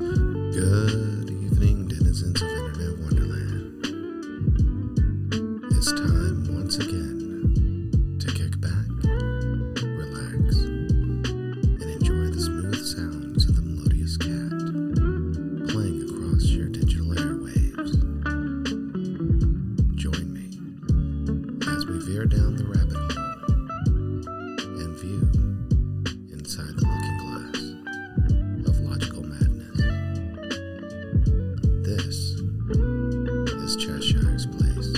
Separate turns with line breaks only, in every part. Good evening, denizens of Internet Wonderland. It's time once again to kick back, relax, and enjoy the smooth sounds of the melodious cat playing across your digital airwaves. Join me as we veer down the rabbit hole and view inside the looking glass of logical madness. This is Cheshire's Place.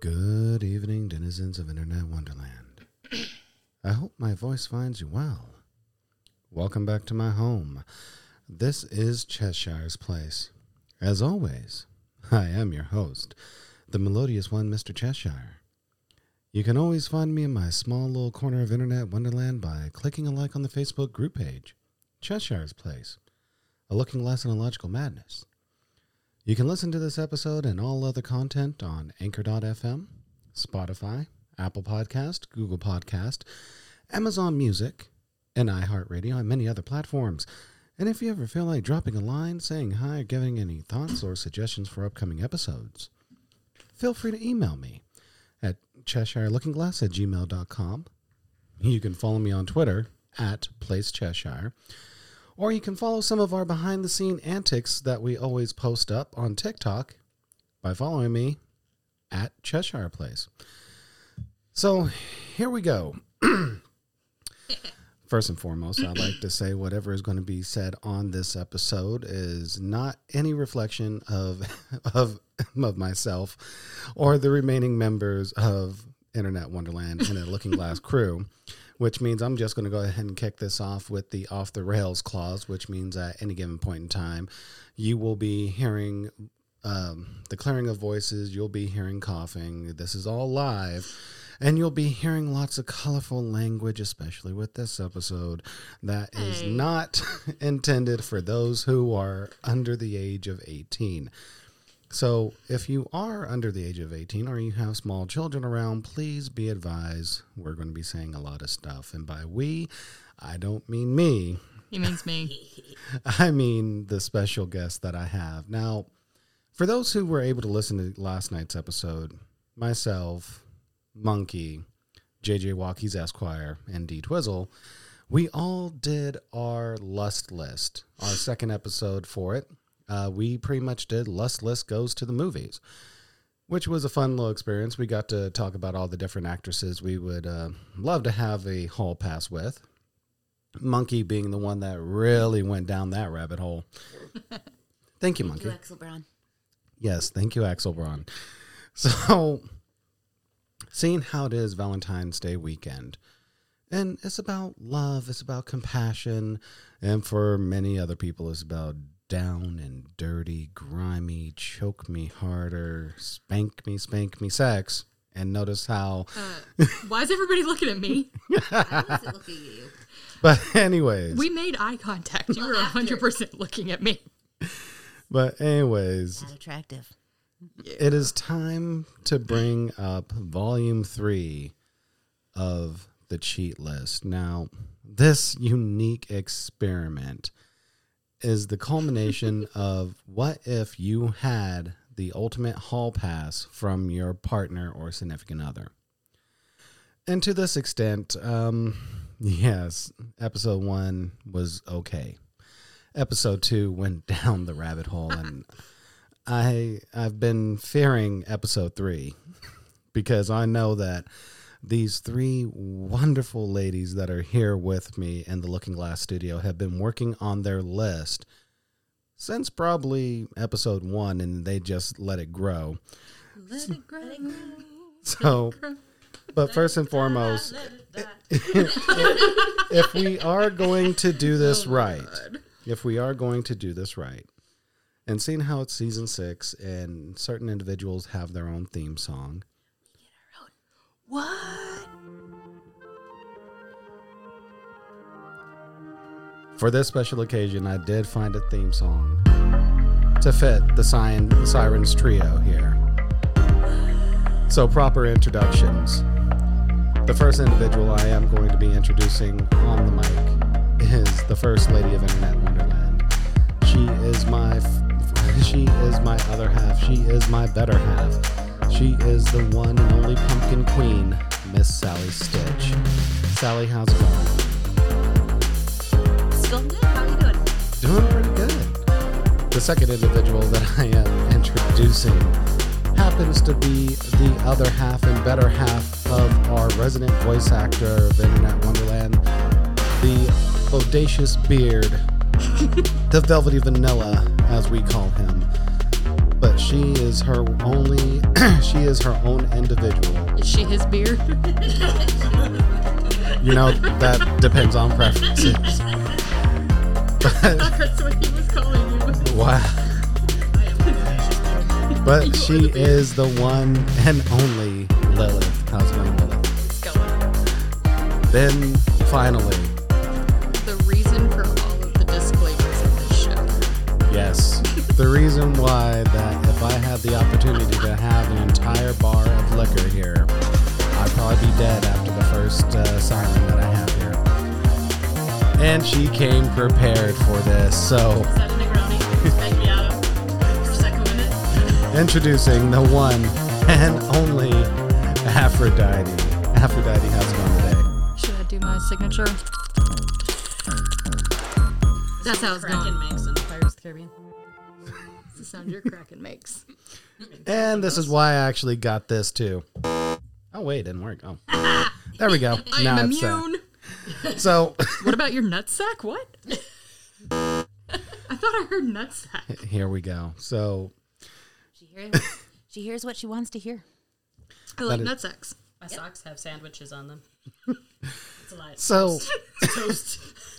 Good evening, denizens of Internet Wonderland. I hope my voice finds you well. Welcome back to my home. This is Cheshire's Place. As always, I am your host, the melodious one, Mr. Cheshire. You can always find me in my small little corner of Internet Wonderland by clicking a like on the Facebook group page, Cheshire's Place, a looking glass in logical madness. You can listen to this episode and all other content on Anchor.fm, Spotify, Apple Podcast, Google Podcast, Amazon Music, and iHeartRadio, and many other platforms. And if you ever feel like dropping a line, saying hi, or giving any thoughts or suggestions for upcoming episodes, feel free to email me at CheshireLookingGlass at gmail.com. You can follow me on Twitter at PlaceCheshire. Or you can follow some of our behind the scene antics that we always post up on TikTok by following me at Cheshire Place. So here we go. First and foremost, I'd like to say whatever is going to be said on this episode is not any reflection of of of myself or the remaining members of Internet Wonderland and the Looking Glass crew, which means I'm just going to go ahead and kick this off with the off the rails clause, which means at any given point in time, you will be hearing um, the clearing of voices, you'll be hearing coughing. This is all live. And you'll be hearing lots of colorful language, especially with this episode, that is
Hey.
not intended for those who are under the age of 18. So, if you are under the age of 18 or you have small children around, please be advised we're going to be saying a lot of stuff. And by we, I don't mean me,
He means me.
I mean the special guest that I have. Now, for those who were able to listen to last night's episode, myself, Monkey, JJ Walkies Esquire, and D Twizzle, we all did our Lust List, our second episode for it. Uh, we pretty much did Lust List Goes to the Movies, which was a fun little experience. We got to talk about all the different actresses we would uh, love to have a hall pass with. Monkey being the one that really went down that rabbit hole. Thank you,
Thank
Monkey.
you, Axel Brown.
Yes, thank you, Axel Braun. So, seeing how it is Valentine's Day weekend, and it's about love, it's about compassion, and for many other people, it's about down and dirty, grimy, choke me harder, spank me, spank me sex. And notice how,
Why is everybody looking at me?
I wasn't looking at you.
but, anyways.
We made eye contact. You were
Well, after.
100% looking at me.
But anyways,
Not attractive.
it is time to bring up volume three of the cheat list. Now, this unique experiment is the culmination of what if you had the ultimate hall pass from your partner or significant other? And to this extent, um, yes, episode one was okay. Episode two went down the rabbit hole, and I I've been fearing episode three because I know that these three wonderful ladies that are here with me in the Looking Glass studio have been working on their list since probably episode one, and they just let it grow.
Let it grow.
So, but first and foremost, if we are going to do this right, if we are going to do this right, and seeing how it's season six and certain individuals have their own theme song,
What?
for this special occasion, I did find a theme song to fit the Siren, Sirens trio here. So, proper introductions. The first individual I am going to be introducing on the mic is the First Lady of Internet Wonderland. She is my, f- she is my other half. She is my better half. She is the one and only Pumpkin Queen, Miss Sally Stitch. Sally, how's it going?
It's going good. How are you doing?
doing pretty good. The second individual that I am introducing happens to be the other half and better half of our resident voice actor of Internet Wonderland, the bodacious beard, the velvety vanilla, as we call him. But she is her only, she is her own individual.
Is she his beard?
You know, that depends on preferences. But,
That's what he was calling you.
wow. But she is the one and only Lilith. How's it going, Lilith? Then finally,
The reason for all of the disclaimers in this show.
yes, the reason why that if I had the opportunity to have an entire bar of liquor here, I'd probably be dead after the first uh, siren that I have here. And she came prepared for this, so
Is that a Negroni?
introducing the one and only Aphrodite. Aphrodite, how's it going today?
Should I do my signature? That's how it's
Kraken
going.
makes in Pirates of the Caribbean.
That's the sound your Kraken makes.
And this is why I actually got this too. Oh wait, it didn't work. Oh, there we go.
I
Now
am
it's, uh,
immune.
so
What about your nutsack? What? I thought I heard nutsack.
here we go. So
She hears, she hears what she wants to hear.
I like
is-
nutsacks.
My socks have sandwiches on them. It's a lot.
so
Toast.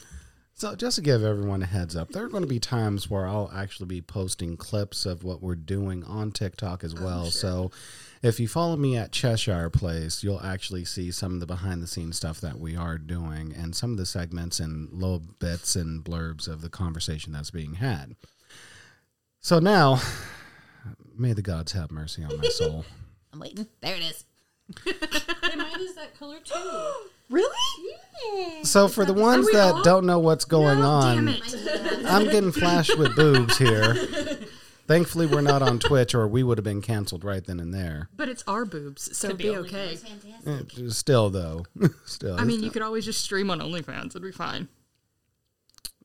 so just to give everyone a heads up, there are going to be times where I'll actually be posting clips of what we're doing on TikTok
Oh,
as well. So if you follow me at Cheshire Place, you'll actually see some of the behind the scenes stuff that we are doing and some of the segments and little bits and blurbs of the conversation that's being had. So now, may the gods have mercy on my soul.
I'm waiting. There it is.
And mine is that color too.
Really?
so for the ones
we
that
all?
don't know what's going
Oh, Damn
on,
it.
I'm getting flashed with boobs here. Thankfully, we're not on Twitch, or we would have been canceled right then and there.
But it's our boobs, so
Could
be
be
okay.
Fantastic.
Eh, Still, though, still.
I mean, you could always just stream on OnlyFans. It'd be fine.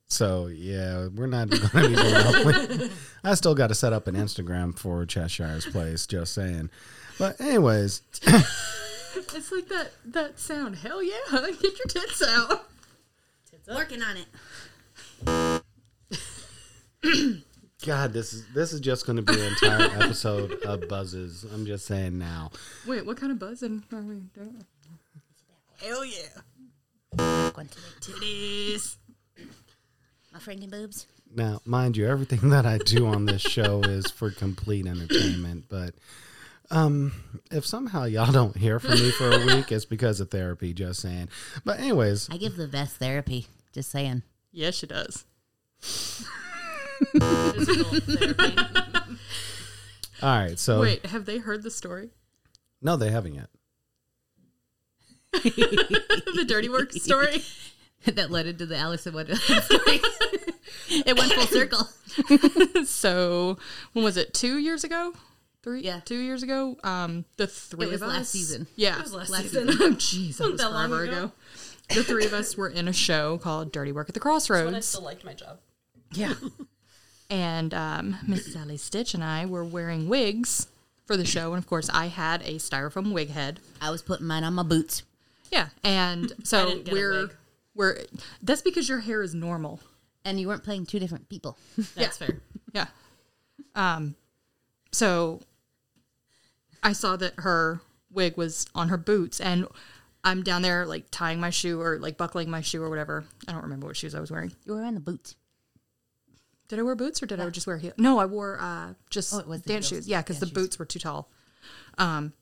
so yeah, we're not going to be going up with. I still got to set up an Instagram for Cheshire's Place. Just saying. But anyways,
It's like that that sound. Hell yeah! Get your tits out.
It's up.
Working on it.
God, this is this is just going to be an entire episode of buzzes. I'm just saying now.
Wait, what kind of buzzing are we doing?
Hell yeah. Going to the
Titties.
My friggin' boobs.
Now, mind you, everything that I do on this show is for complete entertainment, but um if somehow y'all don't hear from me for a week, it's because of therapy, just saying. But anyways,
I give the best therapy. Just saying.
Yeah, she does.
Physical therapy.
all right, so
Wait, have they heard the story?
no, they haven't yet.
the dirty work story?
that led into the Alice in Wonderland story. it went full circle.
so when was it? Two years ago? Three?
Yeah.
two years ago. Um, the three
was
of us
last season.
Yeah,
was last
season. Jeez, that
Wasn't
was
that long
forever
ago.
ago. The three of us were in a show called Dirty Work at the
But I
Crossroads.
still liked my job.
Yeah. and um, Miss Sally Stitch and I were wearing wigs for the show, and of course, I had a styrofoam wig head.
I was putting mine on my boots.
Yeah, and so
didn't get a
we're
wig.
we're that's because your hair is normal.
And you weren't playing two different people.
That's fair.
Yeah. Um, so I saw that her wig was on her boots, and I'm down there like tying my shoe or like buckling my shoe or whatever. I don't remember what shoes I was wearing.
You were on the boots.
Did I wear boots or did I just wear heels? No, I wore uh, just
Oh, it was the
dance
heels.
shoes. Yeah, because
Dance
the
shoes.
boots were too tall. Um,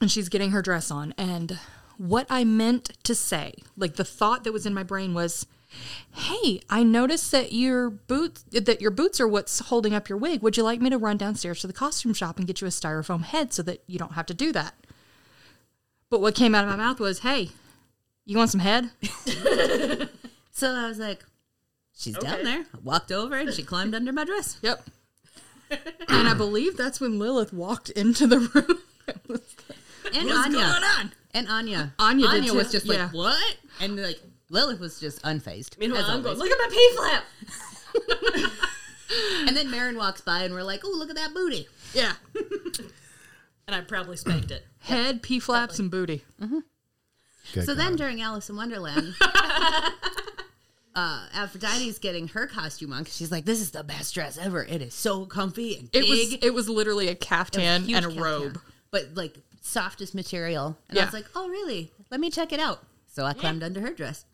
and she's getting her dress on, and what I meant to say, like the thought that was in my brain was, "Hey, I noticed that your boots that your boots are what's holding up your wig. Would you like me to run downstairs to the costume shop and get you a styrofoam head so that you don't have to do that?" But what came out of my mouth was, "Hey, you want some head?"
So I was like, she's down
Okay.
there. I walked over and she climbed under my dress.
Yep. and I believe that's when Lilith walked into the room.
And Anya. And Anya.
Anya did
Anya was
too.
just
Yeah.
like, what? And like, Lilith was just unfazed.
Meanwhile,
as
I'm going,
always.
look at my pee flap.
And then Marin walks by and we're like, oh, look at that booty.
yeah.
And I probably spanked it.
Head, pee flaps, and booty.
Good
So then
God.
during Alice in Wonderland, uh, Aphrodite's getting her costume on because she's like, this is the best dress ever. It is so comfy and
It
big.
was it was literally a caftan
huge
and a
caftan,
robe.
But like softest material. And I
Yeah.
was like, oh, really? Let me check it out. So I climbed under her dress.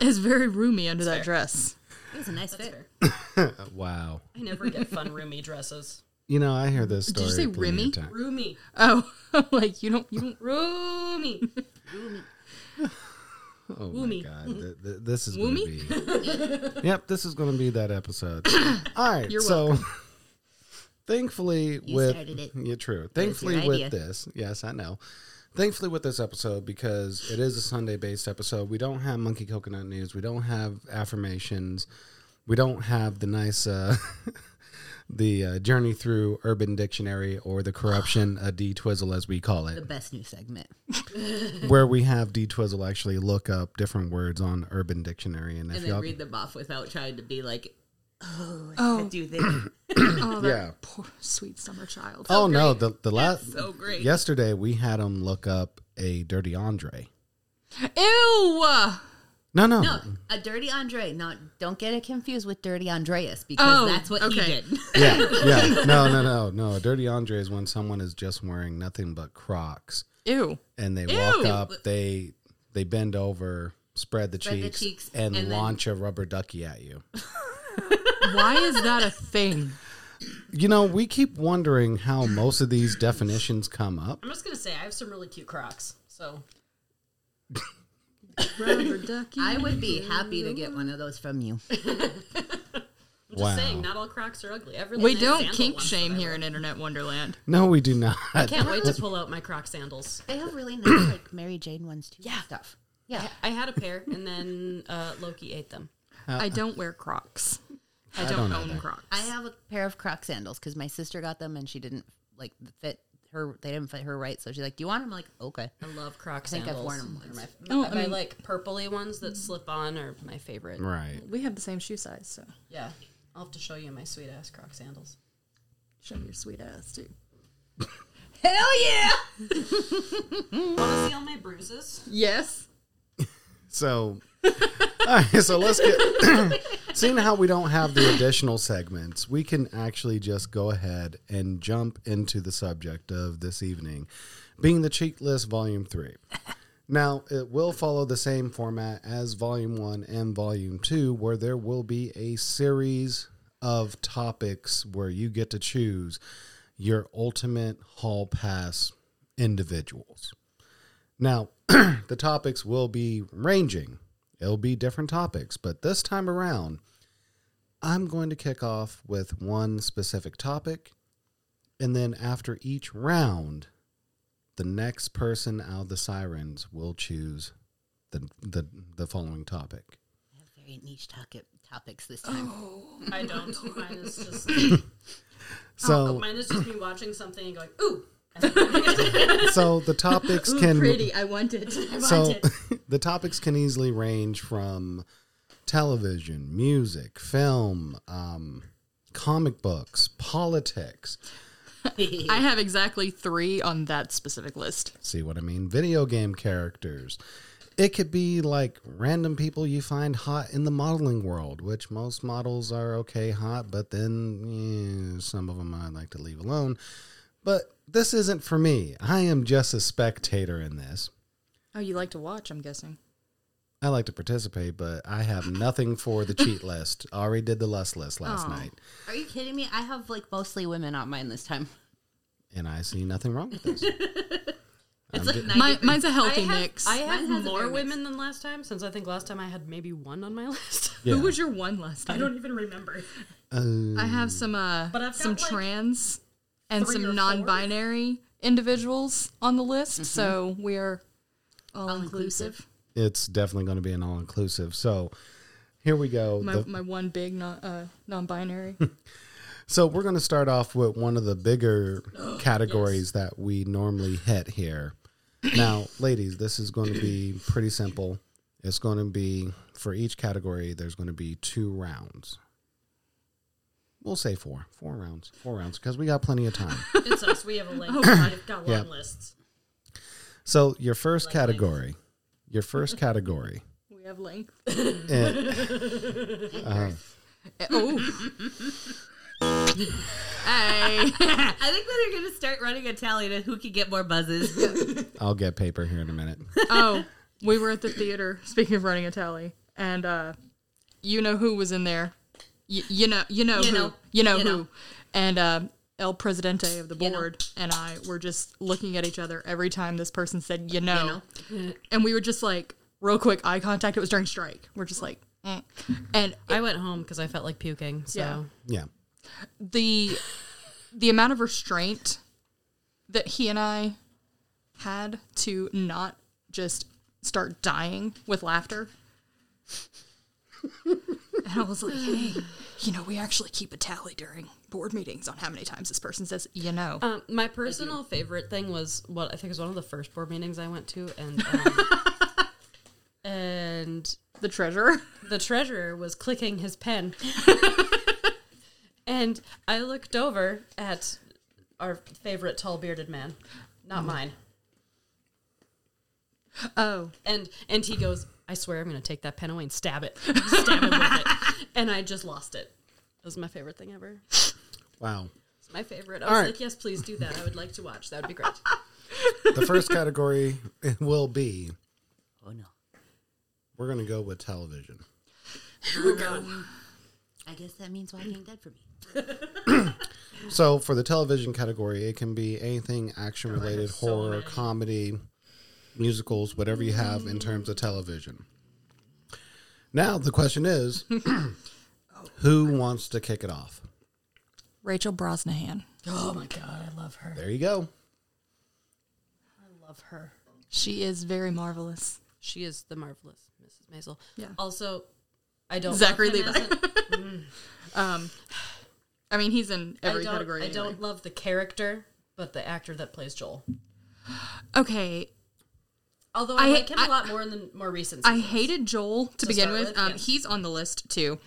It's very roomy under that dress.
It was a nice fit.
fair.
wow.
I never get fun roomy dresses.
You know, I hear this story.
you say
plenty of
Remy?
times.
Roomy.
Oh, like you don't you don't
Roomy.
Oh
Woomy.
my god,
Mm.
th- th- this is going to be. yep, this is going to be that episode. All right,
You're
so thankfully with
started it.
yeah, true. Thankfully
your
with
idea.
this, yes, I know. Thankfully with this episode because it is a Sunday based episode. We don't have monkey coconut news. We don't have affirmations. We don't have the nice. Uh, The uh, journey through Urban Dictionary or the corruption a D twizzle as we call it
The best new segment.
where we have D Twizzle actually look up different words on Urban Dictionary, and if
And
y'all,
then read them off without trying to be like,
Oh,
do this.
oh that
Yeah.
poor sweet summer child.
oh no, the the last
so great.
yesterday we had him look up a dirty Andre.
Ew.
No, no,
No, a dirty Andre. Now, don't get it confused with dirty Andreas because
Oh,
that's what
okay.
he did.
yeah, yeah, no, no, no, no. A dirty Andre is when someone is just wearing nothing but Crocs,
Ew.
and they walk
Ew.
up, they they bend over, spread the,
Spread the
cheeks,
cheeks,
and,
and then-
launch a rubber ducky at you.
Why is that a thing?
You know, we keep wondering how most of these definitions come up.
I'm just going to say, I have some really cute Crocs. So
Rubber ducky.
I would be happy to get one of those from you.
I'm just
Oh.
saying, not all Crocs are ugly. I really
we
like
don't
sandal
kink
ones
shame
that I
here
like.
in Internet Wonderland.
No, we do not.
Can't wait to pull out my Croc sandals.
They have really nice, like Mary Jane ones too. Yeah, stuff. Yeah,
I had a pair, and then uh, Loki ate them.
I don't wear Crocs. I don't,
Uh, don't
own
either.
Crocs.
I have a pair of Croc sandals because my sister got them and she didn't like fit her. They didn't fit her right, so she's like, "Do you want them?" I'm like, "Okay."
I love Croc
I think
sandals.
I've worn them. They're my-
Oh,
Oh,
my,
I mean-
like purpley ones that slip on are my favorite.
right.
we have the same shoe size, so
Yeah, I'll have to show you my sweet ass Croc sandals.
show me your sweet ass too.
Hell yeah!
Want to see all my bruises?
Yes.
So All right, so let's get. seeing how we don't have the additional segments, we can actually just go ahead and jump into the subject of this evening, being the cheat list, volume three. Now, it will follow the same format as Volume 1 and Volume 2, where there will be a series of topics where you get to choose your ultimate Hall Pass individuals. Now, the topics will be ranging, it'll be different topics, but this time around, I'm going to kick off with one specific topic, and then after each round, the next person out of the sirens will choose the the, the following topic.
I have very niche topic topics this time.
I don't. Mine is just.
So
Mine is just me watching something and going, ooh.
so the topics can
I want it.
so the topics can easily range from television, music, film, um, comic books, politics.
I have exactly three on that specific list.
See what I mean? Video game characters. It could be like random people you find hot in the modeling world, which most models are okay hot, but then eh, some of them I like to leave alone. But this isn't for me. I am just a spectator in this.
Oh, you like to watch, I'm guessing.
I like to participate, but I have nothing for the cheat list. I already did the lust list last night,
Are you kidding me? I have like mostly women on mine this time.
and I see nothing wrong with this.
It's like
My,
90%
mine's a healthy
I have,
mix.
I
Mine has a
have more
very mixed-
women than last time since I think last time I had maybe one on my list.
Yeah.
Who was your one last
I
time?
don't even remember.
Uh,
I have some uh
But I've
some
got, like,
trans and
three or
some
four.
non-binary individuals on the list, so we are all inclusive.
it's definitely going to be an all inclusive. So here we go.
My,
The-
my one big non uh, non-binary.
So we're going to start off with one of the bigger categories that we normally hit here. Now, ladies, this is going to be pretty simple. It's going to be for each category, there's going to be two rounds. We'll say four, four rounds, four rounds, because we got plenty of time.
It's us. We have a link. I've got long
Yeah.
lists.
So your first category, your first category,
we have length.
and,
oh. hey.
I think that they're going to start running a tally to who can get more buzzes.
I'll get paper here in a minute.
Oh, we were at the theater. Speaking of running a tally, and uh, you know who was in there? Y- you know, you know
You
who,
know.
you know
You
who,
know.
and uh, El Presidente of the
You know.
board and I were just looking at each other every time this person said you know,
know.
and we were just like real quick eye contact. It was during strike. We're just like, mm. and
I went home because I felt like puking. So
Yeah.
Yeah.
the the amount of restraint that he and I had to not just start dying with laughter. and I was like, hey, you know, we actually keep a tally during board meetings on how many times this person says, you know.
Um, my personal favorite thing was what I think was one of the first board meetings I went to, and um, and
the treasurer.
the treasurer was clicking his pen, and I looked over at our favorite tall bearded man, not mine,
Oh.
and and he goes, "I swear I'm going to take that pen away and stab it, stab him with it," and I just lost it. It was my favorite thing ever.
Wow.
It's my favorite. I was
right.
like, "Yes, please do that. I would like to watch. That would be great."
The first category will be
oh no.
we're going to go with television.
I guess that means Walking Dead for me.
So for the television category, it can be anything action related,
Oh, so
horror,
many. Mm-hmm.
comedy, musicals, whatever you have in terms of television. Now the question is, who wants to kick it off?
Rachel Brosnahan.
Oh my god, I love her.
There you go.
I love her.
She is very marvelous.
She is the marvelous Mrs. Maisel.
Yeah.
Also, I don't
Zachary
love him
Levi.
as a-
Um, I mean, he's in every
I don't,
category.
I
anyway.
don't love the character, but the actor that plays Joel.
Okay,
Although I,
I-
like him a
I-
lot more in the more recent.
I
seasons.
hated Joel to, begin
start
with.
with,
um,
yes.
He's on the list too.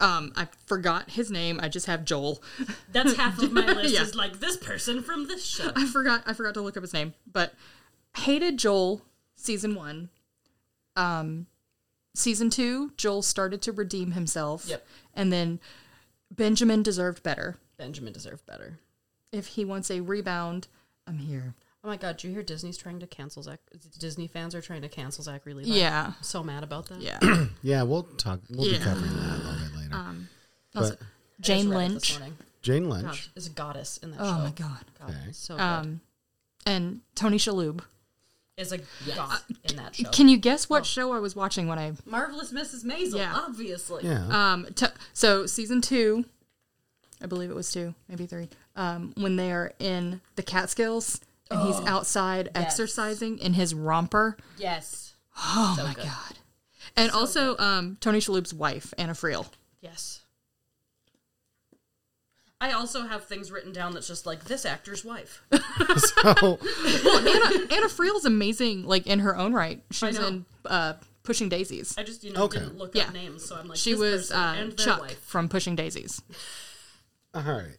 Um, I forgot his name. I just have Joel.
That's half of my list
Yeah.
is like this person from this show.
I forgot. I forgot to look up his name. But hated Joel season one. Um, season two, Joel started to redeem himself.
Yep.
And then Benjamin deserved better.
Benjamin deserved better.
If he wants a rebound, I'm here.
Oh my god, do you hear Disney's trying to cancel Zach? Disney fans are trying to cancel Zach Levi.
Yeah.
I'm so mad about that.
Yeah.
Yeah, we'll talk. We'll be
Yeah.
covering that a little bit later.
Um,
Also,
but
I just
Jane
read it This
Lynch.
morning.
Jane Lynch.
Gosh, is a goddess in that show.
Oh my god.
God,
Okay.
So good.
Um, and Tony Shalhoub.
Is a god in that show.
Uh, Can you guess
Oh.
what show I was watching when I
Marvelous Mrs. Maisel,
Yeah.
obviously.
Yeah.
Um, t- so season two, I believe it was two, maybe three. Um, when they are in the Catskills and he's
Oh,
outside exercising in his romper.
Yes.
Oh my god! And also, um, Tony Shalhoub's wife Anna Friel.
Yes. I also have things written down that's just like this actor's wife.
so
Anna Friel's amazing, like in her own right. She
I
was
know.
in uh, Pushing Daisies.
I just you know
Okay.
didn't look
Yeah.
up names, so I'm like
She
this
was
person
uh,
and their
Chuck
wife.
from Pushing Daisies.
All right.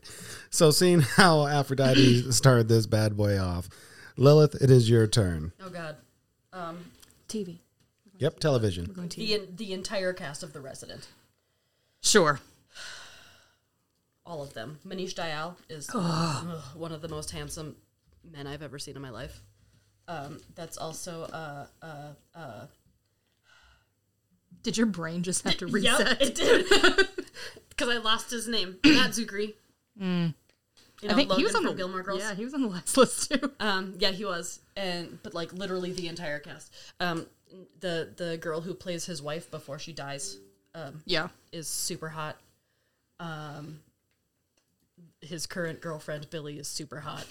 So, seeing how Aphrodite started this bad boy off, Lilith, it is your turn.
Oh God, um,
TV.
Yep, television.
the the entire cast of The Resident,
Sure.
all of them. Manish Dayal is ugh, one of the most handsome men I've ever seen in my life. Um, that's also uh, uh, uh,
Did your brain just have to reset?
Yep, it did. Because I lost his name, Matt Zucri. You know,
Hmm. I think
Logan
he was on
from
the
Gilmore Girls.
Yeah, he was on the last list too.
Um, yeah, he was, and but like literally the entire cast. Um, the the girl who plays his wife before she dies
Yeah.
is super hot. Um, his current girlfriend Billy is super hot.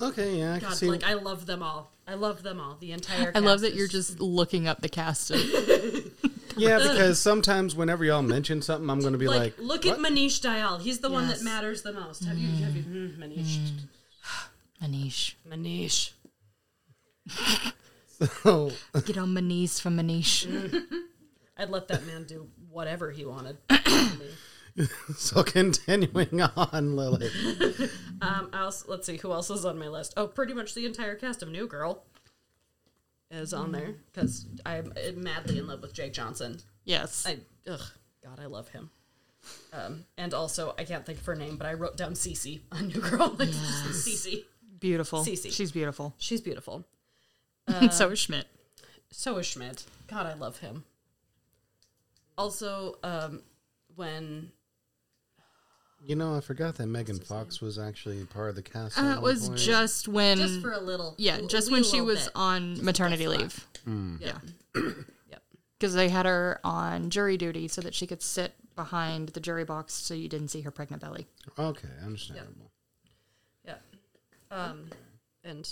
Okay, yeah, I can
God,
see.
like I love them all. I love them all. The entire.
I love
cast
that
is
you're just looking up the cast. Of,
yeah, because sometimes whenever y'all mention something, I'm going to be
like,
like,
look at Manish Dayal. He's the one that
Yes.
matters the most. Have you? Have you? Mm, Manish.
Mm. Manish.
Manish.
oh,
Get on my knees for Manish.
I'd let that man do whatever he wanted.
so continuing on, Lilith.
Um, I also, let's see who else is on my list. Oh, pretty much the entire cast of New Girl is
Mm.
on there because I'm uh, madly in love with Jake Johnson.
Yes.
I ugh, God, I love him. Um, and also, I can't think of her name, but I wrote down Cece on New Girl. Like, Cece,
beautiful.
Cece. Uh,
She's beautiful.
she's beautiful.
And so is Schmidt.
So is Schmidt. God, I love him. Also, um, when
You know, I forgot that Megan Fox was actually part of the cast.
Uh,
at
it
one
was
point.
just when.
just for a little,
Mm. yeah,
a
just
wee
when she
little
was
bit.
on maternity
that's
leave.
yeah, yep.
Because they had her on jury duty so that she could sit behind the jury box so you didn't see her pregnant belly.
Okay, understandable.
Yeah. Um, and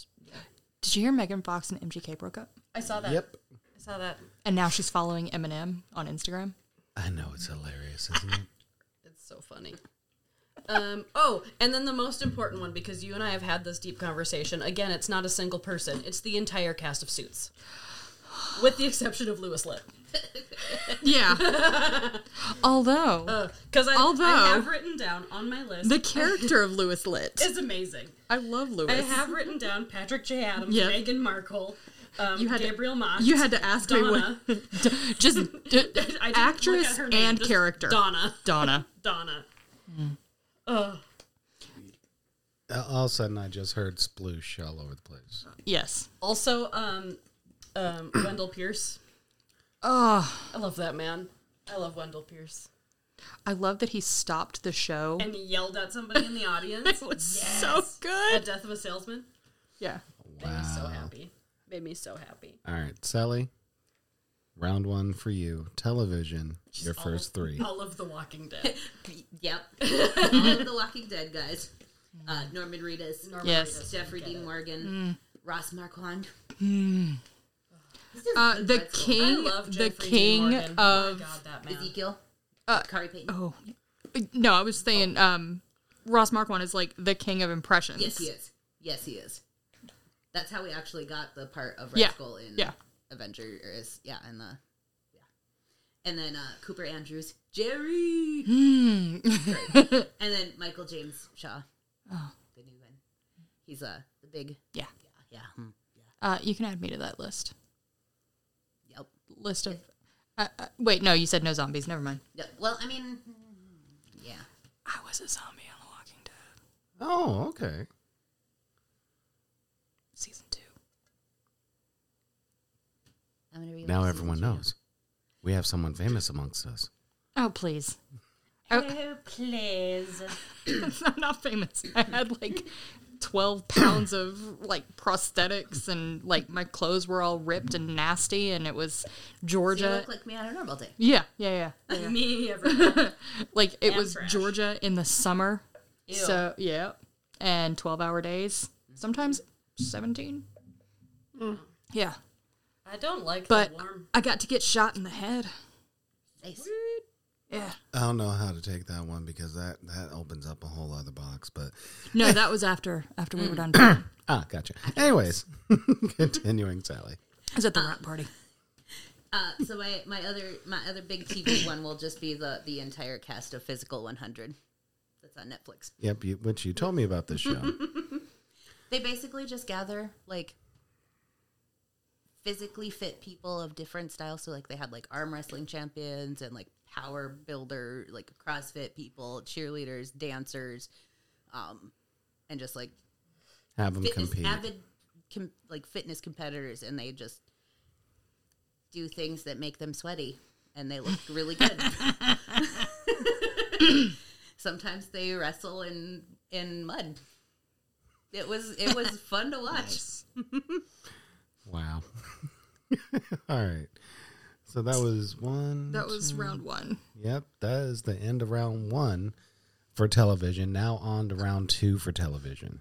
Did you hear Megan Fox and MGK broke up?
I saw that.
Yep.
I saw that.
And now she's following Eminem on Instagram.
I know, it's hilarious, isn't it?
It's so funny. Um, oh, and then the most important one because you and I have had this deep conversation. Again, it's not a single person; it's the entire cast of Suits, with the exception of Lewis Lipp.
Yeah. Although,
Uh,
Because I,
Although-
I have written down on my list
the character of Lewis Litt.
is amazing.
I love Lewis.
I have written down Patrick J. Adams,
Yeah.
Meghan Markle, um,
You had to-
Gabriel Mott.
You had to ask
Donna.
me what. just d-
I didn't look at
actress
her name,
and
just
character.
Donna.
Donna.
Donna.
Uh, All of a sudden, I just heard sploosh all over the place.
Yes.
Also, um, um, Wendell Pierce.
Oh,
I love that man. I love Wendell Pierce.
I love that he stopped the show.
And he yelled at somebody in the audience.
It was so
The
good.
death of a salesman.
Yeah.
Made me so
Wow.
happy. Made me so happy.
All right, Sally. Round one for you. Television. your first three.
All of The Walking Dead.
Yep. All of the Walking Dead guys. Uh, Norman Reedus.
Mm.
Norman
Yes. Mm.
Reedus, Jeffrey Dean Morgan. Ross Marquand.
Uh, the
I
king.
love
The
Jeffrey
king
Dean Morgan.
of.
God, that man.
Ezekiel. Kari Payton.
Oh, no, I was saying. Um, Ross Marquand is like the king of impressions.
Yes, he is. Yes, he is. That's how we actually got the part of Red
Yeah.
Skull in
Yeah.
Avengers. Yeah, and the yeah, and then uh, Cooper Andrews, Jerry,
Hmm.
Great. and then Michael James Shaw,
Oh.
the new one. He's uh, the big
Yeah.
yeah. hmm,
Uh, you can add me to that list.
Yep.
list of. Uh, uh, wait, no, you said no zombies. Never mind.
Yeah, well, I mean, yeah.
I was a zombie on The Walking Dead
Oh, okay.
season two.
I'm gonna read
Now
this.
everyone knows. We have someone famous amongst us.
Oh please,
Oh, please.
I'm not famous. I had like twelve pounds of like prosthetics, and like my clothes were all ripped and nasty, and it was
You
Georgia.
look like me on a normal day.
yeah, yeah, yeah.
Me, everyone.
Like it was
fresh.
Georgia in the summer.
Ew.
So yeah, and twelve-hour days, sometimes seventeen. Yeah,
I don't like
but
the warm.
I got to get shot in the head.
Nice.
Yeah.
I don't know how to take that one because that that opens up a whole other box. But
No, that was after after we were done. I
ah, gotcha. Anyways, continuing, Sally.
was at the rap party.
Uh, so my, my other my other big TV one will just be the the entire cast of Physical 100. That's on Netflix.
Yep, you, which you told me about this show.
They basically just gather like physically fit people of different styles. So like they had like arm wrestling champions and like power builder, like CrossFit people, cheerleaders, dancers, um, and just like
Have them
fitness
compete.
avid com- like fitness competitors and they just do things that make them sweaty and they look really good sometimes they wrestle in in mud it was it was fun to watch
Wow. All right. So that was one.
That was round one.
Yep, that is the end of round one for television. Now on to round two for television.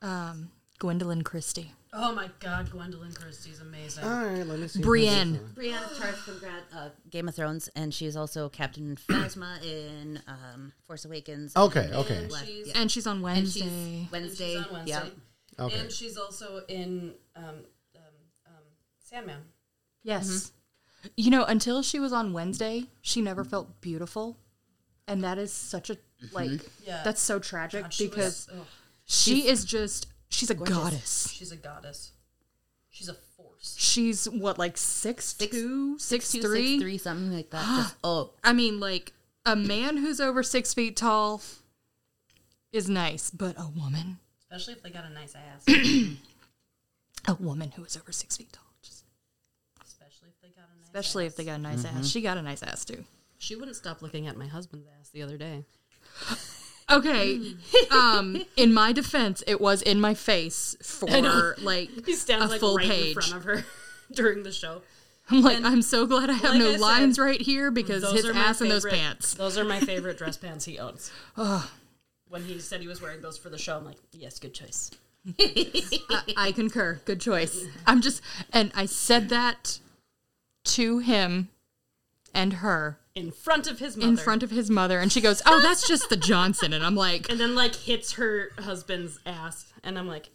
Um, Gwendolyn Christie.
Oh my god, Gwendolyn Christie's amazing.
All right, let me see.
Brienne.
brianna charge from Gra- uh, game of thrones and she's also captain phasma in um, force awakens
Okay,
and
okay,
Black-
She's-
yeah.
And she's on
and she's
Wednesday.
wednesday,
She's on Wednesday.
yeah
okay.
And she's also in um, um, um, Sandman.
yes. Mm-hmm. You know, until she was on Wednesday, she never felt beautiful. And that is such a, like,
Yeah.
that's so tragic
She
because
was- ugh,
she is just, she's a goddess.
she's a goddess. She's a force.
She's what, like six, two, six,
Two, six,
three?
three, something like that just, oh
I mean, like, a man who's over six feet tall is nice, but a woman,
Especially if they got a nice ass.
a woman who is over six feet tall, just,
Especially if they got a nice
especially if they got a nice ass. She got a nice ass, too.
She wouldn't stop looking at my husband's ass the other day.
Okay. Um, in my defense, it was in my face for like
He stands
a
like
full
right
page.
in front of her during the show.
I'm like, I'm so glad I have
like
no
I said,
lines right here because
Those
his
are my
ass and those
favorite-
pants.
Those are my favorite dress pants he owns. When he said he was wearing those for the show, I'm like, yes, good choice.
I concur. Good choice. I'm just, and I said that to him and her
In front of his mother.
in front of his mother, and she goes, "Oh, that's just the Johnson." And I'm like,
and then like hits her husband's ass, and I'm like,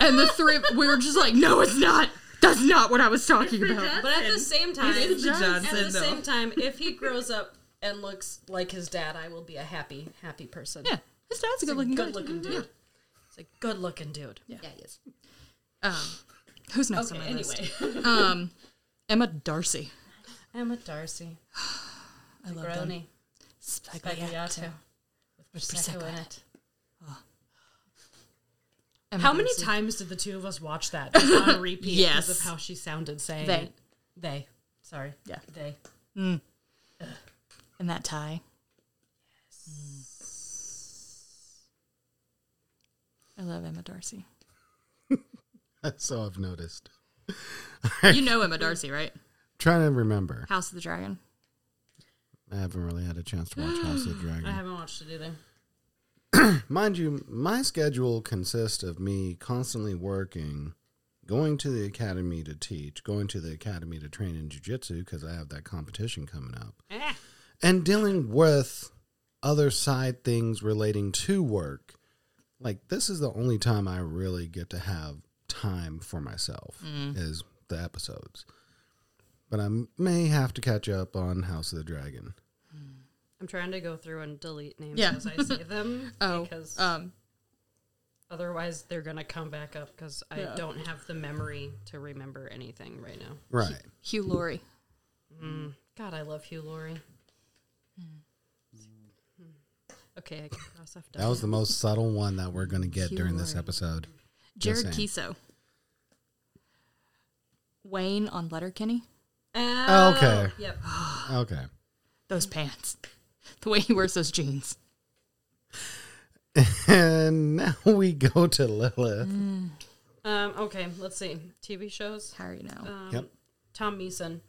and the three, of- we were just like, "No, it's not. That's not what I was talking about."
But at the same time,
is the Johnson,
at the
though.
same time, if he grows up and looks like his dad, I will be a happy, happy person.
Yeah, his dad's a good-looking,
good
guy.
looking dude. It's a good looking dude.
yeah yes
Who's next
Okay,
on my list?
anyway,
Emma Darcy.
I'm a Darcy.
I love them.
Grony. Spagliato. With
Prosecco
Prosecco in
in
it.
Emma
How many
Darcy.
times did the two of us watch that just on repeat
Yes.
because of how she sounded saying
They.
it? They. Sorry.
Yeah.
They.
in that tie? I love Emma Darcy.
That's so I've noticed.
You know Emma Darcy, right?
Trying to remember.
House of the Dragon.
I haven't really had a chance to watch House of the
I
Dragon.
haven't watched it either.
Mind you, my schedule consists of me constantly working, going to the academy to teach, going to the academy to train in jujitsu because I have that competition coming up.
Eh.
Ah.
and dealing with other side things relating to work like this is the only time i really get to have time for myself
Mm-hmm.
is the episodes but i may have to catch up on house of the dragon
I'm trying to go through and delete names
Yeah.
as I say them
Oh,
because
um,
otherwise they're gonna come back up because I don't have the memory to remember anything right now.
right
Hugh Laurie.
God, I love Hugh Laurie. Hmm. Okay, I can cross off.
That was the most subtle one that we're going to get
Hugh
during this
Laurie.
episode. Just
Jared
saying.
Kiso. Wayne on Letterkenny.
Oh,
Okay.
Yep.
Okay.
Those pants. The way he wears those jeans.
And now we go to Lilith.
Mm-hmm. Um, okay, let's see. TV shows.
How are you now?
Um,
Yep.
Tom Meeson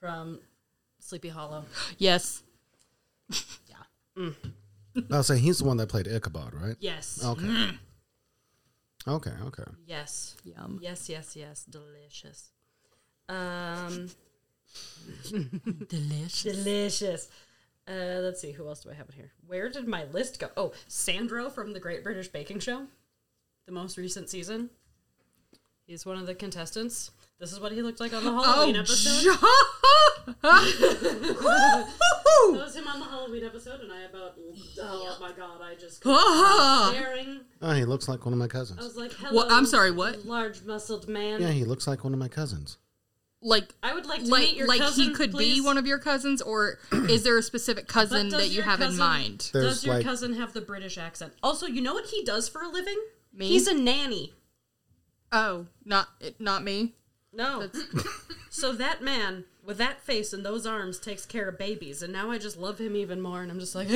from Sleepy Hollow.
yes.
I'll say Oh, he's the one that played Ichabod, right?
Yes. Mm-hmm.
Okay. Okay, okay.
Yes.
Yum.
Yes, yes, yes. Delicious. Um,
Delicious.
delicious. Uh, let's see. Who else do I have in here? Where did my list go? Oh, Sandro from the Great British Baking Show, the most recent season. He's one of the contestants. This is what he looked like on the
Oh,
Halloween episode. That was him on the Halloween episode, and I about. Oh my god! I just. Staring.
Oh, he looks like one of my
I
cousins.
was like, hello.
Well, I'm sorry, what?
Large muscled man.
Yeah, he looks like one of my cousins.
Like
I would like to
like
meet your
like
cousin.
he could be
please.
one of your cousins or is there a specific cousin
does
that you
your
have in
cousin-
mind?
There's
does your
like-
cousin have the British accent? Also, you know what he does for a living?
Me?
He's a nanny.
Oh, not it- not me.
No. so that man with that face and those arms takes care of babies, and now I just love him even more, and I'm just like,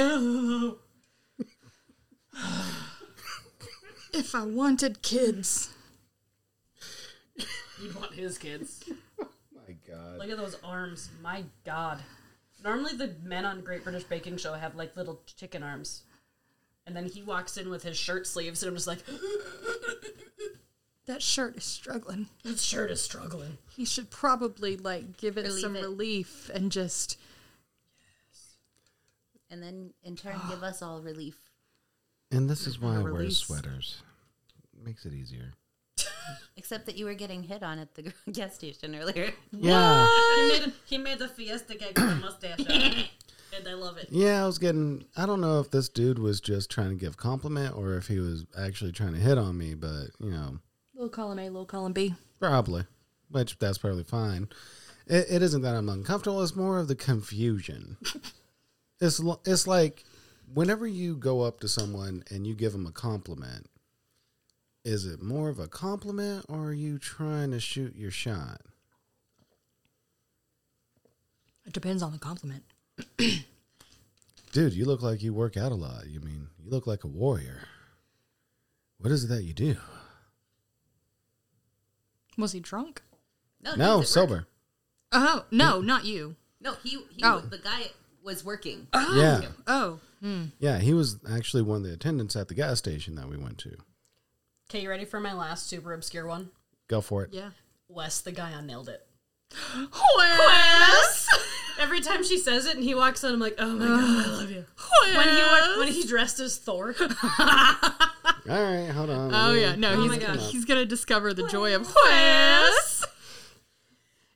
If I wanted kids.
you'd want his kids.
My God.
Look at those arms. My God. Normally, the men on Great British Baking Show have like little chicken arms. And then he walks in with his shirt sleeves, and I'm just like,
That shirt is struggling.
this shirt is struggling.
He should probably like give it
Relieve
some
it.
relief and just
And then in turn, give us all relief.
And this is why I wear
Release.
sweaters. Makes it easier.
Except that you were getting hit on at the gas station earlier.
Yeah.
He made, he made the fiesta gag with a mustache on. And I love it.
Yeah, I was getting. I don't know if this dude was just trying to give compliment or if he was actually trying to hit on me, but you know,
little column A, little column B.
probably. Which that's probably fine. It, it isn't that I'm uncomfortable. It's more of the confusion. it's l- it's like whenever you go up to someone and you give them a compliment, is it more of a compliment or are you trying to shoot your shot?
It depends on the compliment.
Dude, you look like you work out a lot. You mean you look like a warrior. What is it that you do?
Was he drunk?
No, he
No,
was at work.
sober.
Oh, no, not you.
No, he, he
Oh.
the guy was working.
Yeah.
Oh. Hmm.
Yeah, he was actually one of the attendants at the gas station that we went to.
Okay, you ready for my last super obscure one?
Go for it.
Yeah.
Wes, the guy on Nailed It.
Wes!
Every time she says it and he walks in, I'm like, oh my god, I love you. When he wa- when he dressed as Thor,
All right, hold on.
Oh yeah, no,
Oh my
he's
gosh.
he's gonna discover the joy of Wes.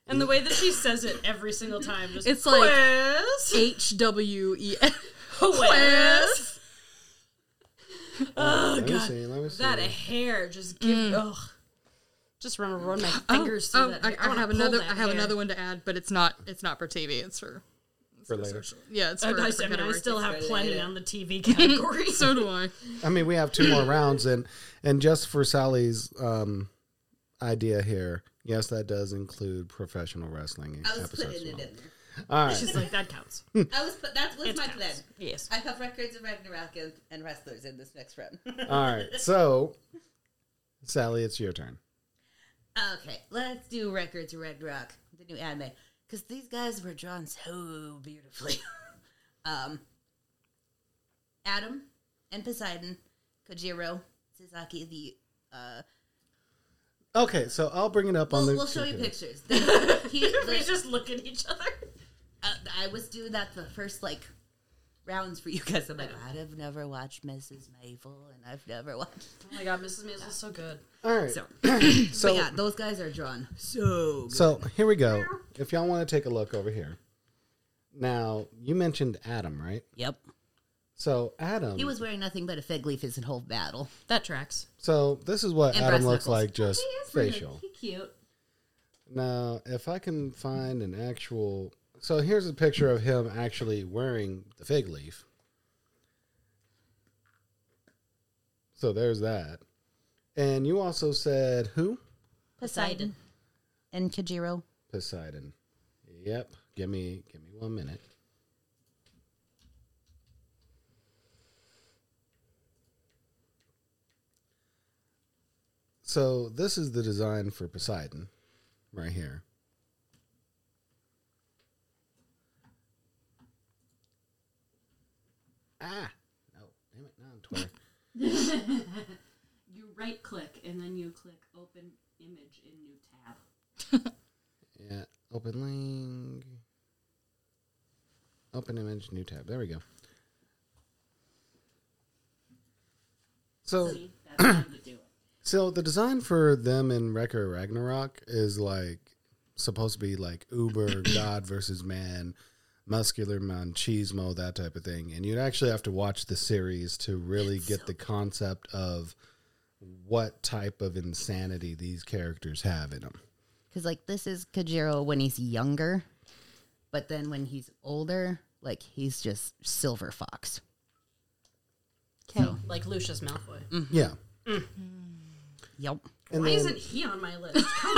and the way that she says it every single time, just,
It's like-
Wes,
H W E S.
Wes.
Let me see. Let me see.
That hair just give ugh. Just want to run my fingers
Oh,
through that.
I,
hair.
I
wanna
have
pull
another.
that
I have
hair.
another one to add, but it's not. It's not for TV. It's for.
for later.
Yeah, it's
I,
for.
I,
for
Oh, I mean, I
category.
still have plenty on the TV category.
so do I.
I mean, we have two more rounds, and and just for Sally's um, idea here, yes, that does include professional wrestling
I was
episodes.
putting
as
it in
well.
there.
All right,
She's like, that counts.
I was put, that was
It
Hmm. my
counts.
plan.
Yes.
I have records of Ragnarok and, and wrestlers in this next round.
all right. So, Sally, it's your turn.
okay, let's do records of Ragnarok, the new anime, because these guys were drawn so beautifully. um, Adam and Poseidon, Kojiro, Sasaki, the. Uh,
Okay, so I'll bring it up on
we'll,
the.
we'll show you pictures. They- he-
we
the-
just look at each other.
uh, I was doing that the first like rounds for you guys. I'm like, I've never watched Mrs. Mavel, and I've never watched.
Oh my god, Mrs. Mazel's so good.
All right.
So,
So,
but yeah, those guys are drawn so. Good.
So here we go. If y'all want to take a look over here. Now, you mentioned Adam, right?
Yep,
So Adam
he was wearing nothing but a fig leaf his whole battle.
That tracks.
So this is what
And
Adam looks
brass knuckles.
like just facial.
He cute.
Now, if I can find an actual. So here's a picture of him actually wearing the fig leaf. So there's that. And you also said who?
Poseidon. And Kajiro.
Poseidon. Yep. Give me give me one minute. So this is the design for Poseidon right here. Ah, no, damn it, not on Twitter.
You right click and then you click open image in new tab.
Yeah, open link. Open image, new tab. There we go. So,
See, that's how you do it.
so the design for them in Wrecker Ragnarok is like supposed to be like Uber God versus man, muscular machismo, that type of thing. And you'd actually have to watch the series to really get the concept of what type of insanity these characters have in them.
Because, like, this is Kajiro when he's younger, but then when he's older, like, he's just Silver Fox.
Okay.
Like Lucius Malfoy.
Mm-hmm.
Yeah.
Yep.
And
Why
then-
isn't he on my list? Come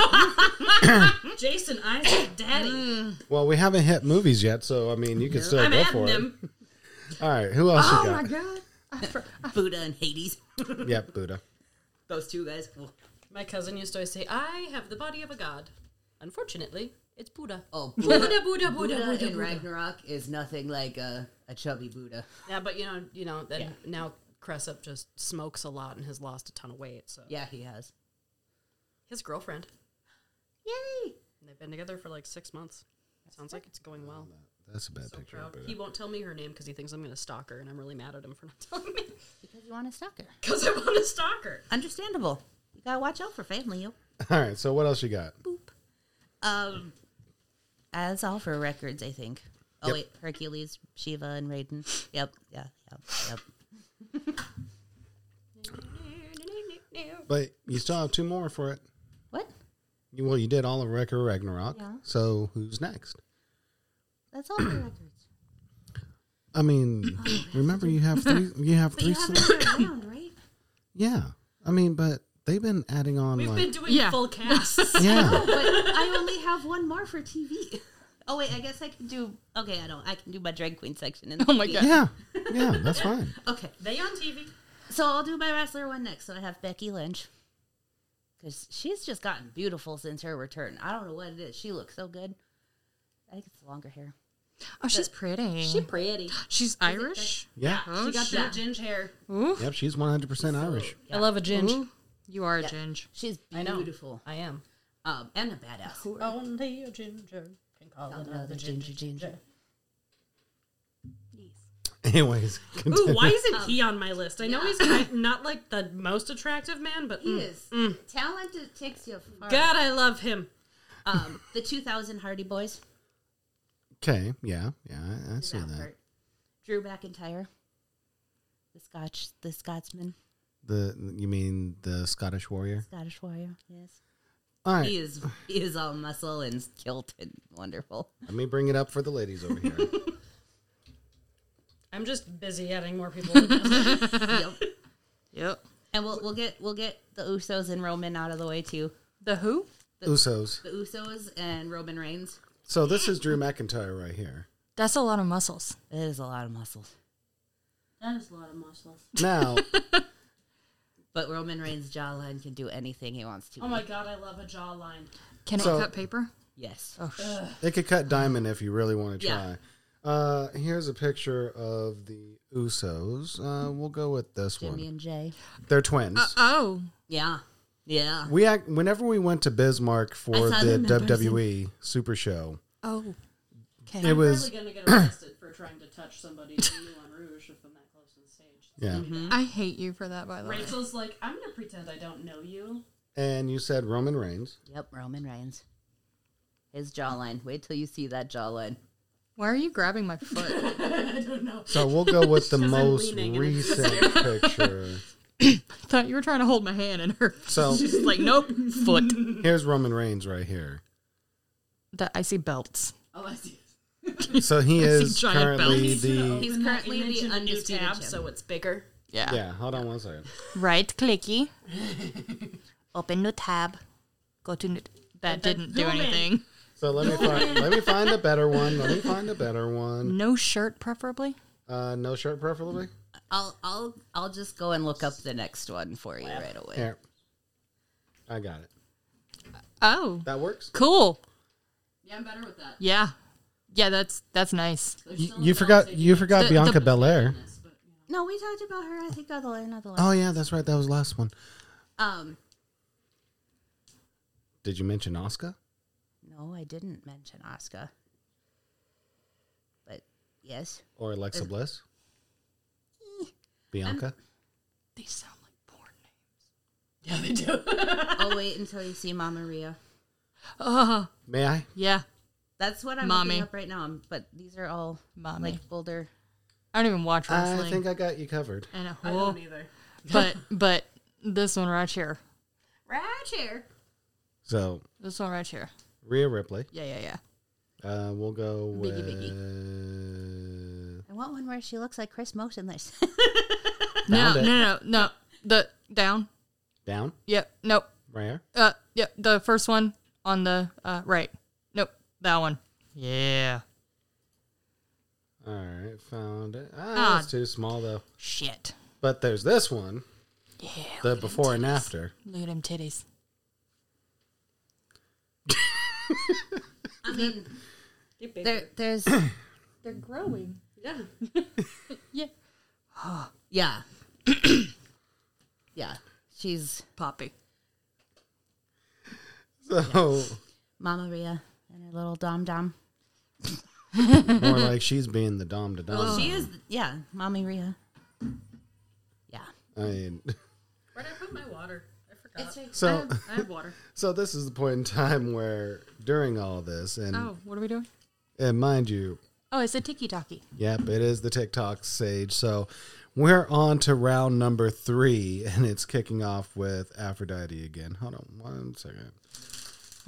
on. Jason Isaac, Daddy.
Well, we haven't hit movies yet, so I mean, you can still
I'm
go
adding
for
them.
it. All right, who else you got?
god.
Buddha and Hades.
Yep, Buddha.
Those two guys. Well,
My cousin used to always say, "I have the body of a god." Unfortunately, it's Buddha.
Oh,
Buddha, Buddha, Buddha,
Buddha,
Buddha, Buddha,
in Ragnarok is nothing like a, a chubby Buddha.
Yeah, but you know, you know, then now Cressup just smokes a lot and has lost a ton of weight. So
Yeah, he has.
his girlfriend.
Yay!
and They've been together for like six months. Sounds like it's going well.
That's a bad
So
picture
proud.
of Buddha.
He won't tell me her name because he thinks I'm going to stalk her, and I'm really mad at him for not telling me
Because you want a stalker.
because I want to stalk her.
Understandable. You gotta watch out for family, yo.
All right, so what else you got?
Um, that's all for records, I think. Oh
Yep.
wait, Hercules, Shiva, and Raiden. Yep, yeah, yep, yep.
But you still have two more for it.
What?
You- Well, you did all of Wrecker Ragnarok.
Yeah.
So who's next?
That's all for records.
I mean, remember you have three. You have
But
three.
you
sele-
haven't been around, right?
yeah, I mean, but they've been adding on
We've
like
been doing
Yeah.
full casts.
yeah.
But I only have one more for TV.
Oh wait, I guess I can do. Okay, I don't. I can do my drag queen section. In
Oh my god.
Yeah, yeah, that's fine.
Okay,
they on TV.
so I'll do my wrestler one next. So I have Becky Lynch. Because she's just gotten beautiful since her return. I don't know what it is. She looks so good. I think it's longer hair.
Oh, she's pretty.
She pretty.
she's Irish.
Yeah,
Oh,
she got
shit.
that ginger hair.
yep. She's one hundred percent Irish.
I love a ginger.
Ooh, you are a ginge.
She's
I know.
beautiful
I am.
um, and a badass.
Only a ginger can call
another ginger, ginger.
Anyways,
Ooh,
continue.
why isn't
Um,
he on my list? I know he's like, not like the most attractive man, but
He
mm,
is talented. Takes you far.
God, I love him.
Um, the 2000 Hardy Boys.
okay, yeah, yeah, I, I see
That
that.
part. Drew McIntyre. The Scotch, the Scotsman,
The you mean the Scottish warrior?
Scottish warrior. Yes,
All right,
he is. He is all muscle and kilt and wonderful.
Let me bring it up for the ladies over here.
I'm just busy adding more people. to the list.
Yep.
Yep.
And we'll we'll get we'll get the Usos and Roman out of the way too.
The who?
Usos.
The Usos and Roman Reigns.
So this is Drew McIntyre right here.
That's a lot of muscles.
It is a lot of muscles,
That is a lot of muscles.
Now,
but Roman Reigns' jawline can do anything he wants to.
oh my God, I love a jawline.
Can
So-
it cut paper?
Yes.
Oh, shit.
they could cut diamond if you really want to try.
Yeah.
Uh, here's a picture of the Usos. Uh, we'll go with this
Jimmy
one.
and Jay.
They're twins.
oh.
Yeah. Yeah.
we act, whenever we went to Bismarck for
saw
the
them in person.
WWE Super Show,
Oh. Okay.
it was
Probably gonna get arrested for trying to touch somebody in Moulin Rouge if I'm that close to the stage.
yeah.
I hate you for that, by the way.
Rachel's like, I'm gonna pretend I don't know you.
And you said Roman Reigns.
Yep, Roman Reigns. His jawline. Wait till you see that jawline.
Why are you grabbing my foot?
I don't know.
So we'll go with the
I'm
most
leaning and it's
recent picture.
I thought you were trying to hold my hand and her.
So
She's like, nope, foot.
here's Roman Reigns right here.
that I see belts.
Oh, I see.
So he is
giant
currently
belts.
the.
He's
Open that
currently the
image in a new
undisputed
tab,
champion.
so it's bigger.
Yeah.
Yeah, hold on one second.
Right clicky. Open new tab. Go to new. That didn't do
zoom in.
anything.
So let me find let me find a better one. Let me find a better one.
No shirt, preferably.
Uh, no shirt, preferably.
I'll I'll I'll just go and look up the next one for you right away.
Here, I got it.
Oh,
That works.
cool.
Yeah, I'm better with that.
Yeah, yeah. That's that's nice.
You, forgot you forgot
The-
Bianca
the-
Belair.
No, we talked about her. I think on the line, not the last.
Oh yeah, that's right. That was the last one.
Um,
Did you mention Oscar?
no, I didn't mention Oscar. But yes,
or Alexa Bliss?
Eh.
Bianca?
They sound like porn names.
Yeah, they do.
I'll wait until you see Mama Maria.
Oh,
May I?
yeah,
That's what I'm
Mommy.
looking up right now. um, But these are all
mommy.
like older.
I don't even watch wrestling.
I think I got you covered.
and a
I
whole,
don't either.
but but this one right here.
Right here.
So
This one right here.
Rhea Ripley.
Yeah, yeah, yeah.
Uh, we'll go with.
Biggie, I want one where she looks like Chris motionless.
No,
Found
no,
it.
no, no, no. The down.
Down.
Yep. Nope.
Rare.
Uh. Yep. The first one on the uh right. Nope. That one. Yeah.
All right, found it. Ah,
Ah.
it's too small though.
Shit.
But there's this one,
Yeah.
the before and after.
Look at them titties.
I mean,
Get
there, there's
They're growing.
Yeah.
Yeah.
yeah, yeah. She's
Poppy.
So
Mama Maria and her little dom dom.
more like she's being the dom to dom.
Well, she is. Yeah, Mama Maria. Yeah.
Oh.
I mean,
Where'd I put my water? I forgot.
so
Ah.
I have water.
so this is the point in time where during all this and
Oh, what are we doing?
and mind you,
Oh, it's a tiki talkie.
Yep, it is the TikTok sage. So we're on to round number three, and it's kicking off with Aphrodite again. Hold on one second.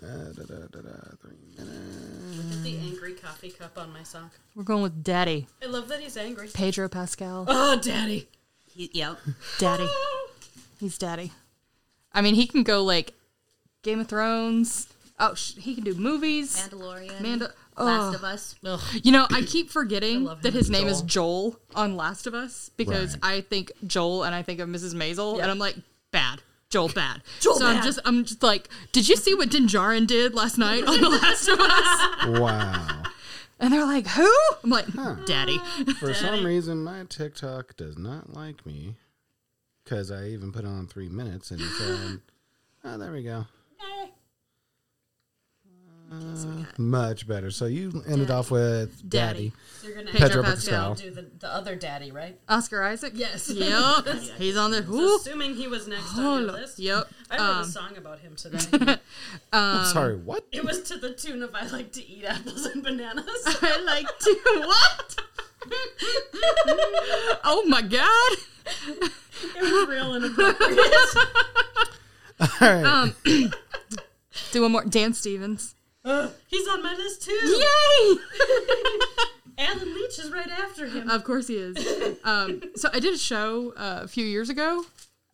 Uh, da, da, da, da, three minutes.
Look at the angry coffee cup on my sock.
We're going with Daddy.
I love that he's angry.
Pedro Pascal.
Oh, daddy.
He, yep.
Daddy. He's daddy. I mean, he can go like Game of Thrones. Oh, sh- he can do movies.
Mandalorian.
Manda- oh.
Last
Ugh.
of Us.
You know, I keep forgetting
love
that
him.
his name is Joel on Last of Us because I think Joel and I think of Mrs. Maisel and I'm like, bad. Joel bad. Joel so I'm
bad.
just I'm just like, did you see what Dinjarin did last night on The Last of Us?
Wow.
And they're like, who? I'm like, daddy.
For some reason, my TikTok does not like me because I even put on three minutes, and it's on. Oh, there we go. Uh, much better. So you ended off with Daddy.
Daddy.
So you're gonna
Pedro
Pedro
Pascal.
Pascal.
do the, the other daddy, right?
Oscar Isaac?
Yes.
Yep. He's on the whoo.
Assuming he was next on your
Hello.
list.
Yep. um,
I wrote a song about him today.
I'm sorry, what?
it was to the tune of "I like to eat apples and bananas."
I like to what? oh my god.
It was real inappropriate.
All right.
Do one more. Dan Stevens.
He's on my list too.
Yay!
Alan Leach is right after him.
Of course he is. Um, so I did a show uh, a few years ago,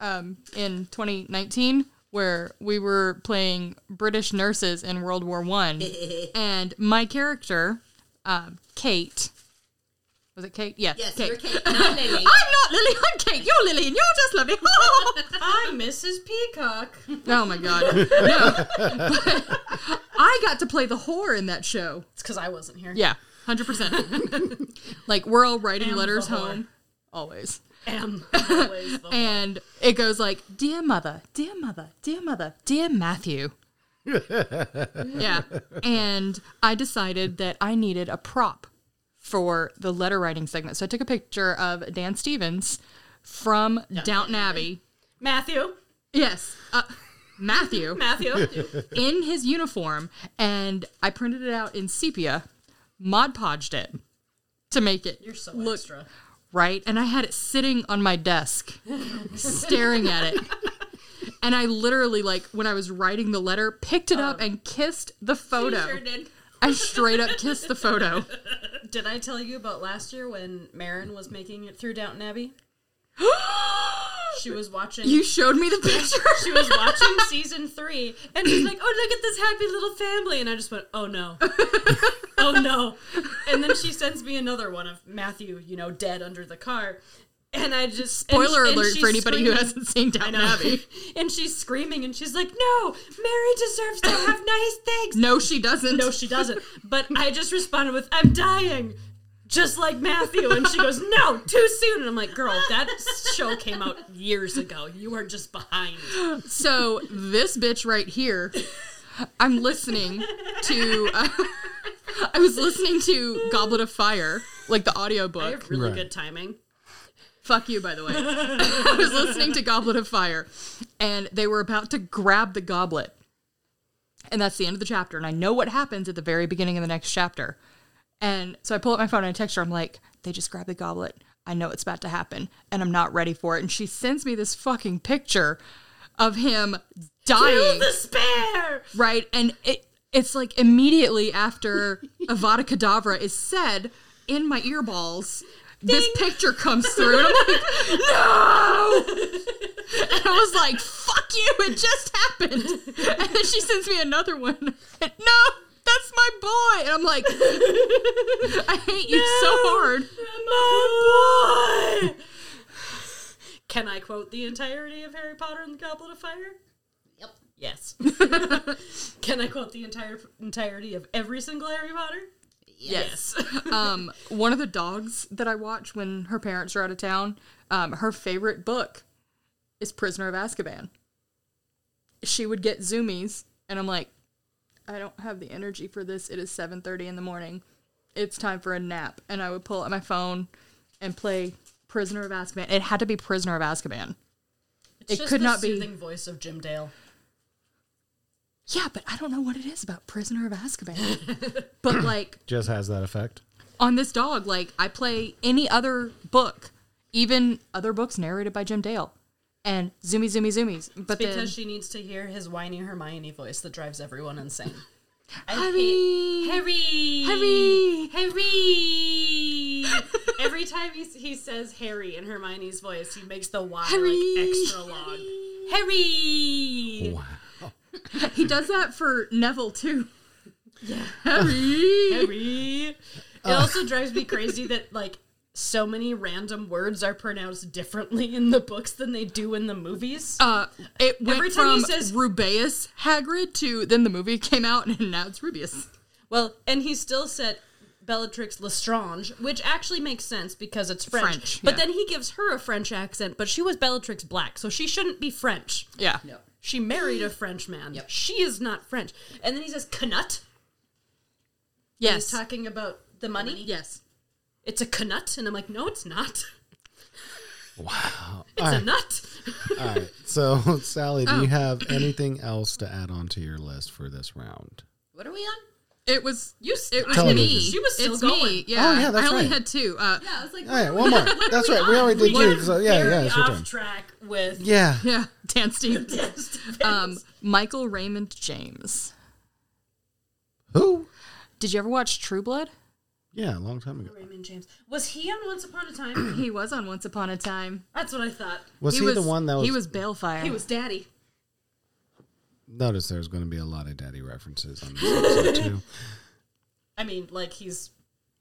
um, in 2019, where we were playing British nurses in World War One, and my character, um, Kate, was it Kate? Yeah,
Yes,
Kate.
you're Kate, not Lily.
I'm not Lily. I'm Kate. You're Lily, and you're just Lily.
I'm Mrs. Peacock.
Oh my god. No. But I got to play the whore in that show.
It's because I wasn't here.
Yeah. 100%. like we're all writing
Am the
letters
whore.
home always.
Am always the
And it goes like, "Dear mother, dear mother, dear mother, dear Matthew." yeah. And I decided that I needed a prop for the letter writing segment. So I took a picture of Dan Stevens from Downton Abbey.
Matthew.
Yes. Uh, Matthew.
Matthew.
in his uniform and I printed it out in sepia, Mod Podged it to make it
You're so
look
extra.
right. And I had it sitting on my desk, staring at it.
Oh.
And I literally, like, when I was writing the letter, picked it up and kissed the photo.
Sure did.
I straight up kissed the photo.
Did I tell you about last year when Marin was making it through Downton Abbey? She was watching.
you showed me the picture.
she was watching season three, and she's like, "Oh, look at this happy little family," and I just went, "Oh no, oh no!" And then she sends me another one of Matthew, you know, dead under the car, and I just
Spoiler
and- and
alert
she's
for anybody who
screaming-
hasn't seen Downton
I know.
Abbey.
and she's screaming, and she's like, "No, Mary deserves to have nice things."
No, she doesn't.
No, she doesn't. But I just responded with, "I'm dying." Just like Matthew, and she goes, "No, too soon." And I'm like, "Girl, that show came out years ago. You are just behind."
So this bitch right here, I'm listening to. Uh, I was listening to Goblet of Fire, like the
I
audiobook.
have really
Right.
good timing.
Fuck you, by the way. I was listening to Goblet of Fire, and they were about to grab the goblet. And that's the end of the chapter. And I know what happens at the very beginning of the next chapter. And so I pull up my phone and I text her. I'm like, they just grabbed the goblet. I know it's about to happen, and I'm not ready for it. And she sends me this fucking picture of him dying.
spare.
Right. And it it's like immediately after Avada Kedavra is said in my earballs, this picture comes through. And I'm like, no! And I was like, fuck you, it just happened. And then she sends me another one. And, no, that's my boy. And I'm like, I hate you so hard.
My boy. Can I quote the entirety of Harry Potter and the Goblet of Fire?
Yep.
Yes. Can I quote the entire entirety of every single Harry Potter?
Yes. um, one of the dogs that I watch when her parents are out of town, um, her favorite book is Prisoner of Azkaban. She would get zoomies, and I'm like, I don't have the energy for this. It is 7:30 in the morning. It's time for a nap, and I would pull out my phone and play Prisoner of Azkaban. It had to be Prisoner of Azkaban.
It's
It
just
could
the
not be.
soothing voice of Jim Dale.
Yeah, but I don't know what it is about Prisoner of Azkaban. but like
Just has that effect.
on this dog. Like I play any other book, even other books narrated by Jim Dale, and zoomy zoomy zoomies. But
Because
then
she needs to hear his whiny Hermione voice that drives everyone insane. I
Harry,
Harry!
Harry.
Harry! Every time he, he says Harry in Hermione's voice, he makes the Y like
Harry.
extra long. Harry!
Wow.
he does that for Neville too. Yeah, Harry.
Harry! It also drives me crazy that, like, so many random words are pronounced differently in the books than they do in the movies.
Uh, it went
Every time
from
he says-
Rubeus Hagrid to then the movie came out and now it's Rubeus.
Well, and he still said Bellatrix Lestrange, which actually makes sense because it's French.
French,
But
yeah.
then he gives her a French accent, but she was Bellatrix Black, so she shouldn't be French.
Yeah,
She married a French man. She is not French. And then he says canut. He's
yes,
talking about the money.
yes.
It's a canut. And I'm like, no, it's not.
Wow.
It's a nut.
All right. So, Sally, do you have anything else to add onto your list for this round?
What are we on?
It was
You s-
It was
Television.
me.
She was still
it's
going.
Me. Yeah.
Oh, yeah, that's
I only
right.
had two. Uh,
Yeah, I was like,
All right, one more. That's right. We already did
We're
you. So, yeah,
very
yeah, it's your
off
turn.
track with
Yeah.
yeah, Dan Stevens. Um, Michael Raymond James.
Who?
Did you ever watch True Blood?
Yeah, a long time ago.
Raymond James. Was he on Once Upon a Time?
He was on Once Upon a Time.
That's what I thought.
Was he, the one that was?
He was Balefire.
He was daddy.
Notice there's going to be a lot of daddy references on this episode too.
I mean, like he's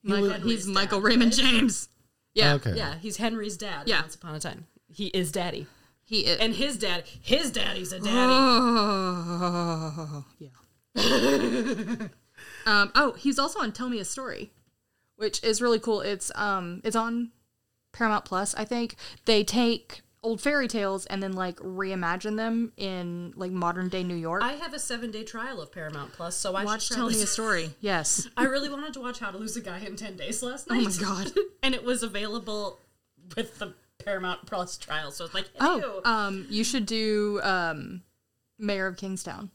Michael,
was-
he's Michael Raymond James. Yeah,
Oh, Okay.
yeah, he's Henry's dad. in
Yeah.
Once Upon a Time, he is daddy,
he is.
and his dad, his daddy's a daddy.
oh, yeah. um, oh, he's also on Tell Me a Story, which is really cool. It's um, it's on Paramount Plus. I think they take old fairy tales and then like reimagine them in like modern day New York.
I have a seven-day trial of Paramount Plus, so I
Watch
should
Tell
probably-
Me a Story. Yes.
I really wanted to watch How to Lose a Guy in Ten Days last
Oh
night.
my god.
and it was available with the Paramount Plus trial, so it's like,
Oh,
ew.
um, you should do um, Mayor of Kingstown.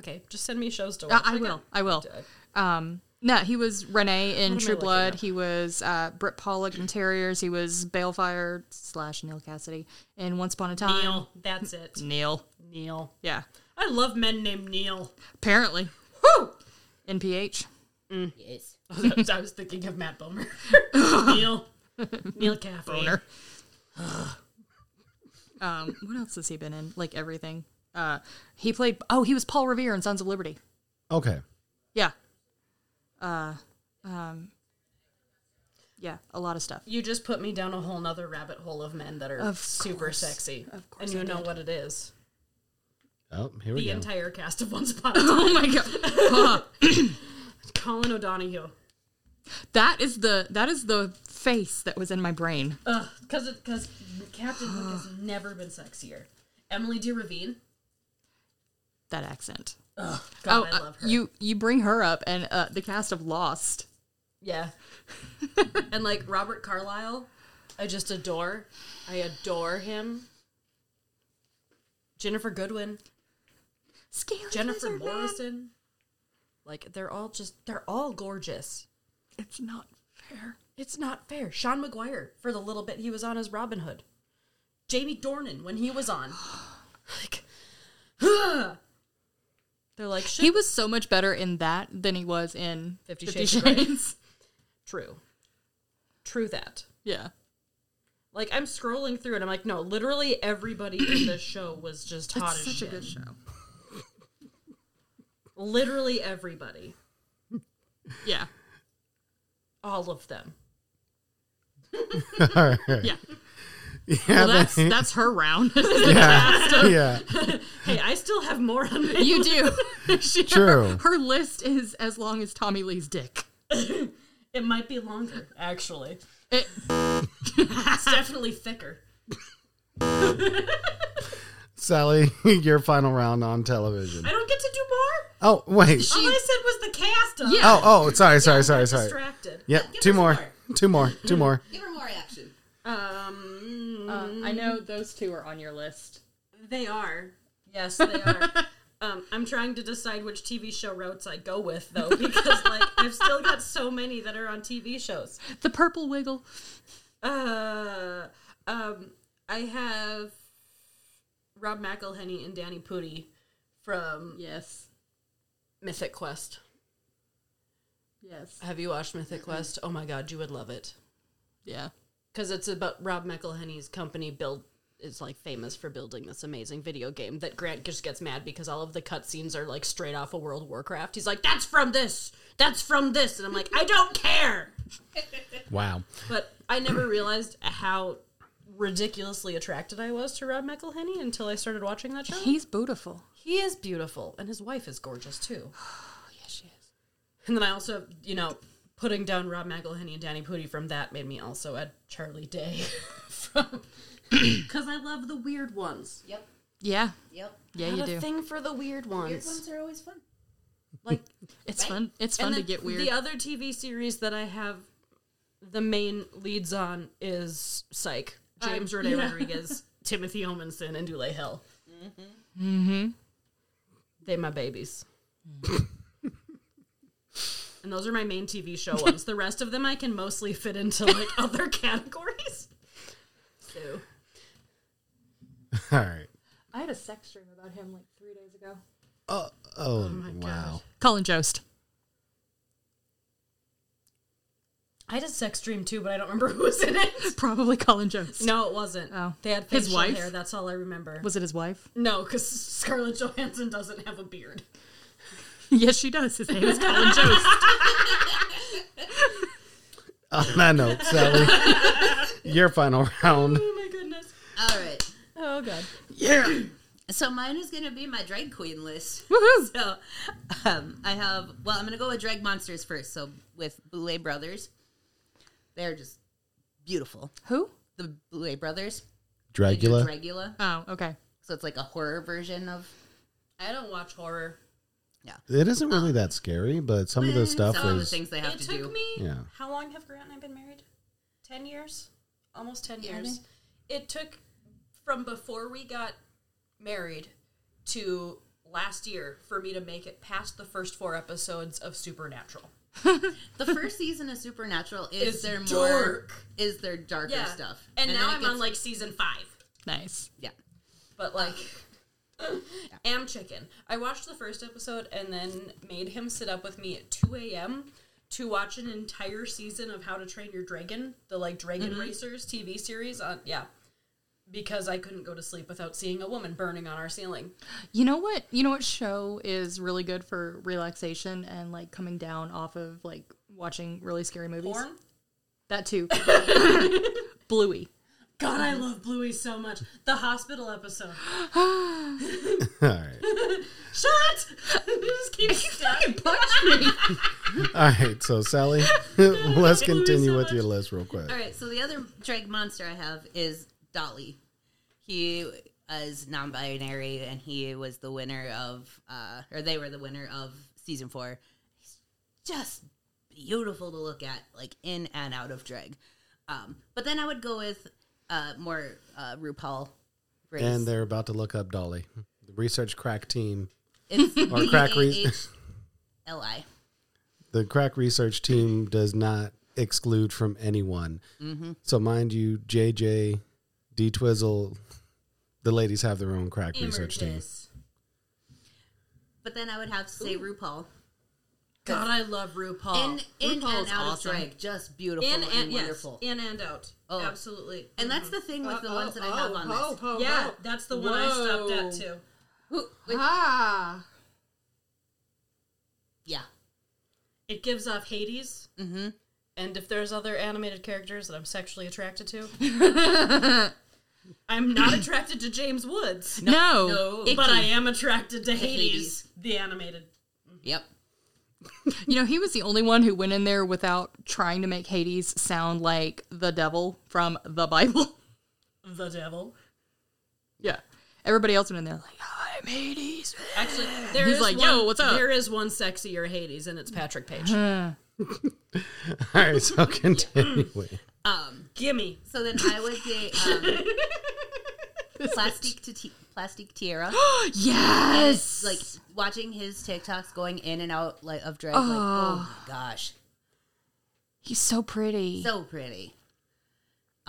okay, just send me shows to
Uh,
watch.
I
can-
will. I will.
do it.
Um, no, he was Renee in
am I
True
looking
Blood.
up?
He was uh, Britt Pollock in Terriers. He was Balefire slash Neil Cassidy in Once Upon a Time.
Neil, that's it.
Neil.
Neil.
Yeah.
I love men named Neil.
Apparently.
Whew!
NPH.
Yes.
I was thinking of Matt Bomer. Neil. Neil Caffey.
Boner. um, what else has he been in? Like everything. Uh, he played. Oh, he was Paul Revere in Sons of Liberty.
Okay.
Yeah. Uh, um, yeah, a lot of stuff.
You just put me down a whole nother rabbit hole of men that are
Of
super
course.
sexy.
Of course
And you
I
know
did.
what it is.
Oh, here we
The
go.
entire cast of Once Upon a Time.
Oh my god, Huh.
Colin O'Donoghue.
that is the that is the face that was in my brain.
Ugh, because because Captain Hook has never been sexier. Emily D. Ravine.
That accent.
Ugh, God, I
uh,
love her.
you you bring her up and uh, the cast of Lost.
yeah. and like Robert Carlyle, I just adore. I adore him. Jennifer Goodwin,
Scaly
Jennifer
lizard man.
Morrison. Like they're all just they're all gorgeous.
It's not fair.
It's not fair. Sean McGuire for the little bit he was on as Robin Hood. Jamie Dornan when he was on. like They're like should
He was so much better in that than he was in
Fifty
Fifty,
Shades of Grey.
Shades.
True. True that.
Yeah.
Like I'm scrolling through and I'm like, no, literally everybody in this show was just hot as shit.
show.
Literally everybody.
Yeah.
All of them.
Yeah.
Yeah,
Well, that's
they-
that's her round.
yeah, yeah.
Hey, I still have more on me.
you do. She-
True.
Her, her list is as long as Tommy Lee's dick.
It might be longer, actually.
It-
It's definitely thicker.
Sally, your final round on television.
I don't get to do more.
Oh, wait.
All I said was the cast. Of.
Yeah.
Oh, oh, sorry, sorry, sorry, sorry.
Distracted.
Yep,
Give
two
her some
more.
more.
Two more. Two more.
Give her more action.
Um,
I know those two are on your list.
they are. Yes, they are. um, I'm trying to decide which TV show routes I go with, though, because like I've still got so many that are on TV shows.
The Purple Wiggle.
Uh, um, I have Rob McElhenney and Danny Pudi from
Yes.
Mythic Quest.
Yes.
Have you watched Mythic Quest? Oh my God, you would love it.
Yeah.
because it's about Rob McElhenney's company build is like famous for building this amazing video game that Grant just gets mad because all of the cutscenes are like straight off of World of Warcraft. He's like, "That's from this. That's from this," and I'm like, "I don't care."
Wow.
But I never realized how ridiculously attracted I was to Rob McElhenney until I started watching that show.
He's beautiful.
He is beautiful, and his wife is gorgeous too.
Yes, she is.
And then I also, you know, putting down Rob McElhenney and Danny Pudi from that made me also add Charlie Day from because I love the weird ones.
Yep.
Yeah.
Yep.
Yeah,
Had
you
a
do.
thing for the weird ones.
Weird ones are always fun.
Like
It's fun. It's fun
and
to
then
get weird.
The other TV series that I have the main leads on is Psych, James Roday Rodriguez, Timothy Omenson, and Dule Hill. Mm-hmm.
Mm-hmm.
They my babies. and those are my main TV show ones. The rest of them I can mostly fit into like other categories. So
All right.
I had a sex stream about him like three days ago.
Oh, oh, wow.
Colin Jost.
I had a sex dream too, but I don't remember who was in it.
Probably Colin Jost.
No, it wasn't.
Oh.
They had facial
His wife?
hair. That's all I remember.
Was it his wife?
No, because Scarlett Johansson doesn't have a beard.
yes, she does. His name is Colin Jost.
On that note, Sally, your final round.
Oh my goodness.
All right.
Oh god.
Yeah.
So mine is gonna be my drag queen list.
Woohoo!
So um, I have. Well, I'm gonna go with drag monsters first. So with Boulet Brothers, they're just beautiful.
Who?
The Boulet Brothers, they do
Dragula.
Dragula.
Oh, okay.
So it's like a horror version of.
I don't watch horror.
It isn't really that scary, but some of the stuff
Some of the
is.
things they have
it
to
took
do.
me
Yeah.
how long have Grant and I been married? Ten years? Almost ten
Yeah, I
years. It took from before we got married to last year for me to make it past the first four episodes of Supernatural.
The first season of Supernatural
It's
is their more
dark.
is their darker
Yeah.
stuff,
And, now
then it
I'm on
gets-
like season five.
Nice.
yeah.
But like Am Chicken. I watched the first episode and then made him sit up with me at 2 a.m. to watch an entire season of How to Train Your Dragon, the like Dragon Racers TV series on yeah. Because I couldn't go to sleep without seeing a woman burning on our ceiling.
You know what? You know what show is really good for relaxation and like coming down off of like watching really scary movies?
Porn?
That too. Bluey.
God, I love Bluey so much. The hospital episode.
All right.
Shut! just keep stabbing.
All right. So, Sally, let's continue
so
with your list real quick.
All right, so the other drag monster I have is Dolly. He is non-binary, and he was the winner of, uh, or they were the winner of season four. He's just beautiful to look at, like in and out of drag. Um, but then I would go with uh, more uh, RuPaul. Race.
And they're about to look up Dolly. The research crack team,
it's
or crack re-
L-I.
the crack research team does not exclude from anyone.
Mm-hmm.
So, mind you, JJ, D Twizzle, the ladies have their own crack research team.
Emerges.
But then I would have to say RuPaul.
God, I love RuPaul.
In, in and
RuPaul
out
is
of drag, just beautiful
In
and,
and yes,
wonderful.
in and out.
Oh.
Absolutely.
Mm-hmm.
And that's the thing
Uh,
with the ones
oh,
that I have on this.
yeah, that's the one I stopped
Whoa.
at too.
Who- wait,
Ah.
yeah.
It gives off Hades. Mm-hmm. And if there's other animated characters that I'm sexually attracted to, I'm not attracted to James Woods,
No.
but I am attracted to Hades,
Hades.
the animated.
Yep.
You know, he was the only one who went in there without trying to make Hades sound like the devil from the Bible.
The devil.
Yeah. Everybody else went in there like, I'm Hades.
Actually, there
He's
is
like,
one,
"Yo, what's up?" Hmm.
There is one sexier Hades, and it's Patrick Page.
All right. So, continuing.
Um,
Gimme.
so then I would say um, plastic to ti- plastic tiara.
Yes.
like watching his TikToks going in and out like of drag. Like, oh my gosh,
He's so pretty.
so pretty.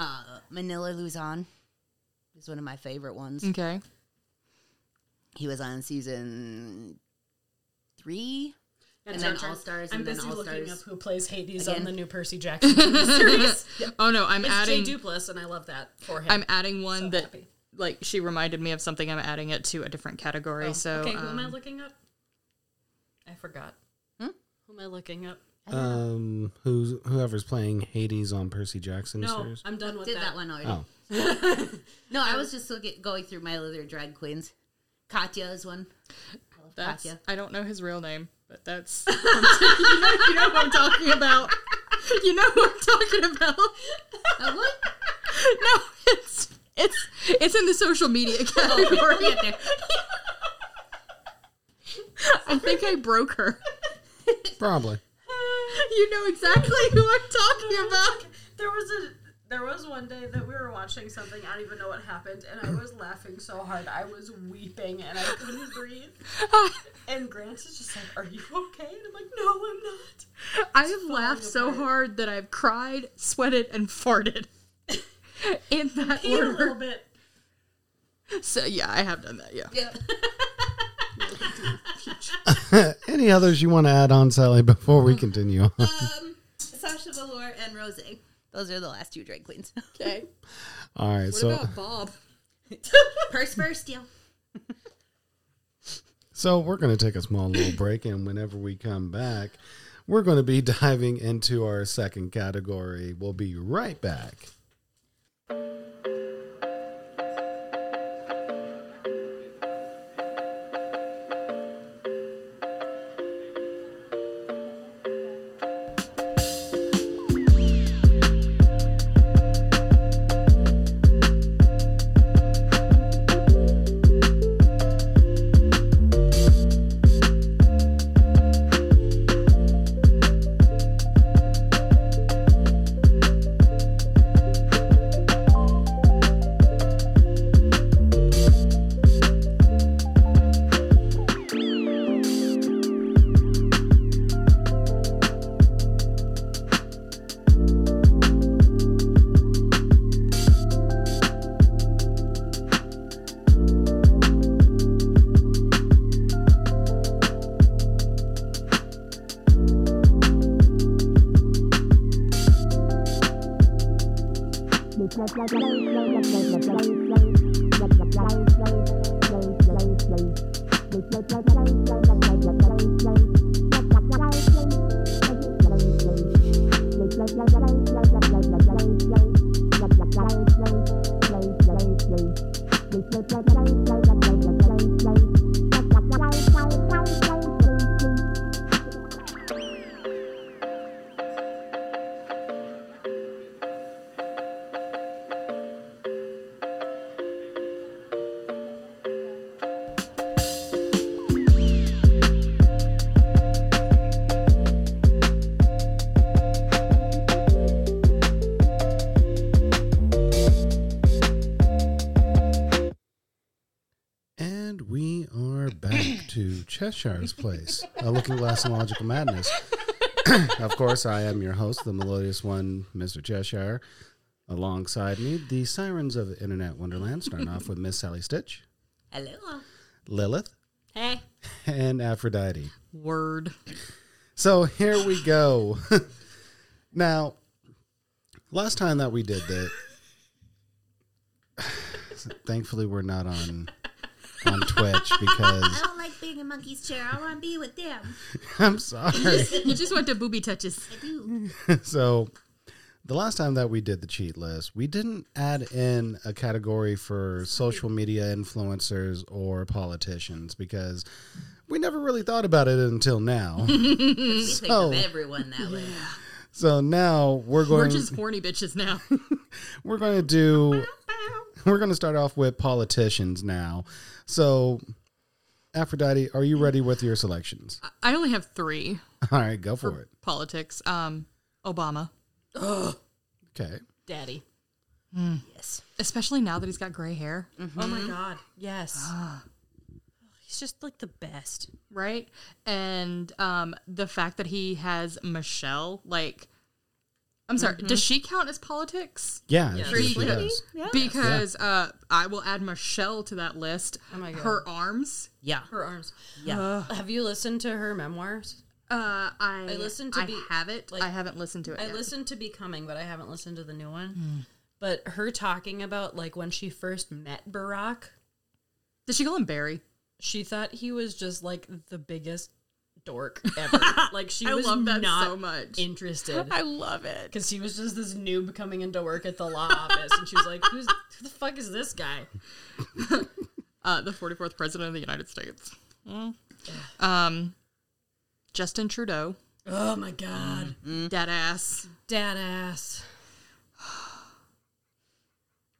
Uh, Manila Luzon is one of my favorite ones.
okay.
He was on season three.
That's
then
your turn.
All-Stars,
I'm
and then
busy looking up
All-Stars.
who plays Hades on
Again.
the new Percy Jackson TV series.
Oh no, I'm
It's
adding
Jay Duplass, and I love that for him.
I'm adding one that
happy.
like she reminded me of something. I'm adding it to a different category.
Oh,
so
okay, who am I
um,
looking up? I forgot. Who am I looking up?
Um, who's whoever's playing Hades on Percy Jackson
No,
series?
I'm done with
Did
that.
that, one already?
Oh,
No,
Um,
I was just looking, going through my other drag queens. Katya is one. I love
that's
Katya.
I don't know his real name, but that's you, know, you know what I'm talking about. You know what I'm talking about.
Oh, what?
No, it's it's it's in the social media category.
We'll get there.
I think I broke her.
probably.
You know exactly who I'm talking about.
There was a there was one day that we were watching something. I don't even know what happened, and I was laughing so hard I was weeping and I couldn't breathe. And Grant is just like, "Are you okay?" And I'm like, "No, I'm not."
I have laughed so hard that I've cried, sweated, and farted. In that
Eat a little
order.
bit.
So yeah, I have done that. Yeah.
Any others you want to add on, Sally, before we continue? on?
Um, Sasha Velour and Rose. Those are the last two drag queens.
Okay.
All right. so,
Bob?
Purse first, deal.
So we're going to take a small little break, and whenever we come back, we're going to be diving into our second category. We'll be right back. And we are back to Cheshire's Place, a looking glass and logical madness. of course, I am your host, the melodious one, Mr. Cheshire. Alongside me, the sirens of Internet Wonderland, starting off with Miss Sally Stitch,
Hello.
Lilith,
Hey.
and Aphrodite.
Word.
So here we go. now, last time that we did that, thankfully we're not on on Twitch
I
because
don't like being in monkey's chair. I want to be with them.
I'm sorry.
You just went to booby touches.
I do.
so the last time that we did the cheat list, we didn't add in a category for social media influencers or politicians because we never really thought about it until now.
You think
So-
of everyone that way.
so now we're going
We're just horny bitches now.
we're going to do we're going to start off with politicians now. So, Aphrodite, are you ready with your selections?
I only have three
All right, go for it.
politics. Um, Obama,
Okay.
Daddy.
Yes.
especially now that he's got gray hair,
Oh my god. Yes. He's just like the best.
right? And um, the fact that he has Michelle, like, I'm sorry,
Mm-hmm.
does she count as politics?
Yeah, sure she
Pretty
does.
Because uh, I will add Michelle to that list.
Oh my God.
Her arms.
Yeah.
Her arms.
Yeah.
Have you listened to her memoirs?
Uh, I,
I listened to
I
be-
have it.
like-
I haven't listened to it.
I
yet.
listened to Becoming, but I haven't listened to the new one. But her talking about like when she first met Barack,
Did she call him Barry?
she thought he was just like the biggest dork ever. like she
I
was
love that
not
so much.
interested.
I love it.
Because he was just this noob coming into work at the law office, and she was like, Who's, "Who the fuck is this guy?"
Uh, the 44th president of the United States. Mm. Um, Justin Trudeau,
Oh my god,
dead ass,
dad ass.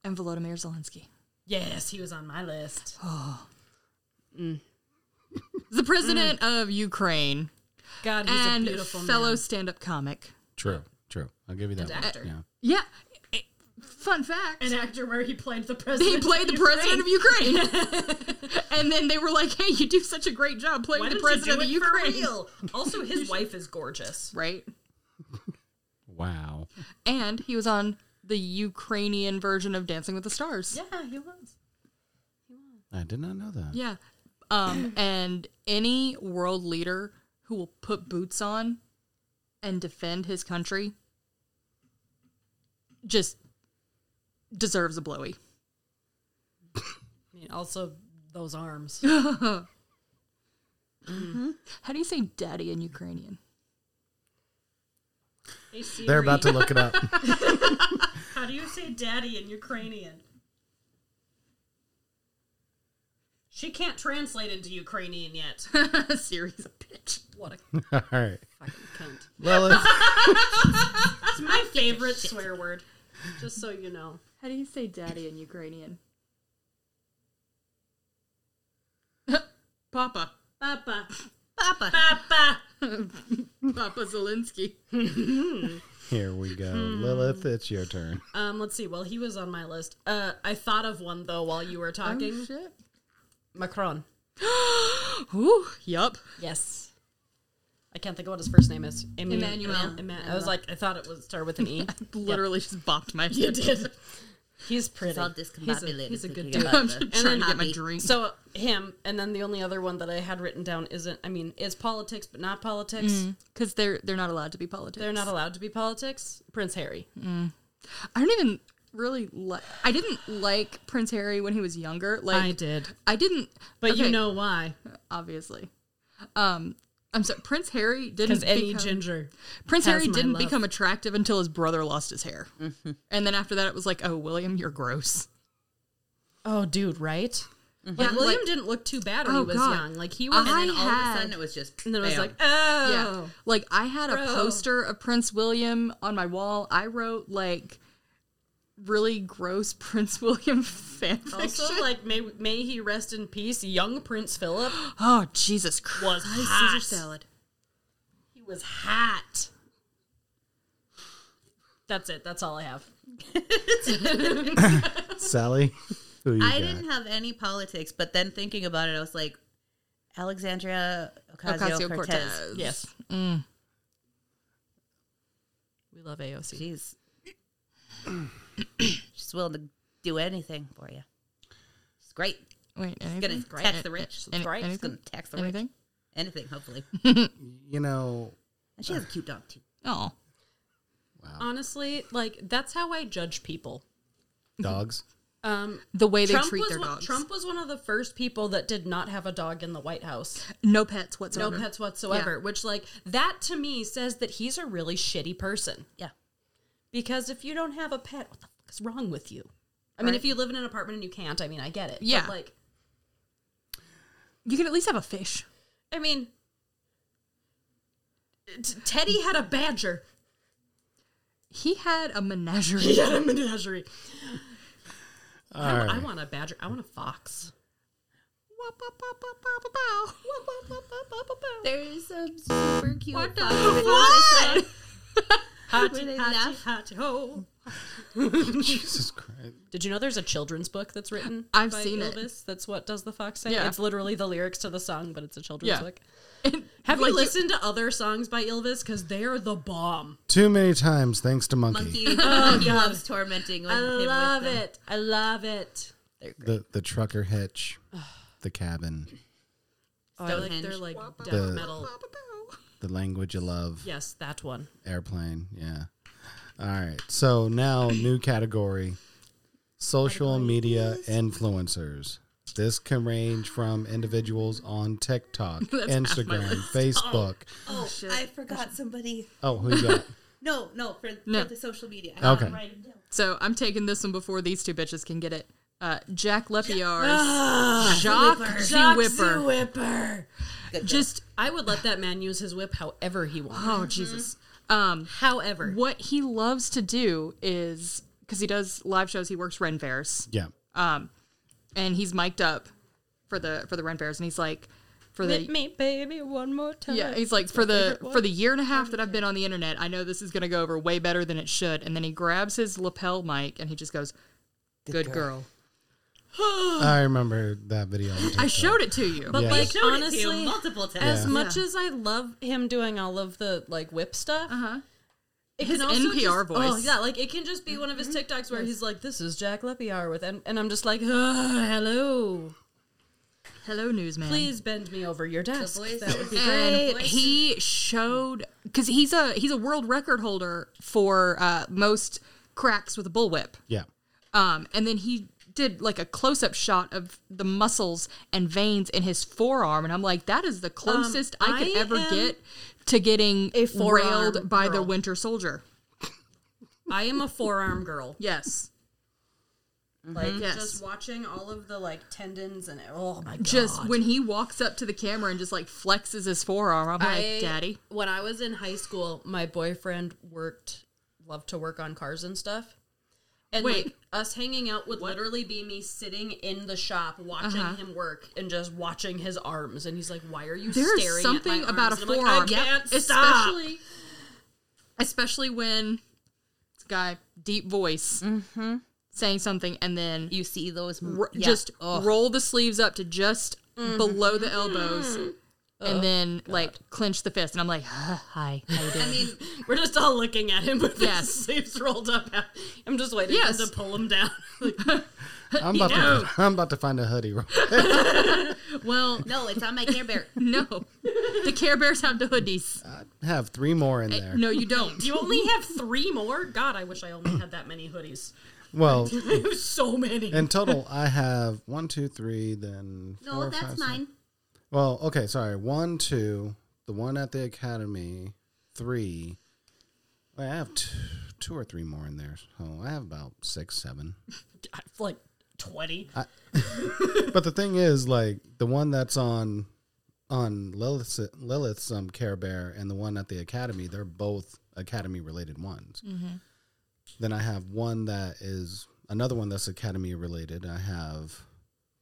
and Volodymyr Zelensky.
Yes, he was on my list.
The president of Ukraine
God, he's a
and
beautiful
fellow
man.
stand-up comic.
True. True. I'll give you that. one.
actor.
Yeah.
Yeah. eh, Fun fact.
an actor where he played the president.
he played
of
the
Ukraine.
president of Ukraine. and then they were like, hey, you do such a great job playing
Why
the
didn't
president of
you do it for
Ukraine.
real? Also, his wife is gorgeous.
Right.
Wow.
And he was on the Ukrainian version of Dancing with the Stars.
Yeah, he was.
I did not know that.
Yeah. Um, and any world leader who will put boots on and defend his country just deserves a blowy.
I mean, also those arms.
How do you say daddy in Ukrainian?
Hey, Siri,
They're about to look it up.
How do you say daddy in Ukrainian? She can't translate into Ukrainian yet.
Siri's a bitch.
what a
All right.
fucking cunt.
Lilith.
It's my favorite swear word. Just so you know.
How do you say daddy in Ukrainian? Papa.
Papa.
Papa.
Papa.
Papa Zelensky.
Here we go. Lilith, it's your turn.
Um, let's see. Well, he was on my list. Uh, I thought of one though while you were talking.
Oh, shit.
Macron.
Ooh, yup.
Yes. I can't think of what his first name is. Emu-
Emmanuel.
Emma- I was like, I thought it would start with an E.
Literally just bopped my head.
you did. He's pretty.
It's all discombobulated.
he's a good
thinking
dude.
about
I'm
the-
just trying to get my
hobby.
drink.
So him, and then the only other one that I had written down isn't. I mean, is politics, but not politics.
because they're they're not allowed to be politics.
They're not allowed to be politics. Prince Harry.
I don't even. really like. I didn't like Prince Harry when he was younger. Like
I did,
I didn't.
but you
okay,
know why?
obviously. Um, I'm sorry. Prince Harry didn't
Because any
become-
ginger.
Prince
has
Harry
my
didn't
love.
become attractive until his brother lost his hair, and then after that, it was like, oh, William, you're gross.
Oh, dude, right? Mm-hmm. Like,
Yeah,
William
like-
didn't look too bad when
Oh,
he was
God.
young. Like he was,
I
and then,
All of
had-
a sudden, it was just.
and then I was
bam.
like, oh,
Yeah. Like I had
Bro.
a poster of Prince William on my wall. I wrote like really gross Prince William fan fiction.
Also, like, may, may he rest in peace. Young Prince Philip
oh Jesus Christ.
was hot.
Ah,
Caesar salad.
He was hot. That's it. That's all I have.
Sally, who you
I
got?
didn't have any politics, but then thinking about it, I was like, Alexandria Ocasio Cortez.
Yes. We love AOC.
She's she's willing to do anything for you. She's great.
Wait, anything?
Gonna tax the rich. She's
Any-
great. She's
anything?
gonna tax the rich.
Anything?
Anything, hopefully.
you know,
And she has a cute dog too.
Oh.
Honestly, like, that's how I judge people.
dogs.
Um,
The way they
Trump
treat
was,
their
one,
dogs.
Trump was one of the first people that did not have a dog in the White House.
No pets
No
whatsoever.
pets whatsoever, which, like, that to me says that he's a really shitty person.
Yeah.
Because if you don't have a pet, what the fuck is wrong with you? I mean,
Right.
if you live in an apartment and you can't, I mean, I get it. But,
Yeah.
like,
You can at least have a fish.
I mean, t- Teddy had a badger.
He had a menagerie.
He had a menagerie.
All
I,
right.
I want a badger. I want a fox.
There's a super cute what
the
What?
Hotty,
they
hotty,
laugh.
hotty, ho.
Jesus Christ.
Did you know there's a children's book that's written?
I've
by
seen it.
Elvis? That's what does the fox say?
Yeah.
It's literally the lyrics to the song, but it's a children's
Yeah.
book. Have
Have like,
you listened to other songs by Elvis? Because they're the bomb.
Too many times, thanks to Monkey.
Monkey, monkey Oh, loves tormenting with
I
him with
love
them.
it. I love it.
The the trucker hitch, the cabin,
Oh, I like their like
Stonehenge.
death
The-
metal.
the language you love,
Yes, that one.
airplane. Yeah. All right. So now new category: social media influencers. This can range from individuals on TikTok, Instagram, Facebook.
Oh, I forgot somebody.
Oh, who you got?
No, no, for,
No.
for the social media. I
Okay.
gotta write it down.
So I'm taking this one before these two bitches can get it. Uh, Jack Lepiar's Jacques Z. Whipper.
Whipper.
Good
Just, I would let that man use his whip however he wants. Mm-hmm.
Oh Jesus. Um,
However,
what he loves to do is because he does live shows. He works Ren Fairs,
Yeah.
and he's mic'd up for the for the Ren Fairs, and he's like, for the
hit me, baby, one more time.
yeah, he's like for the for the year and a half that I've been on the internet, I know this is gonna go over way better than it should. And then he grabs his lapel mic and he just goes, "Good, girl."
I remember that video. on
I
TikTok.
showed it to you.
But
Yeah.
like,
Showed it to you
honestly,
multiple times.
as much as I love him doing all of the like whip stuff,
Uh-huh.
it
His
can also
NPR
just- Oh
voice.
yeah, like it can just be one of his TikToks where he's like, "This is Jack Lepiar with," and, and I'm just like, "Ah, "Hello,
Hello, newsman.
please bend me over your desk."
voice
That would be
and
Great.
he showed because he's a he's a world record holder for uh, most cracks with a bullwhip.
Yeah.
Um, and then he did like a close up shot of the muscles and veins in his forearm, and I'm like, that is the closest I could
Um, I
ever
am
get to getting
a forearm
railed by the
girl.
Winter Soldier.
I am a forearm girl.
Yes,
Like
Mm-hmm. Yes.
just watching all of the like tendons and oh my god.
just when he walks up to the camera and just like flexes his forearm, I'm
I-
like, Daddy.
When I was in high school, my boyfriend worked, loved to work on cars and stuff. And
Wait.
like us hanging out would literally be me sitting in the shop watching
Uh-huh.
him work and just watching his arms. And he's like, "Why are you
There's
staring
something
at my
about
arms?"
a
And I'm like,
forearm,
I can't stop.
especially especially when this guy deep voice
Mm-hmm.
saying something and then
you see those,
r- just roll the sleeves up to just
Mm-hmm.
below the elbows
Mm-hmm.
and then like clench the fist and I'm like hi how you doing
I mean,
We're just all looking at him with
Yes.
his sleeves rolled up. I'm just waiting
Yes.
for him to pull him down.
I'm about to. I'm about to find a hoodie.
well
no, it's on my Care Bear.
no the Care Bears have the hoodies
I have three more in there.
no you don't
you only have three more. God, I wish I only had that many hoodies.
Well,
so many.
in total, I have one, two, three, then
No,
four,
that's
five, six-
mine.
Well, okay, sorry. One, two, the one at the academy, three. Wait, I have two, two or three more in there. So I have about six, seven.
like 20.
but the thing is, like the one that's on on Lilith's, Lilith's um, Care Bear and the one at the Academy, they're both Academy related ones.
Mm-hmm.
Then I have one that is another one that's Academy related. I have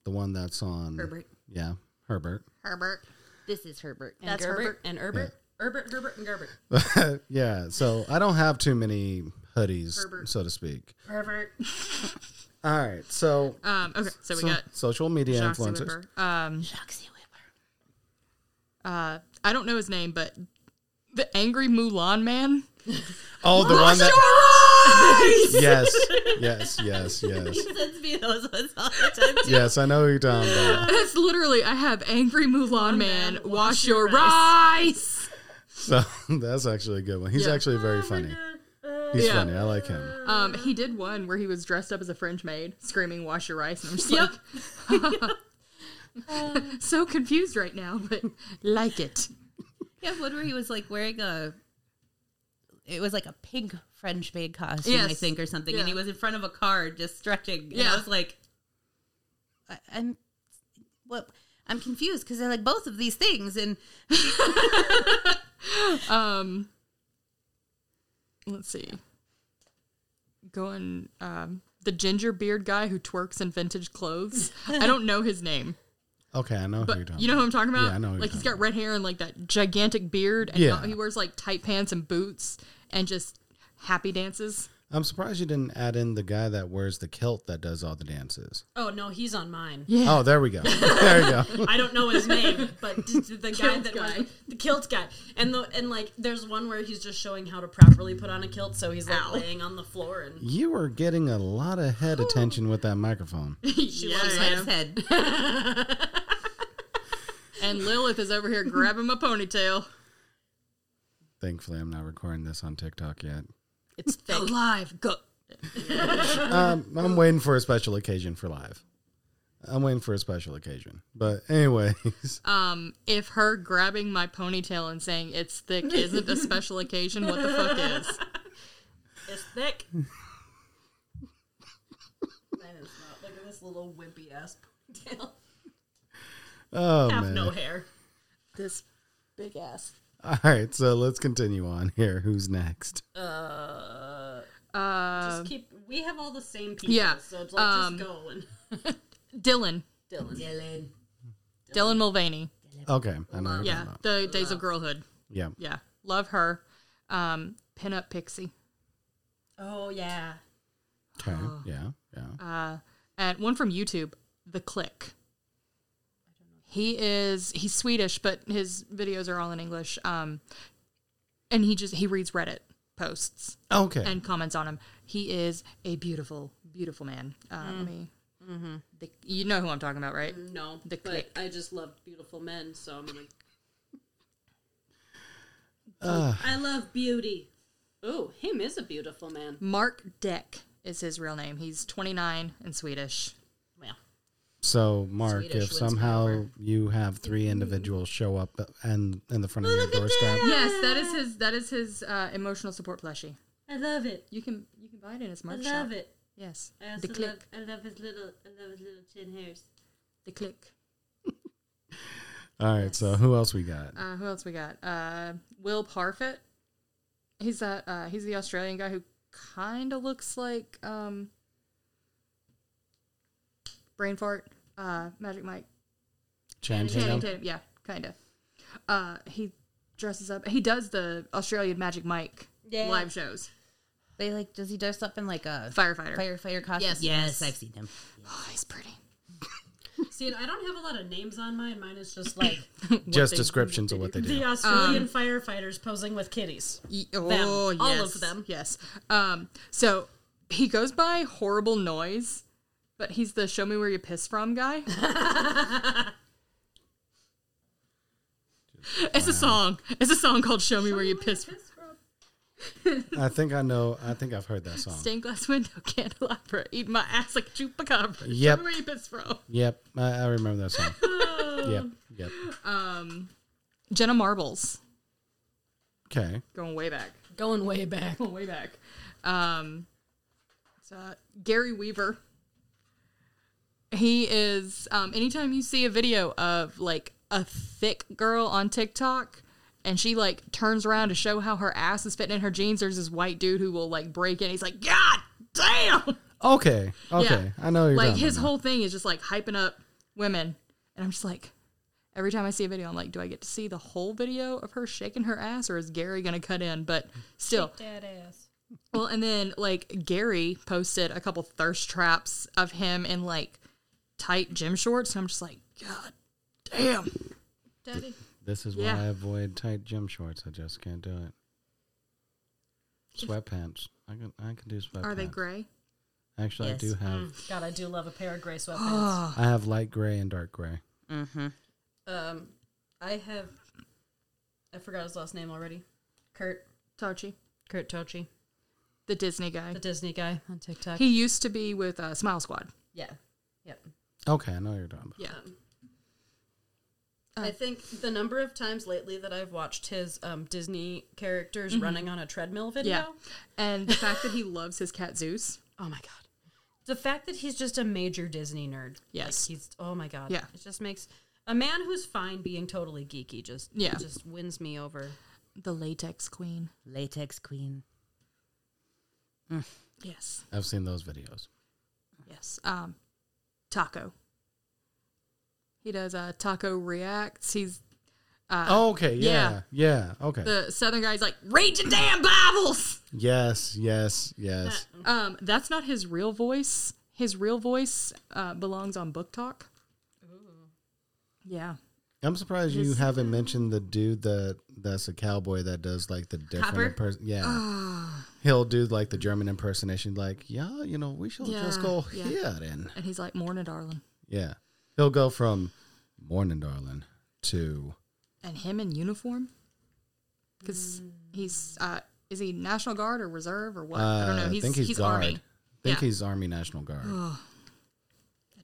the one that's on
Herbert.
Yeah, Herbert.
Herbert. This is Herbert.
And
that's
Gerbert,
Herbert.
And Herbert. Herbert, Herbert, and Gerbert.
yeah, so I don't have too many hoodies, so to speak.
Herbert.
All right, so
Um, okay, so we
so-
got
social media
Shoxi
influencers.
Whipper. Um,
Foxy Whipper.
uh, I don't know his name, but the angry Mulan man.
Oh, the one that
Right!
yes, yes, yes, yes,
Sends me those ones all the time. too.
yes. I know who you're talking about.
That's literally. I have angry Mulan man.
man,
Wash, your rice.
So that's actually a good one. He's
Yeah.
actually very funny. He's
Yeah.
funny. I like him.
Um, he did one where he was dressed up as a French maid, screaming "Wash your rice," and I'm just like, so confused right now, but like it.
Yeah, one where he was like wearing a. It was like a pink French maid costume, I
Yes.
think, or something, and
Yeah.
he was in front of a car just stretching. And
Yeah.
I was like, I, I'm, what? I'm confused because they're like both of these things, and
Um, let's see. Going um, the ginger beard guy who twerks in vintage clothes. I don't know his name,
Okay, I know who you're
but
talking.
you know who I'm talking about.
Yeah, I know who you're
like he's
talking
got red hair and like that gigantic beard, and
Yeah.
he wears like tight pants and boots, and just happy dances.
I'm surprised you didn't add in the guy that wears the kilt that does all the dances.
Oh, no, he's on mine.
Oh, there we go. There you go.
I don't know his name, but d- d- the guy
Kilt
that
guy.
was the kilt guy, and the and like there's one where he's just showing how to properly put on a kilt, so he's like laying on the floor and
You were getting a lot of head attention with that microphone.
She loves
his
him.
head.
And Lilith is over here grabbing my ponytail.
Thankfully, I'm not recording this on TikTok yet.
it's thick.
Alive, go.
um, I'm waiting for a special occasion for live. I'm waiting for a special occasion. But anyways,
Um, if her grabbing my ponytail and saying it's thick isn't a special occasion, what the fuck is?
It's thick. Mine is not. Look at this little wimpy ass ponytail.
oh
Have
man.
no hair.
This big ass.
All right, so let's continue on here. Who's next?
Uh,
Uh,
just keep. We have all the same people,
yeah,
so it's like
um,
just go and
Dylan.
Dylan. Dylan.
Dylan Mulvaney.
Okay, I know. Yeah.
Yeah, the days of girlhood.
yeah.
Yeah, love her. Um, pinup pixie.
Oh yeah.
Okay. Yeah. Yeah.
Oh. Uh, and one from YouTube, The Click. He is he's Swedish, but his videos are all in English. Um, and he just he reads Reddit posts.
Okay.
and comments on him. He is a beautiful, beautiful man. Uh, Let me. The, you know who I'm talking about, right?
No,
The
but
click.
I just love beautiful men, so I'm like,
Uh,
I love beauty. Oh, him is a beautiful man.
Mark Deck is his real name. He's 29 and Swedish.
Well,
so, Mark,
Swedish
if
wins
somehow you have three individuals show up and in the front of your doorstep,
Yes, that is his. That is his uh, emotional support plushie.
I love it.
You can you can buy it in his
I
merch
love
shop.
it.
Yes,
I also
the click,
love. I love his little. I love his little chin hairs.
the click.
all right. So, who else we got?
Uh, who else we got? Uh, Will Parfit. He's that. Uh, he's the Australian guy who kind of looks like um, brain fart. Uh, Magic Mike.
Channing
Channing
Tatum.
Tatum, yeah, kind of. Uh, he dresses up. He does the Australian Magic Mike
Yeah.
live shows.
They like, does he dress up in like a
Firefighter.
firefighter costume?
Yes.
yes, I've seen him.
Oh, he's pretty.
See, and I don't have a lot of names on mine. Mine is just like
Just descriptions of what they do.
the Australian
Um,
firefighters posing with kitties.
Ye-
Them.
Oh,
All
yes.
of them.
Yes. Um. So he goes by horrible noise, but he's the "show me where you piss from" guy. It's a song. It's a song called "Show Me Where You Piss From."
I think I know. I think I've heard that song.
Stained glass window, candelabra, eat my ass like a chupacabra.
Yep.
Rapist, bro.
Yep, I, I remember that song. yep, yep.
Jenna Marbles.
Okay,
Going way back.
Going way back.
Going way back. Um, it's, uh, Gary Weaver. He is, um, anytime you see a video of like a thick girl on TikTok and she like turns around to show how her ass is fitting in her jeans, there's this white dude who will like break in. He's like, God damn!
okay, okay. I know what you're
like
talking
his
about
whole thing is just like hyping up women, and I'm just like, every time I see a video, I'm like, do I get to see the whole video of her shaking her ass, or is Gary gonna cut in? But still,
Dead ass.
well, and then like Gary posted a couple thirst traps of him in like tight gym shorts, and I'm just like, God damn,
Daddy.
now. This is
yeah.
why I avoid tight gym shorts. I just can't do it. Sweatpants. I can. I can do sweatpants.
are they gray? Mm.
Actually, I do
Yes.
have.
God, I do love a pair of gray sweatpants.
I have light gray and dark gray.
um, I have. I forgot his last name already. Kurt.
Tachi,
Kurt Tochi,
the Disney guy.
the Disney guy on TikTok.
He used to be with uh, Smile Squad.
yeah. Yep.
Okay, I know what you're talking about.
Yeah,
Um, I think the number of times lately that I've watched his um, Disney characters running on a treadmill video.
Mm-hmm. yeah, and the fact that he loves his cat Zeus.
Oh my god. The fact that he's just a major Disney nerd. Like,
Yes.
he's oh my god.
Yeah.
It just makes a man who's fine being totally geeky just
Yeah.
just wins me over.
The latex queen.
Latex Queen.
Yes.
I've seen those videos.
Yes. Um, Taco. He does uh, Taco Reacts. He's
oh, okay, yeah,
Uh, yeah.
yeah, okay.
the Southern guy. He's like, read your damn Bibles.
yes, yes, yes.
Um, that's not his real voice. His real voice uh, belongs on Book Talk. Yeah.
I'm surprised you haven't mentioned the dude that that's a cowboy that does like the
Hopper?
different person. Yeah,
Ah.
he'll do like the German impersonation. Like, yeah, you know, we shall just
Yeah,
go
yeah.
here then.
And he's like, morning, darling.
Yeah, he'll go from morning, darling, to
And him in uniform? Because he's, uh, is he National Guard or Reserve or what? I don't
uh,
know. He's,
think
he's,
he's, guard.
Army.
Think
Yeah.
he's Army National Guard.
I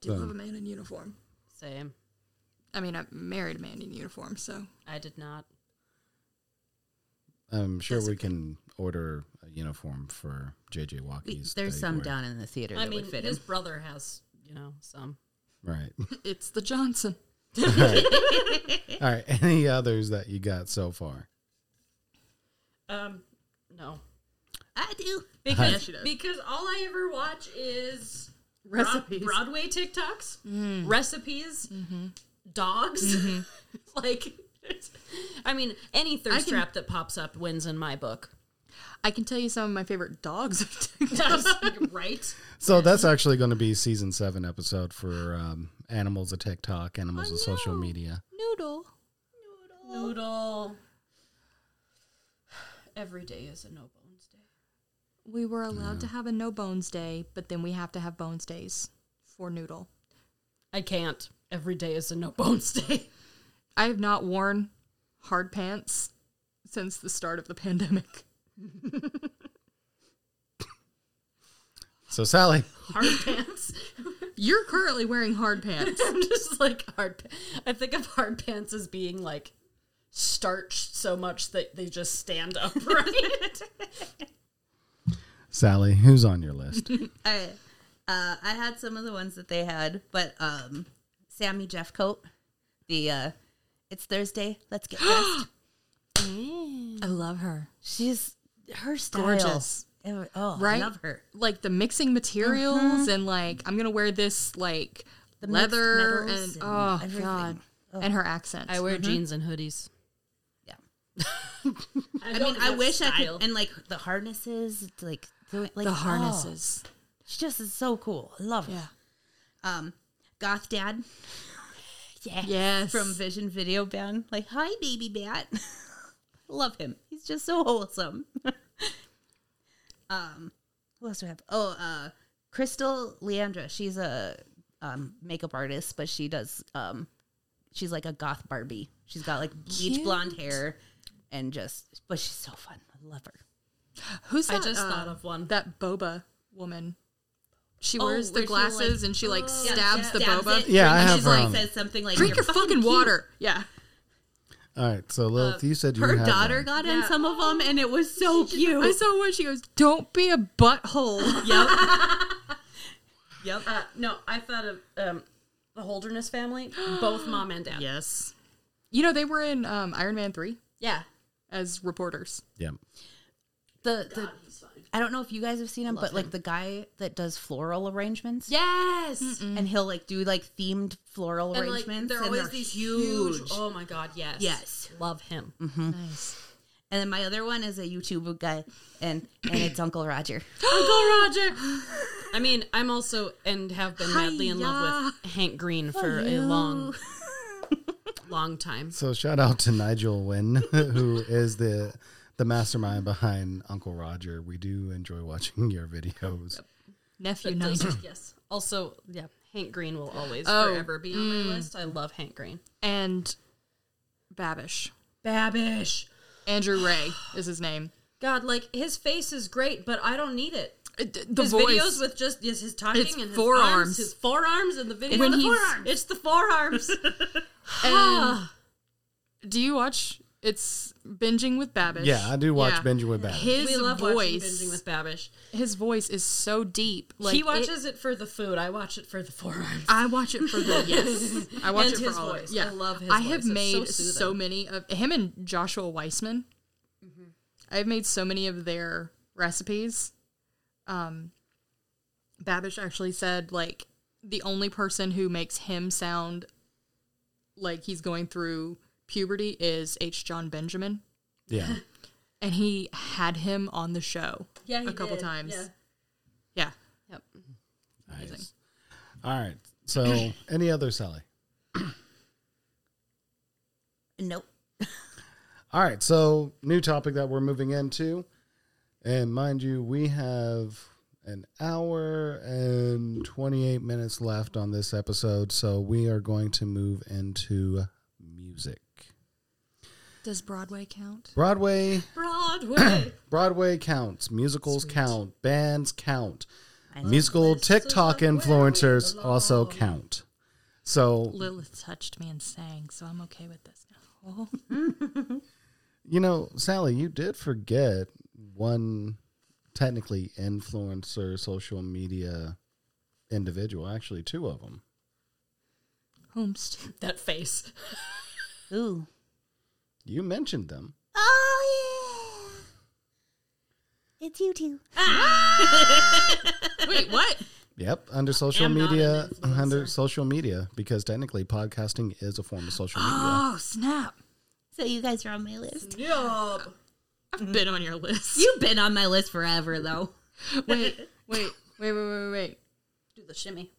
do love a man in uniform.
Same.
I mean, I married a man in uniform, so.
I did not.
I'm sure we can order a uniform for JJ Walkies.
There's
that
some
wear.
down in the theater
I
that
mean
would fit
his
him.
brother has, you know, some.
right.
It's the Johnson.
All right. Any others that you got so far?
Um no.
I do.
Because,
Yeah, she does.
because all I ever watch is Bro-
Recipes.
Broadway TikToks, recipes, dogs. like, it's- Mm-hmm. I mean, any thirst
can-
trap that pops up wins in my book.
I can tell you some of my favorite dogs of TikTok.
right?
So that's actually going to be season seven episode for um, animals of TikTok, animals
Oh,
of social media.
Noodle.
Noodle. Every day is a no bones day.
We were allowed to have a no bones day, but then we have to have bones days for Noodle.
I can't. Every day is a no bones day.
I have not worn hard pants since the start of the pandemic.
So Sally,
Hard pants.
You're currently wearing hard pants.
I'm just like hard. pa- I think of hard pants as being like starched so much that they just stand upright.
Sally, who's on your list?
I, uh, I had some of the ones that they had, but um, Sammy Jeffcoat, the uh, it's Thursday, let's get dressed.
I love her.
She's her style.
Gorgeous.
Oh, I
Right?
love her. Mm-hmm.
Like the mixing materials and like I'm gonna wear this like
The mixed
leather and,
metals and
oh
everything.
god. And her accent.
I wear jeans and hoodies.
Yeah.
I,
I mean, I wish I could, and like the harnesses, it's like doing like
the
oh,
harnesses.
she just is so cool. I love her.
Yeah.
Um, Goth Dad. Yeah.
Yes.
From Vision Video Band. Like, hi, baby bat. Love him. He's just so wholesome. um, who else do we have? Oh, uh, Crystal Leandra. She's a um, makeup artist, but she does. Um, she's like a goth Barbie. She's got like bleach blonde hair, and just. But she's so fun. I love her.
Who's
I
that?
just
uh,
thought of one.
that boba woman. She
Oh,
wears
where
the
she, like, Oh.
glasses and she like
Yeah,
stabs the
stabs
boba.
it,
Yeah, I
and
have
she's
her
like
on.
says something like
Drink
"You're
your fucking
cute."
water. Yeah.
All right, so Lilith,
Uh,
you said you
Her
had
daughter
one.
got in
Yeah.
some of them, and it was so
I
cute.
saw one. She goes, "Don't be a butthole."
Yep.
Yep.
Uh, no, I thought of um, the Holderness family, both mom and dad.
Yes.
you know they were in um, Iron Man three
Yeah.
as reporters.
yeah.
The the I don't know if you guys have seen him, but like the guy that does floral arrangements.
Yes.
And he'll like do like themed floral
And like
arrangements.
there are
and
always
they're
these huge. Oh my god, yes.
Yes.
Love him.
Nice.
And then my other one is a YouTube guy, and and it's Uncle Roger.
Uncle Roger. I mean, I'm also and have been madly in love with Hank Green for a long long time.
So shout out to Nigel Wynn, who is the the mastermind behind Uncle Roger. We do enjoy watching your videos.
Nephew Nigel.
yes. Also, yeah, Hank Green will always
Oh,
forever be on my list. I love Hank Green.
and Babish.
Babish.
Andrew Ray is his name.
God, like his face is great, but I don't need it.
Uh, d- The
his
voice.
videos with just yes, his talking
It's
and his
forearms.
arms, his forearms, and the video.
When
the
he's-
forearms. It's the forearms.
And do you watch? It's binging with Babish.
Yeah, I do watch
Yeah.
Benjamin with Bad.
His
we love watching
voice.
binging with Babish.
his voice is so deep. Like
he
it-
watches it, for the food. I watch it for the forearms.
I watch it for the yes. I watch
And
it for
his
all of it.
voice.
Yeah,
I love his
I have
voice. It's so
made so,
soothing. Mm-hmm.
many of him and Joshua Weissman. I've made so many of their recipes. Um, Babish actually said like the only person who makes him sound like he's going through puberty is H. John Benjamin,
Yeah.
and he had him on the show.
Yeah, he
a couple
did.
times.
Yeah.
Yeah.
Yep.
Nice. All right. So, any other Sally?
Nope.
All right. So, new topic that we're moving into. And mind you, we have an hour and 28 minutes left on this episode. So, we are going to move into music.
Does Broadway count?
Broadway,
Broadway.
Broadway counts, musicals count, bands count.
I know.
Musical TikTok influencers also count. So,
Lilith touched me and sang, so I'm okay with this now. Oh,
You know, Sally, you did forget one technically influencer social media individual, actually two of them.
Homestead.
that face.
Ooh.
You mentioned them.
Oh yeah. It's you two.
Wait, what?
Yep, under social
Am not an
media, under social media because technically podcasting is a form of social media.
Oh, snap.
So you guys are on my list.
Yup.
I've been on your list.
You've been on my list forever though.
wait, wait, wait, wait, wait, wait.
Do the shimmy.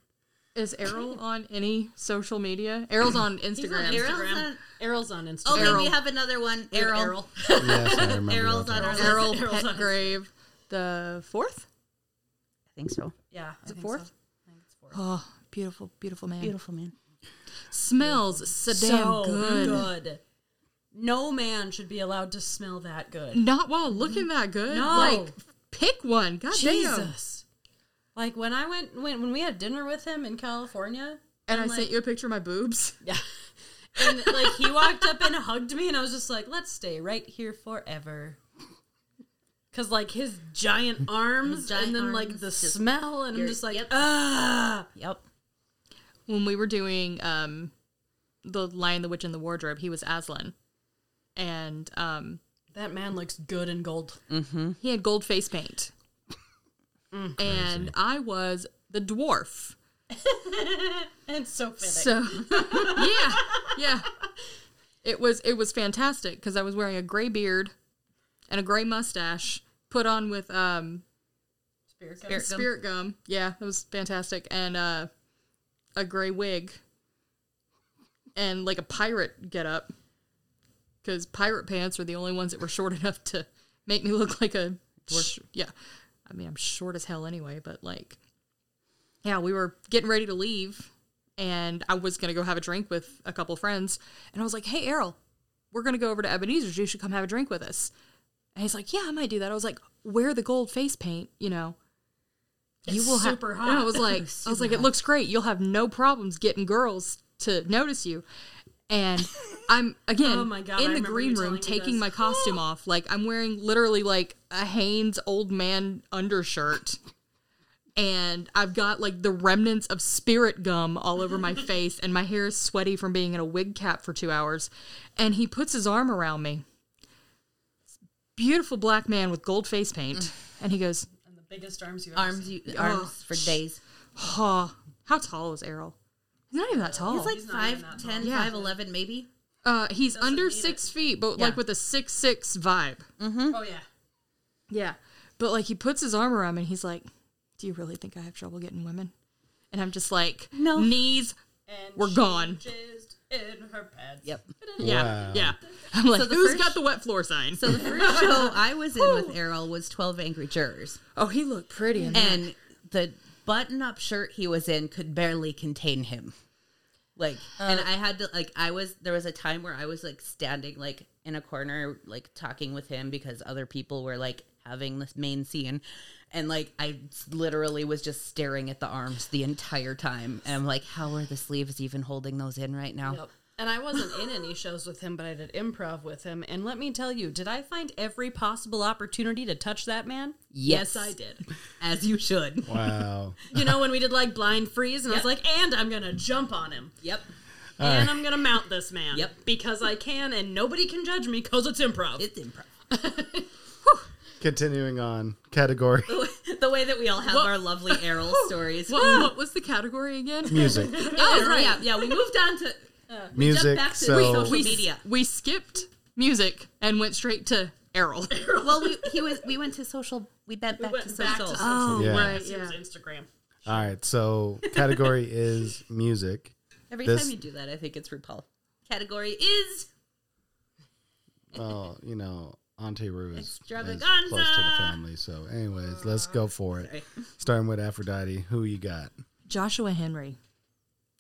Is Errol on any social media? Errol's on Instagram.
Errol. Errol's
Instagram.
on-
Errol's on Instagram.
Oh, wait,
Errol.
we have another one.
With
Errol.
Errol.
Yes, I remember.
Errol's
that.
on our list.
Errol
Errol's on-
Petgrave, the fourth?
I think so.
Yeah. I
Is it
think
fourth?
so.
Oh, beautiful, beautiful man.
Beautiful man.
Smells so,
so
damn good.
good. No man should be allowed to smell that good.
Not while looking that good.
No.
Like, pick one. God damn.
Jesus. Like when I went when when we had dinner with him in California,
And I
I'm like-
sent you a picture of my boobs.
Yeah. And like he walked up and hugged me, and I was just like, "Let's stay right here forever." Cause like his giant arms,
giant
and then like
arms,
the
just-
smell, and I'm
you're-
just like,
yep.
ah.
Yep.
when we were doing um the lion the witch and the wardrobe he was aslan and um
That man looks good in gold.
he had gold face paint
Mm.
and i was the dwarf
It's so fitting.
so yeah yeah it was it was fantastic because i was wearing a gray beard and a gray mustache put on with um
Spirit
spirit gum, yeah that was fantastic and uh a gray wig and like a pirate getup because pirate pants are the only ones that were short enough to make me look like a sh- yeah i mean i'm short as hell anyway but like yeah we were getting ready to leave and i was gonna go have a drink with a couple friends and i was like hey errol we're gonna go over to ebenezer's you should come have a drink with us And he's like, yeah, I might do that. I was like, wear the gold face paint, you know.
It's
ha-
super
And I
hot.
was like, I was like, it looks great. You'll have no problems getting girls to notice you. And I'm again
Oh my God, I
in the
remember
green
you telling
room
me
taking
this.
my costume off. Like I'm wearing literally like a Hanes old man undershirt. And I've got like the remnants of spirit gum all over my face, and my hair is sweaty from being in a wig cap for two hours. And he puts his arm around me. Beautiful black man with gold face paint. And he goes,
And the biggest arms you've ever
Arms,
seen.
you, arms for days.
Oh, how tall is Errol? He's not even that tall.
He's like
not even
5'10",
that
5'11",
Yeah.
maybe.
uh, he's under
need
six feet, but
Yeah.
like with a six six vibe.
Oh yeah.
Mm. Yeah, but like he puts his arm around me and he's like, "Do you really think I have trouble getting women?" And I'm just like,
No.
knees."
And
We're
she
gone.
jizzed in her pants.
Yep.
Yeah,
Wow.
yeah. I'm like,
So
who's
the first-
got the wet floor sign?"
So the first show I was in with Errol was 12 Angry Jurors.
oh, he looked pretty. In that.
And the button-up shirt he was in could barely contain him. Like,
Uh.
and I had to, like, I was, there was a time where I was, like, standing, like, in a corner, like, talking with him because other people were, like, having this main scene. And, like, I s- literally was just staring at the arms the entire time. And I'm like, how are the sleeves even holding those in right now?
Yep. And I wasn't in any shows with him, but I did improv with him. And let me tell you, did I find every possible opportunity to touch that man?
Yes.
I did.
As you should.
Wow.
You know, when we did like blind freeze, and I was like, and I'm going to jump on him.
Yep.
and I'm going to mount this man.
Yep.
Because I can, and nobody can judge me because it's improv.
It's improv.
Continuing on category
the way that we all have our lovely Errol stories.
what, what was the category again?
music.
Oh, yeah, yeah. We moved on to
music.
back to-
so
Wait,
We s-
Media.
we skipped music and went straight to Errol.
well, we he was we went to social. We went back
went
to
back
social.
to
oh,
Yeah.
right,
It's
yeah.
Instagram.
all right. So category is music.
Every
This-
time you do that, I think it's RuPaul. Category is
Well, you know, Auntie Rue is, is close to the
Extravaganza.
family. So, anyways, let's go for it. Starting with Aphrodite. Who you got?
Joshua Henry.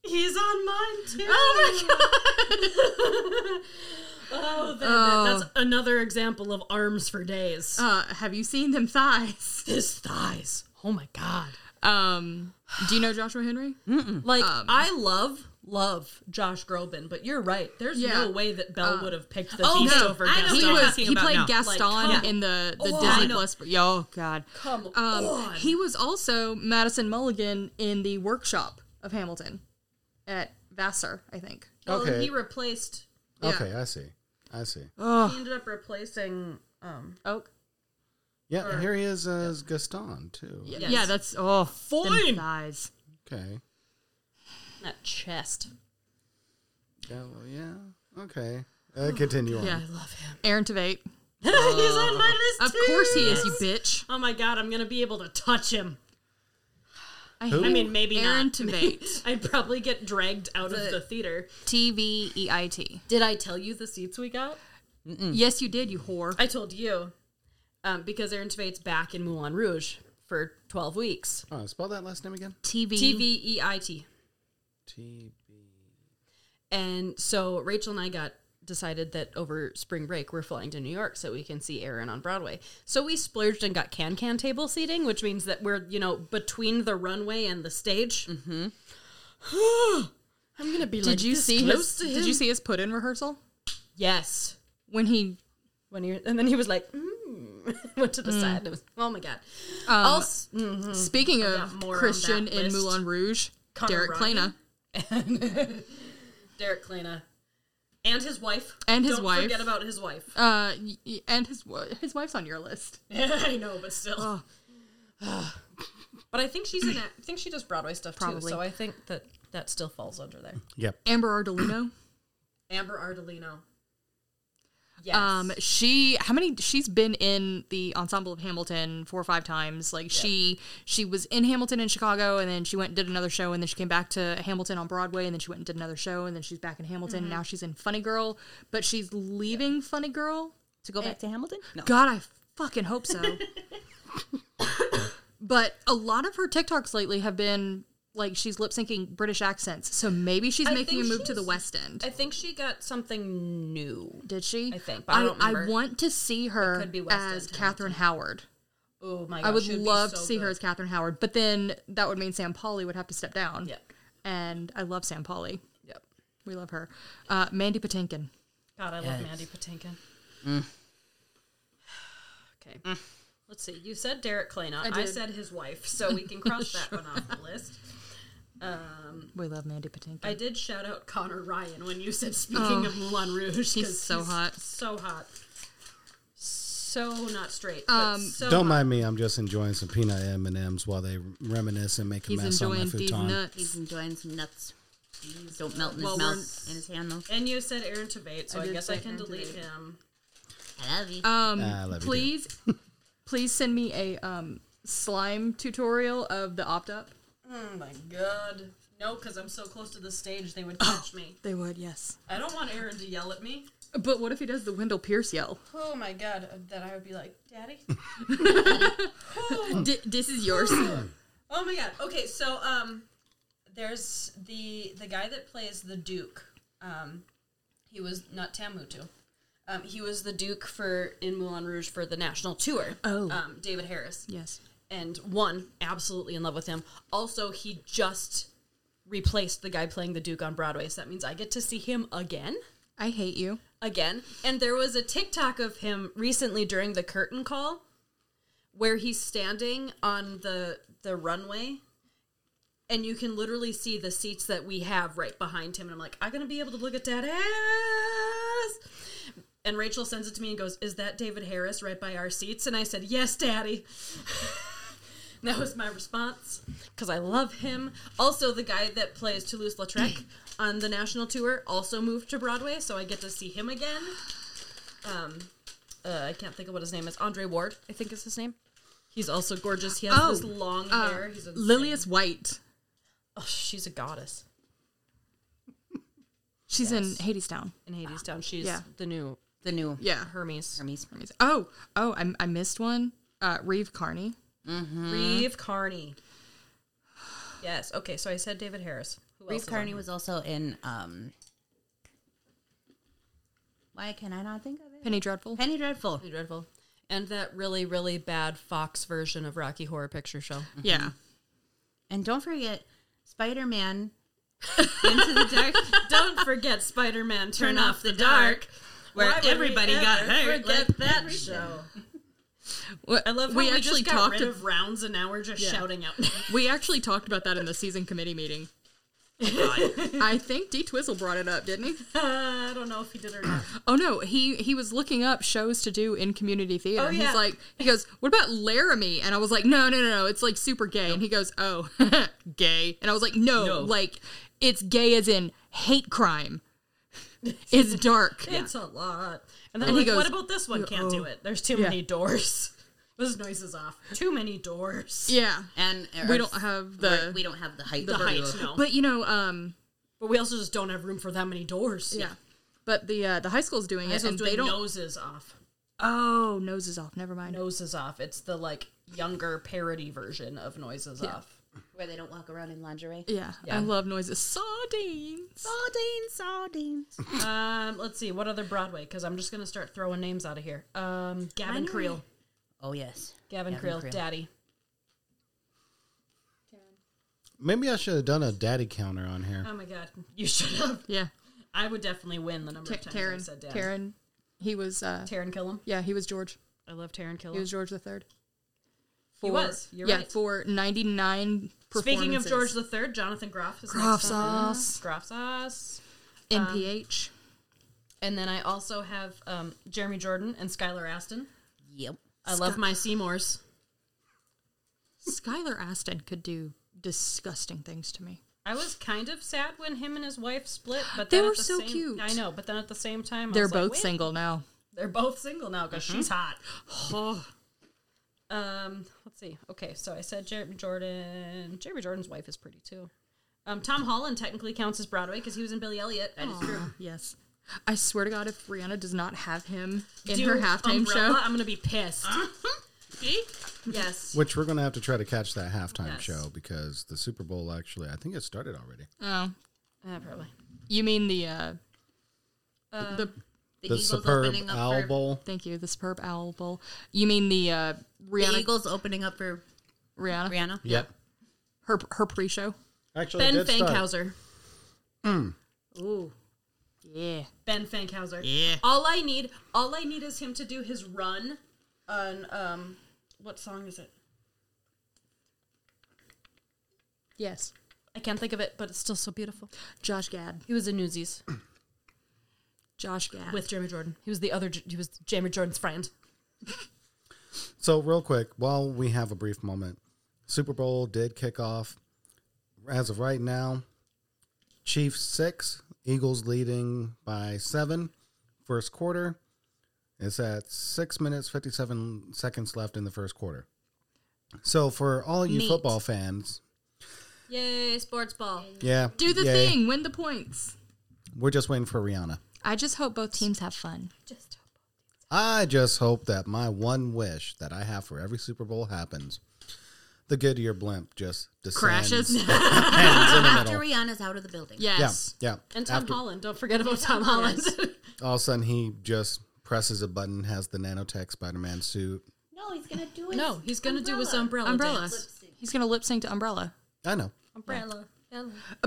He's on mine too. Oh, that, that- that's another example of arms for days.
Uh, have you seen them thighs?
His thighs. Oh my god.
Um, do you know Joshua Henry?
Like I love love Josh Groban, but you're right. There's
Yeah.
no way that Bell would have picked the
oh,
beast
no.
over
I know
Gaston.
who
he
you're
was
talking
he
about
played
now.
Gaston
Like, come
in the the
on.
Disney
I know.
Plus. Yo, oh, God.
Come
Um,
on.
he was also Madison Mulligan in the workshop of Hamilton at Vassar, I think.
Well,
Okay.
he replaced.
Yeah.
Okay, I see. I see.
He ended up replacing. Um,
Oak.
Yeah, here he is as Gaston too.
Yes.
Yeah, that's oh
Fine.
Them thighs.
Okay.
that chest.
Yeah. Well, yeah. Okay. Uh, continue on.
Yeah,
Love him. Uh,
Aaron Tveit.
He's on my list.
Of
too.
course he is, you bitch.
Oh my god, I'm gonna be able to touch him.
I,
Who?
hate
I mean, maybe
Aaron
not.
Tveit.
I'd probably get dragged out of the theater.
T V E I T.
Did I tell you the seats we got?
Yes, you did, you whore.
I told you, um, because Aaron Tveit's back in Moulin Rouge for 12 weeks.
Oh, spell that last name again.
T V.
T V E I T.
T B.
And so Rachel and I got decided that over spring break we're flying to New York so we can see Aaron on Broadway. So we splurged and got can can table seating, which means that we're you know between the runway and the stage. Mm-hmm. I'm gonna be.
Did
like
you
this
see
close
his?
to
Did
him.
you see his put in rehearsal
Yes.
when he?
When he and then he was like, mm, went to the side. And it was oh my god.
Um,
Also,
speaking
got
of
mm-hmm. more on
Christian
that
in
list.
Moulin Rouge, Derek
Ryan.
Klena.
Derek Klena. And his wife.
And his
Don't
wife.
Forget about his wife.
Uh, y- y- and his wa- his wife's on your list.
I know, but still. but I think she's in. I think she does Broadway stuff too.
Oh. Probably.
So I think that that still falls under there.
Yep.
Amber Ardolino.
Amber Ardolino. Yes.
Um, she how many? She's been in the ensemble of Hamilton four or five times. Like she she was in Hamilton in Chicago, and then she went and did another show, and then she came back to Hamilton on Broadway, and then she went and did another show, and then she's back in Hamilton.
Mm-hmm.
Now she's in Funny Girl, but she's leaving Funny Girl
to go back to Hamilton. No,
God, I fucking hope so. but a lot of her TikToks lately have been like she's lip syncing British accents. So maybe she's
I
making a
think
move to the
she's-
West End.
I think she got something new.
Did she?
I think, but I don't remember.
want to see her
could be West
as
End to
Catherine Howard.
Oh my god!
I would love to see her as Catherine Howard, but then that would mean Sam Polly would have to step down.
Yep.
And I love Sam Polly.
Yep.
We love her. Uh, Mandy Patinkin.
God, I love Mandy Patinkin. Mm. Okay. Let's see. You said Derek Kleinot. I,
did.
said his wife, so we can cross that one off the list. Um,
We love Mandy Patinkin.
I did shout out Connor Ryan when you said speaking of Moulin Rouge. 'cause
so hot.
Oh, So hot. So not straight.
Um,
but so
Don't
hot.
mind me. I'm just enjoying some peanut M and M's while they reminisce and make a
He's
mess on my
enjoying these
futon.
He's
nuts.
enjoying some nuts. Don't melt in his
Well,
mouth,
we're-
in his hand though.
And you said Aaron Tveit, so
I
I,
did
guess I
say
can
Aaron
delete
Tveit.
him.
I love you. Uh,
Um,
Ah, I love you,
please, please send me a um, slime tutorial of the opt up.
Oh my god. No, because I'm so close to the stage, they would catch me.
They would, yes.
I don't want Aaron to yell at me.
But what if he does the Wendell Pierce yell?
Oh my god, uh, that I would be like, Daddy?
D- this is yours.
Oh my god. Okay, so um there's the the guy that plays the Duke. Um he was not Tamutu. Um he was the Duke for in Moulin Rouge for the national tour.
Oh.
Um David Harris.
yes.
And one, absolutely in love with him. Also, he just replaced the guy playing the Duke on Broadway, so that means I get to see him again.
I hate you.
again. And there was a TikTok of him recently during the curtain call where he's standing on the the runway and you can literally see the seats that we have right behind him and I'm like, I'm gonna be able to look at that ass and Rachel sends it to me and goes, Is that David Harris right by our seats? And I said, Yes, Daddy. And that was my response because I love him. Also, the guy that plays Toulouse Lautrec on the national tour also moved to Broadway, so I get to see him again. Um, uh, I can't think of what his name is. Andre Ward, I think is his name. He's also gorgeous. He has
Oh,
this long
Uh,
hair. He's insane.
Lilius White.
Oh, she's a goddess
She's in Hadestown.
in Hadestown. She's
Yeah.
the new
the new
Yeah.
Hermes.
Hermes.
Oh, oh, I, I missed one. Uh, Reeve Carney.
Mm-hmm. Reeve Carney. Yes. Okay. So I said David Harris. Who else
Reeve
is on
Carney
here?
was also in. um Why can I not think of it?
Penny Dreadful.
Penny Dreadful.
Pretty dreadful. And that really, really bad Fox version of Rocky Horror Picture Show.
Yeah.
And don't forget Spider Man Into the Dark.
Don't forget Spider Man Turn, Off the, dark,
where
Why would
everybody
we
got
ever
hurt,
Forget
like
that
everything.
show.
I
love how
we actually
just got
talked.
rid
ab-
of rounds and now we're just shouting out.
we actually talked about that in the season committee meeting. Oh, I think D Twizzle brought it up, didn't he?
I don't know if he did or not.
Oh no, he he was looking up shows to do in community theater.
Oh,
and
yeah.
He's like, he goes, "What about Laramie?" And I was like, "No, no, no, no, it's like super gay." And he goes, "Oh, gay." And I was like, "No,
No.
like it's gay as in hate crime. it's dark."
It's a lot. And then
And
like,
he
what
goes,
about this one? Can't do
oh.
it. There's too many doors. This noise is off. Too many doors.
Yeah.
And
We don't have the-
we don't have the height.
The
to-
height, no. But,
But you know, um,
we also just don't have room for that many doors.
yeah. But the uh, the high school's doing
High
it, and
school's doing
they don't.
noses off.
Oh, nose is off. Never mind.
Noses Off. It's the like younger parody version of Noises Off.
where they don't walk around in lingerie.
Yeah, I love noises. Sardines.
Sardines, sardines.
Um, let's see what other Broadway because I'm just gonna start throwing names out of here. Um, Gavin Creel,
Oh yes.
Gavin,
Gavin
Creel,
Creel.
Daddy.
Maybe I should have done a daddy counter on here.
Um,
Oh my God, you should have.
Yeah,
I would definitely win the number
Ta
of times I
Taryn.
said Daddy.
Taryn. He was. Uh,
Taryn Killam.
yeah, he was George.
I love Taryn Killam.
He was George the Third.
He was. You're
yeah,
right.
for ninety nine.
Speaking of George the Third, Jonathan Groff. Is
Groff
next up.
sauce.
Groff sauce.
NPH.
And then I also have um, Jeremy Jordan and Skylar Aston.
Yep.
I love my Seymours.
Skylar Aston could do disgusting things to me.
I was kind of sad when him and his wife split, but
They
then
were
at the
so
same,
cute.
I know, but then at the same time, I
They're
was like,
both
"Wait,
single now.
They're both single now because she's hot.
Oh,
Um, let's see. Okay, so I said Jeremy Jordan. Jeremy Jordan's wife is pretty too. Um, Tom Holland technically counts as Broadway because he was in Billy Elliot. That is true.
yes. I swear to God, if Rihanna does not have him in
Do
her halftime
Umbrella,
show,
Uh-huh.
I'm gonna be pissed.
Yes.
Which we're going to have to try to catch that halftime
Yes.
show because the Super Bowl actually, I think it started already.
Oh,
Uh, probably.
you mean the uh,
Uh,
the
The,
The
Eagles
superb
opening up
Owl
for
Bowl.
thank you the superb owl bowl. You mean the uh,
the
Rihanna
Eagles opening up for
Rihanna
Rihanna.
Yep.
her her pre show?
Actually,
Ben
it did start. Hmm.
Fankhauser.
Ooh.
Yeah.
Ben Fankhauser. Yeah. All I need, all I need is him to do his run on um, what song is it?
Yes.
I can't think of it, but it's still so beautiful.
Josh Gad.
He was in Newsies
Josh Gad.
with Jeremy Jordan. He was the other. He was Jeremy Jordan's friend.
So, real quick, while we have a brief moment, Super Bowl did kick off. As of right now, Chiefs six, Eagles leading by seven, first quarter. It's at six minutes, 57 seconds left in the first quarter. So, for all you
Neat.
football fans,
Yay, sports ball.
yeah.
Do the
yeah,
thing. Win the points.
We're just waiting for Rihanna.
I just hope both teams have fun.
Just
I just hope that my one wish that I have for every Super Bowl happens. The Goodyear blimp just descends.
Crashes.
Ends in the
After
middle.
Rihanna's out of the building.
Yeah,
yes.
yeah.
and Tom
After-
Holland. Don't forget about Tom Holland.
all of a sudden, he just presses a button, has the nanotech Spider-Man suit.
No, he's gonna do it.
no, he's gonna do his umbrella.
Umbrella.
dance.
He's gonna lip sync to Umbrella.
I know.
Umbrella.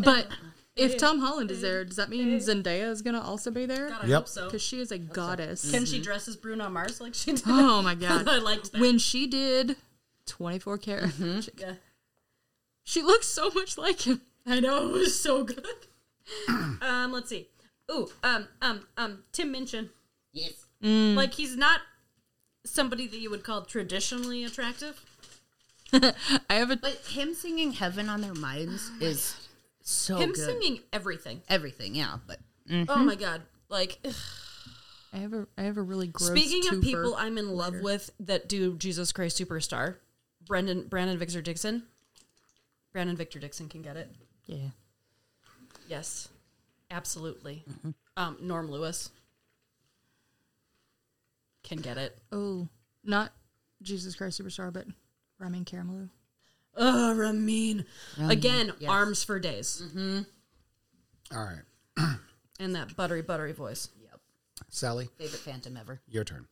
But if Tom Holland is there, does that mean Zendaya is gonna also be there?
God, I
Yep.
hope so.
Because she is a goddess.
Can she dress as Bruno Mars like she did?
Oh my god.
I liked that.
When she did 24 karat, chick,
Yeah.
she looks so much like him.
I know it was so good. um, let's see. Ooh, um, um, um, Tim Minchin.
Yes.
Like he's not somebody that you would call traditionally attractive.
I have a
But him singing Heaven on Their Minds is so
Him
Oh, good.
singing everything.
Everything, yeah. But
Oh my god. Like
I have a I have a really gross
speaking of
twofer.
people I'm in love with that do Jesus Christ Superstar, Brendan Brandon Victor Dixon. Brandon Victor Dixon can get it.
Yeah.
Yes. Absolutely. Um, Norm Lewis can get it.
Oh, not Jesus Christ Superstar, but Ramen Caramelou.
Oh, Ramin. Again, arms for days.
All right,
And that buttery, buttery voice.
yep.
Sally,
Favorite phantom ever.
your turn.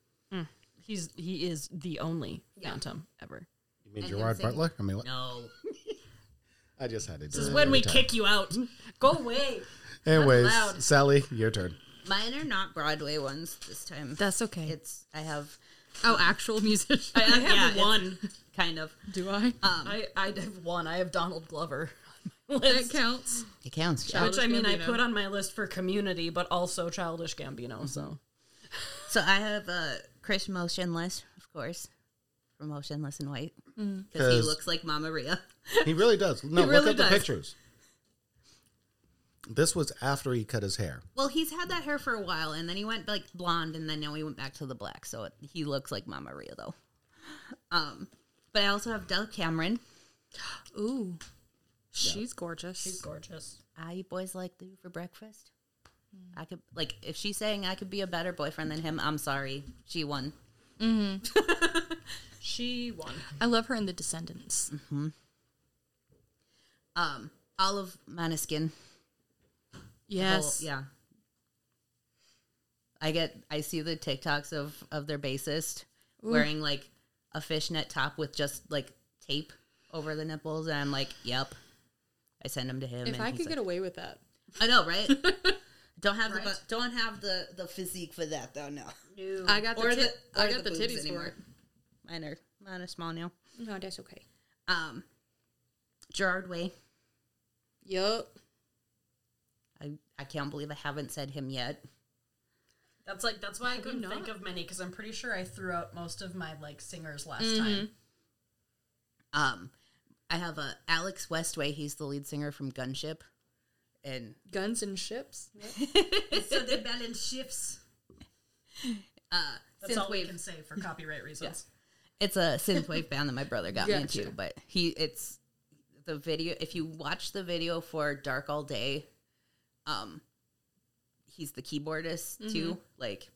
He's he is the only phantom ever.
You mean
And him
Gerard
singing-
Butler? I mean, what?
No.
I just had to.
This is when we kick you out. Go away.
Anyways,
loud.
Sally, your turn.
Mine are not Broadway ones this time.
That's okay.
it's I have
oh, actual musician.
I, I have
Yeah,
one.
kind of.
Do I?
I, I have one. I have Donald Glover. on my
that
list,
counts.
It counts. yeah.
Which I mean, I
Gambino.
put on my list for Community, but also Childish Gambino. So
So I have uh, Chris Motionless, of course, from Motionless in White,
Mm.
because he
'Cause-
looks like Mama Ria.
He really does. No, look
really
at
does.
the pictures. This was after he cut his hair.
Well, he's had that hair for a while, and then he went like blonde, and then now he went back to the black. So it, he looks like Mama Ria, though. Um, but I also have Del Cameron.
Ooh, she's gorgeous.
gorgeous.
I Ah, you boys like you for breakfast.
Mm.
I could like if she's saying I could be a better boyfriend than him. I'm sorry, she won.
She won.
I love her in The Descendants.
Um, Olive Maniskin.
Yes.
Well, yeah. I get I see the TikToks of of their bassist wearing like a fishnet top with just like tape over the nipples, and I'm like, yep. I send them to him.
If
and
I
he's
could
like,
get away with that,
I know, right? don't have the bu- don't have the the physique for that though. No,
I got the,
Or
ti-
the-
I
or
got the,
the boobs
titties
anymore.
for it.
mine are mine are small now.
No, that's okay.
Um, Gerard Way.
Yup.
I I can't believe I haven't said him yet.
That's like that's why I couldn't
not?
think of many because I'm pretty sure I threw out most of my like singers last time.
Um, I have a Alex Westway. He's the lead singer from Gunship, and
Guns and ships.
so they balance shifts.
uh,
That's all we
synthwave.
can say for copyright reasons.
It's a synthwave band that my brother got me
Gotcha.
into, but he it's the video. If you watch the video for Dark All Day, um, Mm-hmm. he's the keyboardist too. Like,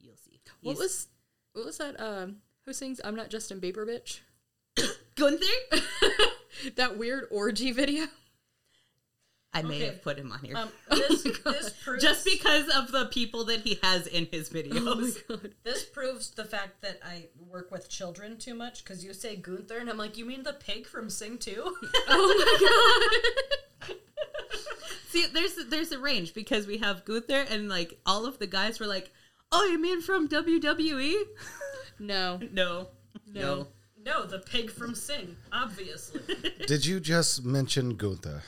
you'll see.
What
He's-
was what was that? Um, who sings "I'm Not Justin Bieber, Bitch"?
Gunther?
That weird orgy video.
I may
Okay.
have put him on here.
Um, this, this proves
just because of the people that he has in his videos.
this proves the fact that I work with children too much because you say Gunther and I'm like, you mean the pig from Sing Two?
See, there's there's a range because we have Gunther and like all of the guys were like, "Oh, you mean from WWE?"
No,
No, no.
no, the pig from Sing, obviously.
Did you just mention Gunther?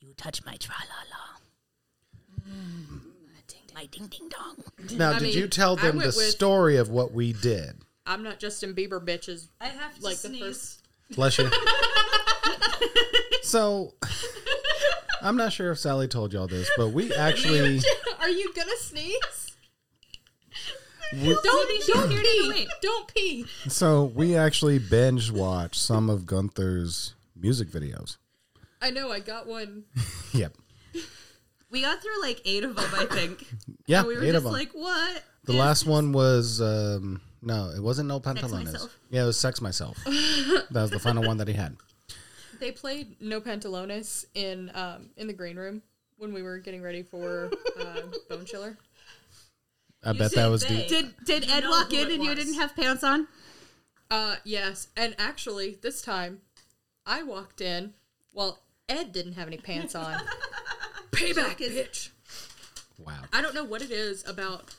You touch my tra la la. Mm. My ding ding dong.
Now,
I
did
mean,
you tell
I
them the
went with-
story of what we did?
I'm not Justin Bieber, bitches.
I have to
Like the
sneeze.
first-
Bless you. so, I'm not sure if Sally told y'all this, but we actually
Are you gonna sneeze?
we-
Don't don't pee. Don't pee.
so we actually binge watched some of Gunther's music videos.
I know. I got one.
Yep.
We got through like eight of them, I think.
Yeah,
and we were
eight
just
of them.
like, "What?"
the last one was um, no, it wasn't no pantalones.
Myself.
Yeah, it was sex myself. that was the final one that he had.
They played No Pantalones in um, in the green room when we were getting ready for uh, Bone Chiller.
I bet that
said
was
they.
deep.
Did did Ed
know
walk
who
in
it
and you
was.
didn't have pants on?
Uh, yes, and actually this time I walked in while Ed didn't have any pants on. Payback, bitch.
Wow.
I don't know what it is about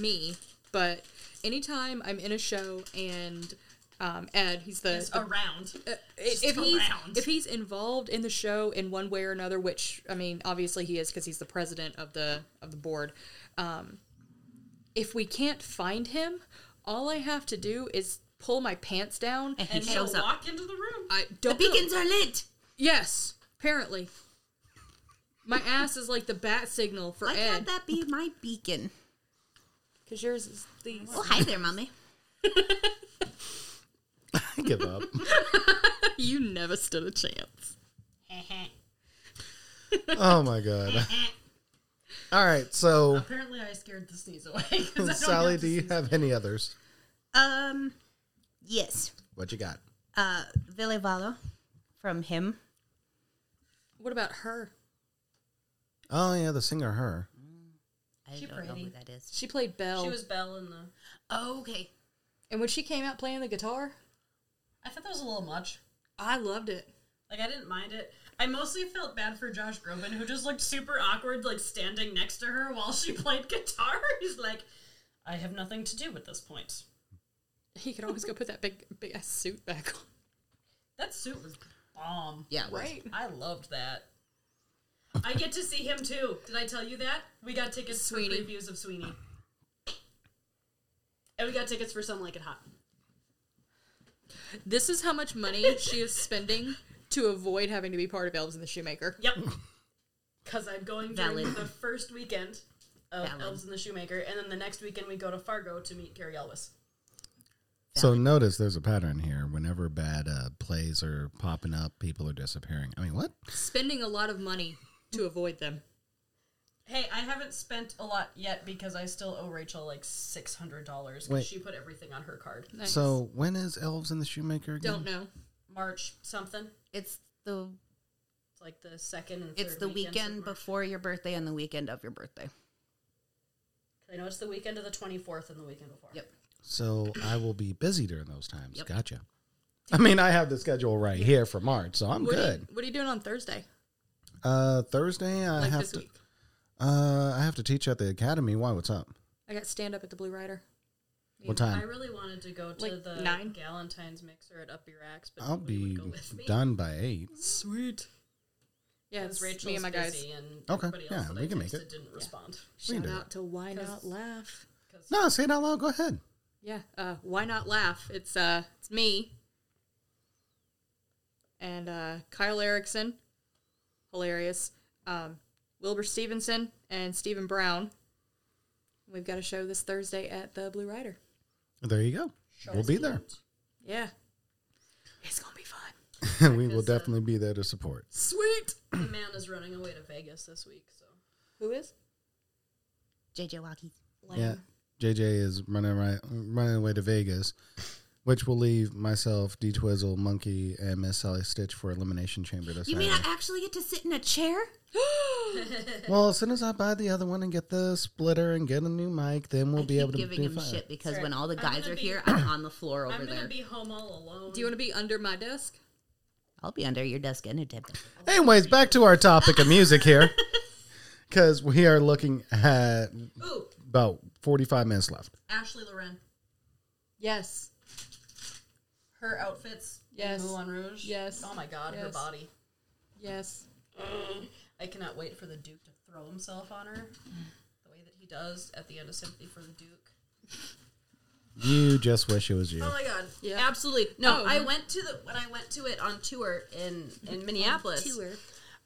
me, but anytime I'm in a show and um, Ed, he's the,
It's
the-
around.
if if he's
around.
if he's involved in the show in one way or another, which I mean, obviously he is because he's the president of the of the board. Um, if we can't find him, all I have to do is pull my pants down.
And he
And he'll
shows up.
walk into the room.
I
The
don't. know.
beacons are lit.
Yes, apparently. My ass is like the bat signal for
Why
Ed
can't that be my beacon?
because yours is these.
Oh, hi there, mommy.
I give up.
you never stood a chance.
Oh my god. All right, so
Apparently, I scared the sneeze away. 'cause I don't
Sally,
have
do you have any others?
Um, yes.
What you got?
Uh, Ville Valo from him.
What about her?
Oh yeah, the singer her.
I
She
don't know
pretty.
who that is.
She played Belle,
She was Belle in the.
Oh, okay.
and when she came out playing the guitar,
I thought that was a little much.
I loved it.
Like I didn't mind it. I mostly felt bad for Josh Groban, who just looked super awkward, like standing next to her while she played guitar. He's like, I have nothing to do at this point.
He could always go put that big big ass suit back on.
That suit was bomb.
Yeah, it was.
Right.
I loved that. I get to see him too. Did I tell you that? We got tickets
Sweeney.
for previews of Sweeney. And we got tickets for Some Like It Hot.
This is how much money she is spending to avoid having to be part of Elves and the Shoemaker.
Yep. Because I'm going during
Valid.
the first weekend of
Valid.
Elves and the Shoemaker, and then the next weekend we go to Fargo to meet Carrie Elwes.
So notice there's a pattern here. Whenever bad uh, plays are popping up, people are disappearing. I mean, what?
Spending a lot of money to avoid them.
Hey, I haven't spent a lot yet because I still owe Rachel like six hundred dollars
Wait.
because she put everything on her card.
Nice.
So when is Elves and the Shoemaker again?
don't know.
March something.
It's the
It's like the second and
it's
third
the
weekends of
weekend
March.
before your birthday and the weekend of your birthday.
I know it's the weekend of the twenty fourth and the weekend before.
Yep.
So I will be busy during those times.
Yep.
Gotcha. I mean, I have the schedule right here for March, so I'm
What Are
good.
you, what are you doing on Thursday?
Uh, Thursday, I
Like
have
this
to.
week.
Uh, I have to teach at the academy. Why? What's up?
I got stand up at the Blue Rider.
What
I
time?
really wanted to go to
Like
the
nine?
Galentine's mixer at Up Your Axe, but
I'll
nobody
be
would go with me.
done by eight.
Sweet. Yeah,
Because
it's
Rachel's
me and my guys.
busy and
Okay,
everybody
yeah,
else that
we
I
can make
texted
it.
Didn't respond.
We can
Shout
do
out to Why Not
Cause-
Laugh.
No, say it out loud. Go ahead.
Yeah, uh, Why Not Laugh? It's uh, it's me and uh, Kyle Erickson, hilarious. Um, Wilbur Stevenson and Stephen Brown. We've got a show this Thursday at the Blue Rider.
There you go. we'll be there.
Yeah, it's gonna be fun.
we will
Because, uh,
definitely be there to support.
Sweet.
The man is running away to Vegas this week, so
Who is?
JJ Walkie.
Lame.
Yeah. JJ is running right, running away to Vegas, which will leave myself, D Twizzle, Monkey, and Miss Sally Stitch for Elimination Chamber this
You mean I
Saturday.
actually get to sit in a chair?
Well, as soon as I buy the other one and get the splitter and get a new mic, then we'll
I
be
keep
able to
giving
do
him
fine.
shit because
Sorry.
when all the
I'm
guys
gonna
are
be-
here, I'm on the floor over
I'm gonna
there.
be home all alone.
Do you want to be under my desk?
I'll be under your desk in a dip.
Anyways, back to our topic of music here, because we are looking at
Ooh,
about forty-five minutes left.
Ashley Loren.
Yes.
Her outfits. in
Yes.
Moulin Rouge.
Yes.
Oh my God, her
Yes.
body.
Yes.
I cannot wait for the Duke to throw himself on her, the way that he does at the end of Sympathy for the Duke.
You just wish it was you.
Oh my god!
Yeah.
absolutely. No,
Oh.
I went to the when I went to it on tour in in Minneapolis.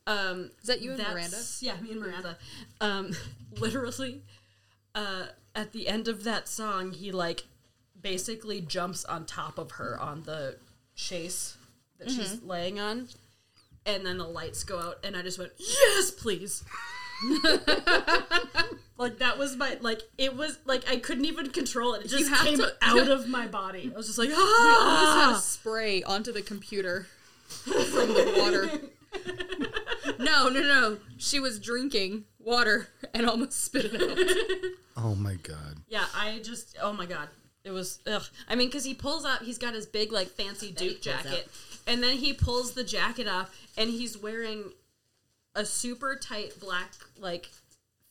Um,
Is that you and Miranda?
that's- Yeah, me and Miranda. Um, literally, uh, at the end of that song, he like basically jumps on top of her on the chase that
Mm-hmm.
she's laying on, and then the lights go out, and I just went, "Yes, please." like that was my like it was like I couldn't even control it. It just
have
came
to-
out of my body. I was just like, ah!
How to spray onto the computer from the water. no, no, no. She was drinking water and almost spit it out.
Oh my god.
Yeah, I just oh my god, it was. Ugh. I mean, because he pulls out, he's got his big like fancy Duke
pulls out.
jacket, and then he pulls the jacket off, and he's wearing a super tight black like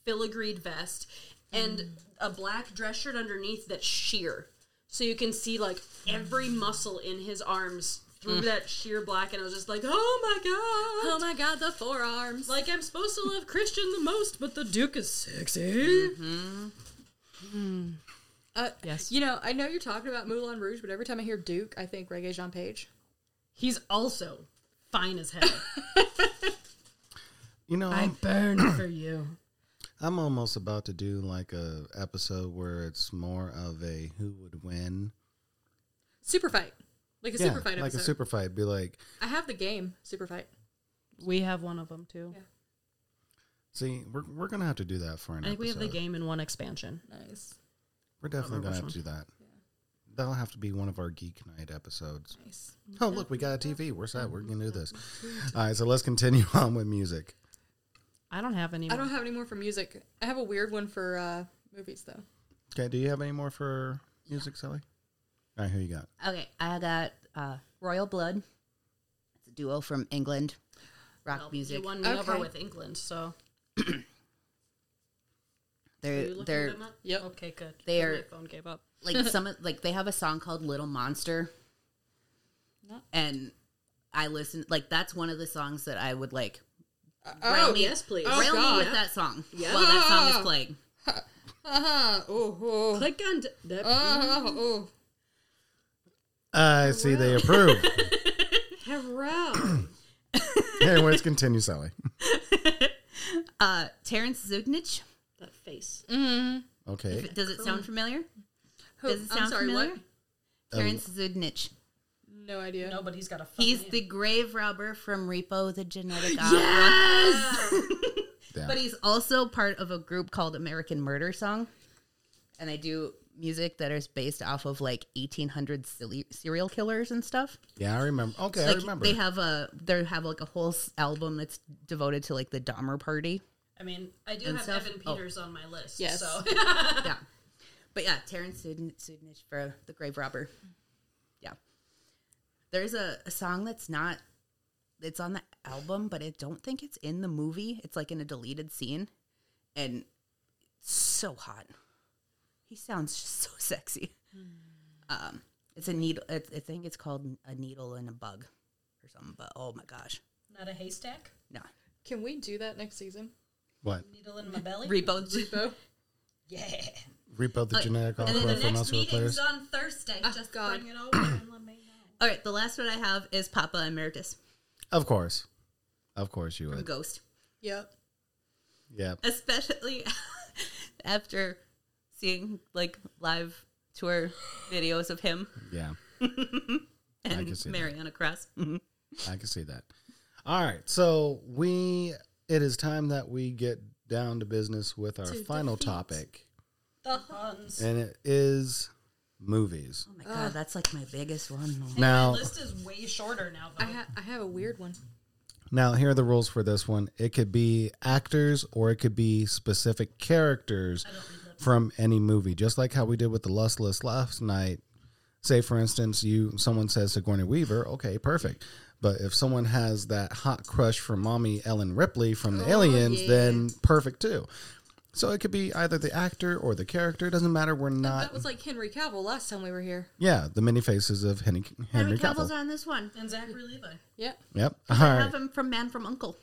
filigreed vest and a black dress shirt underneath that's sheer, so you can see like every muscle in his arms through that sheer black, and I was just like, oh my god.
Oh my god, the forearms.
like I'm supposed to love Christian the most, but the Duke is sexy.
Uh, yes. You know, I know you're talking about Moulin Rouge, but every time I hear Duke, I think Reggae Jean Page.
He's also fine as hell.
You know, I'm,
burn for you.
I'm almost about to do like a episode where it's more of a who would win.
Super fight. Like a super fight
like
episode.
a super fight. Be like,
I have the game, Super Fight.
We have one of them too.
see, we're, we're gonna have to do that for an
I think we have the
episode.
game in one expansion.
Nice.
We're definitely
remember
gonna have to
which
do that. That'll have to be one of our geek night episodes.
Nice.
Oh, look, we got a TV. We're set. We're gonna do this. All right, so let's continue on with music.
I don't have any.
I don't have any more for music. I have a weird one for uh, movies, though.
Okay, do you have any more for music, Sally? All right, who you got?
Okay, I got uh, Royal Blood. It's a duo from England, rock music.
You won me over
Okay.
with England, so Are
They're
you looking
they're
them up?
Yep.
Okay, good.
They
My
are-
phone gave up.
like some of- like they have a song called Little Monster. And I listen like that's one of the songs that I would like rail me,
please.
Oh,
rail me
God.
with that song while that song is playing.
Uh-huh. Oh, oh.
Click on d- that.
Uh-huh. Oh.
I see they approve.
Hello.
Anyways, continue, Sally.
Uh, Terrence Zugnich.
that face.
Mm.
Okay.
Does it sound familiar?
Who-
Does it sound
Oh, I'm sorry,
familiar?
what?
Um,
Oh,
Terrence Zudnich.
No idea.
No, but he's got a. Fun
He's
name.
the grave robber from Repo the Genetic Opera. Uh,
Damn.
But he's also part of a group called American Murder Song. And they do music that is based off of like 1800 silly- serial killers and stuff.
Yeah, I remember. Okay, I
Like
remember.
they have a they have like a whole s- album that's devoted to like the Dahmer party.
I mean, I do
and
have
stuff.
Evan
Oh.
Peters on my list.
Yes.
So
yeah. But yeah, Terrence Sudn- Sudnich for The Grave Robber. Yeah. There's a, a song that's not, it's on the album, but I don't think it's in the movie. It's like in a deleted scene. And it's so hot. He sounds so sexy. Um, it's a needle, it's, I think it's called A Needle and a Bug or something, but oh my gosh.
not a haystack.
No.
Can we do that next season?
what?
Needle in my belly.
Repo.
Repo?
Yeah.
Repo the genetic
Oh, and then
opera
the
from Elsewhere Players.
on Thursday.
Oh, God.
it over and let me know.
All right, the last one I have is Papa Emeritus
Of course. Of course you
from
would.
Ghost.
Yep.
Yeah.
especially after seeing like live tour videos of him
Yeah. can
and
see that.
Mariana Cross. Mhm.
I can see that. All right. So we it is time that we get down to business with our final topic.
Puns.
and it is movies.
Oh my god, that's like my biggest one.
Now,
My list is way shorter now, though.
I, ha- I have a weird one.
now here are the rules for this one. It could be actors or it could be specific characters from any movie, just like how we did with the Lust List last night. Say, for instance, you someone says Sigourney Weaver, okay, perfect. But if someone has that hot crush for mommy Ellen Ripley from the Aliens, then perfect too. So it could be either the actor or the character. It doesn't matter. We're
That
not.
was like Henry Cavill last time we were here.
Yeah, the many faces of Henry, Henry
Henry
Cavill.
Cavill's on this one.
and Zachary Levi.
Yep.
Yep. All
I
right.
have him from Man from Uncle.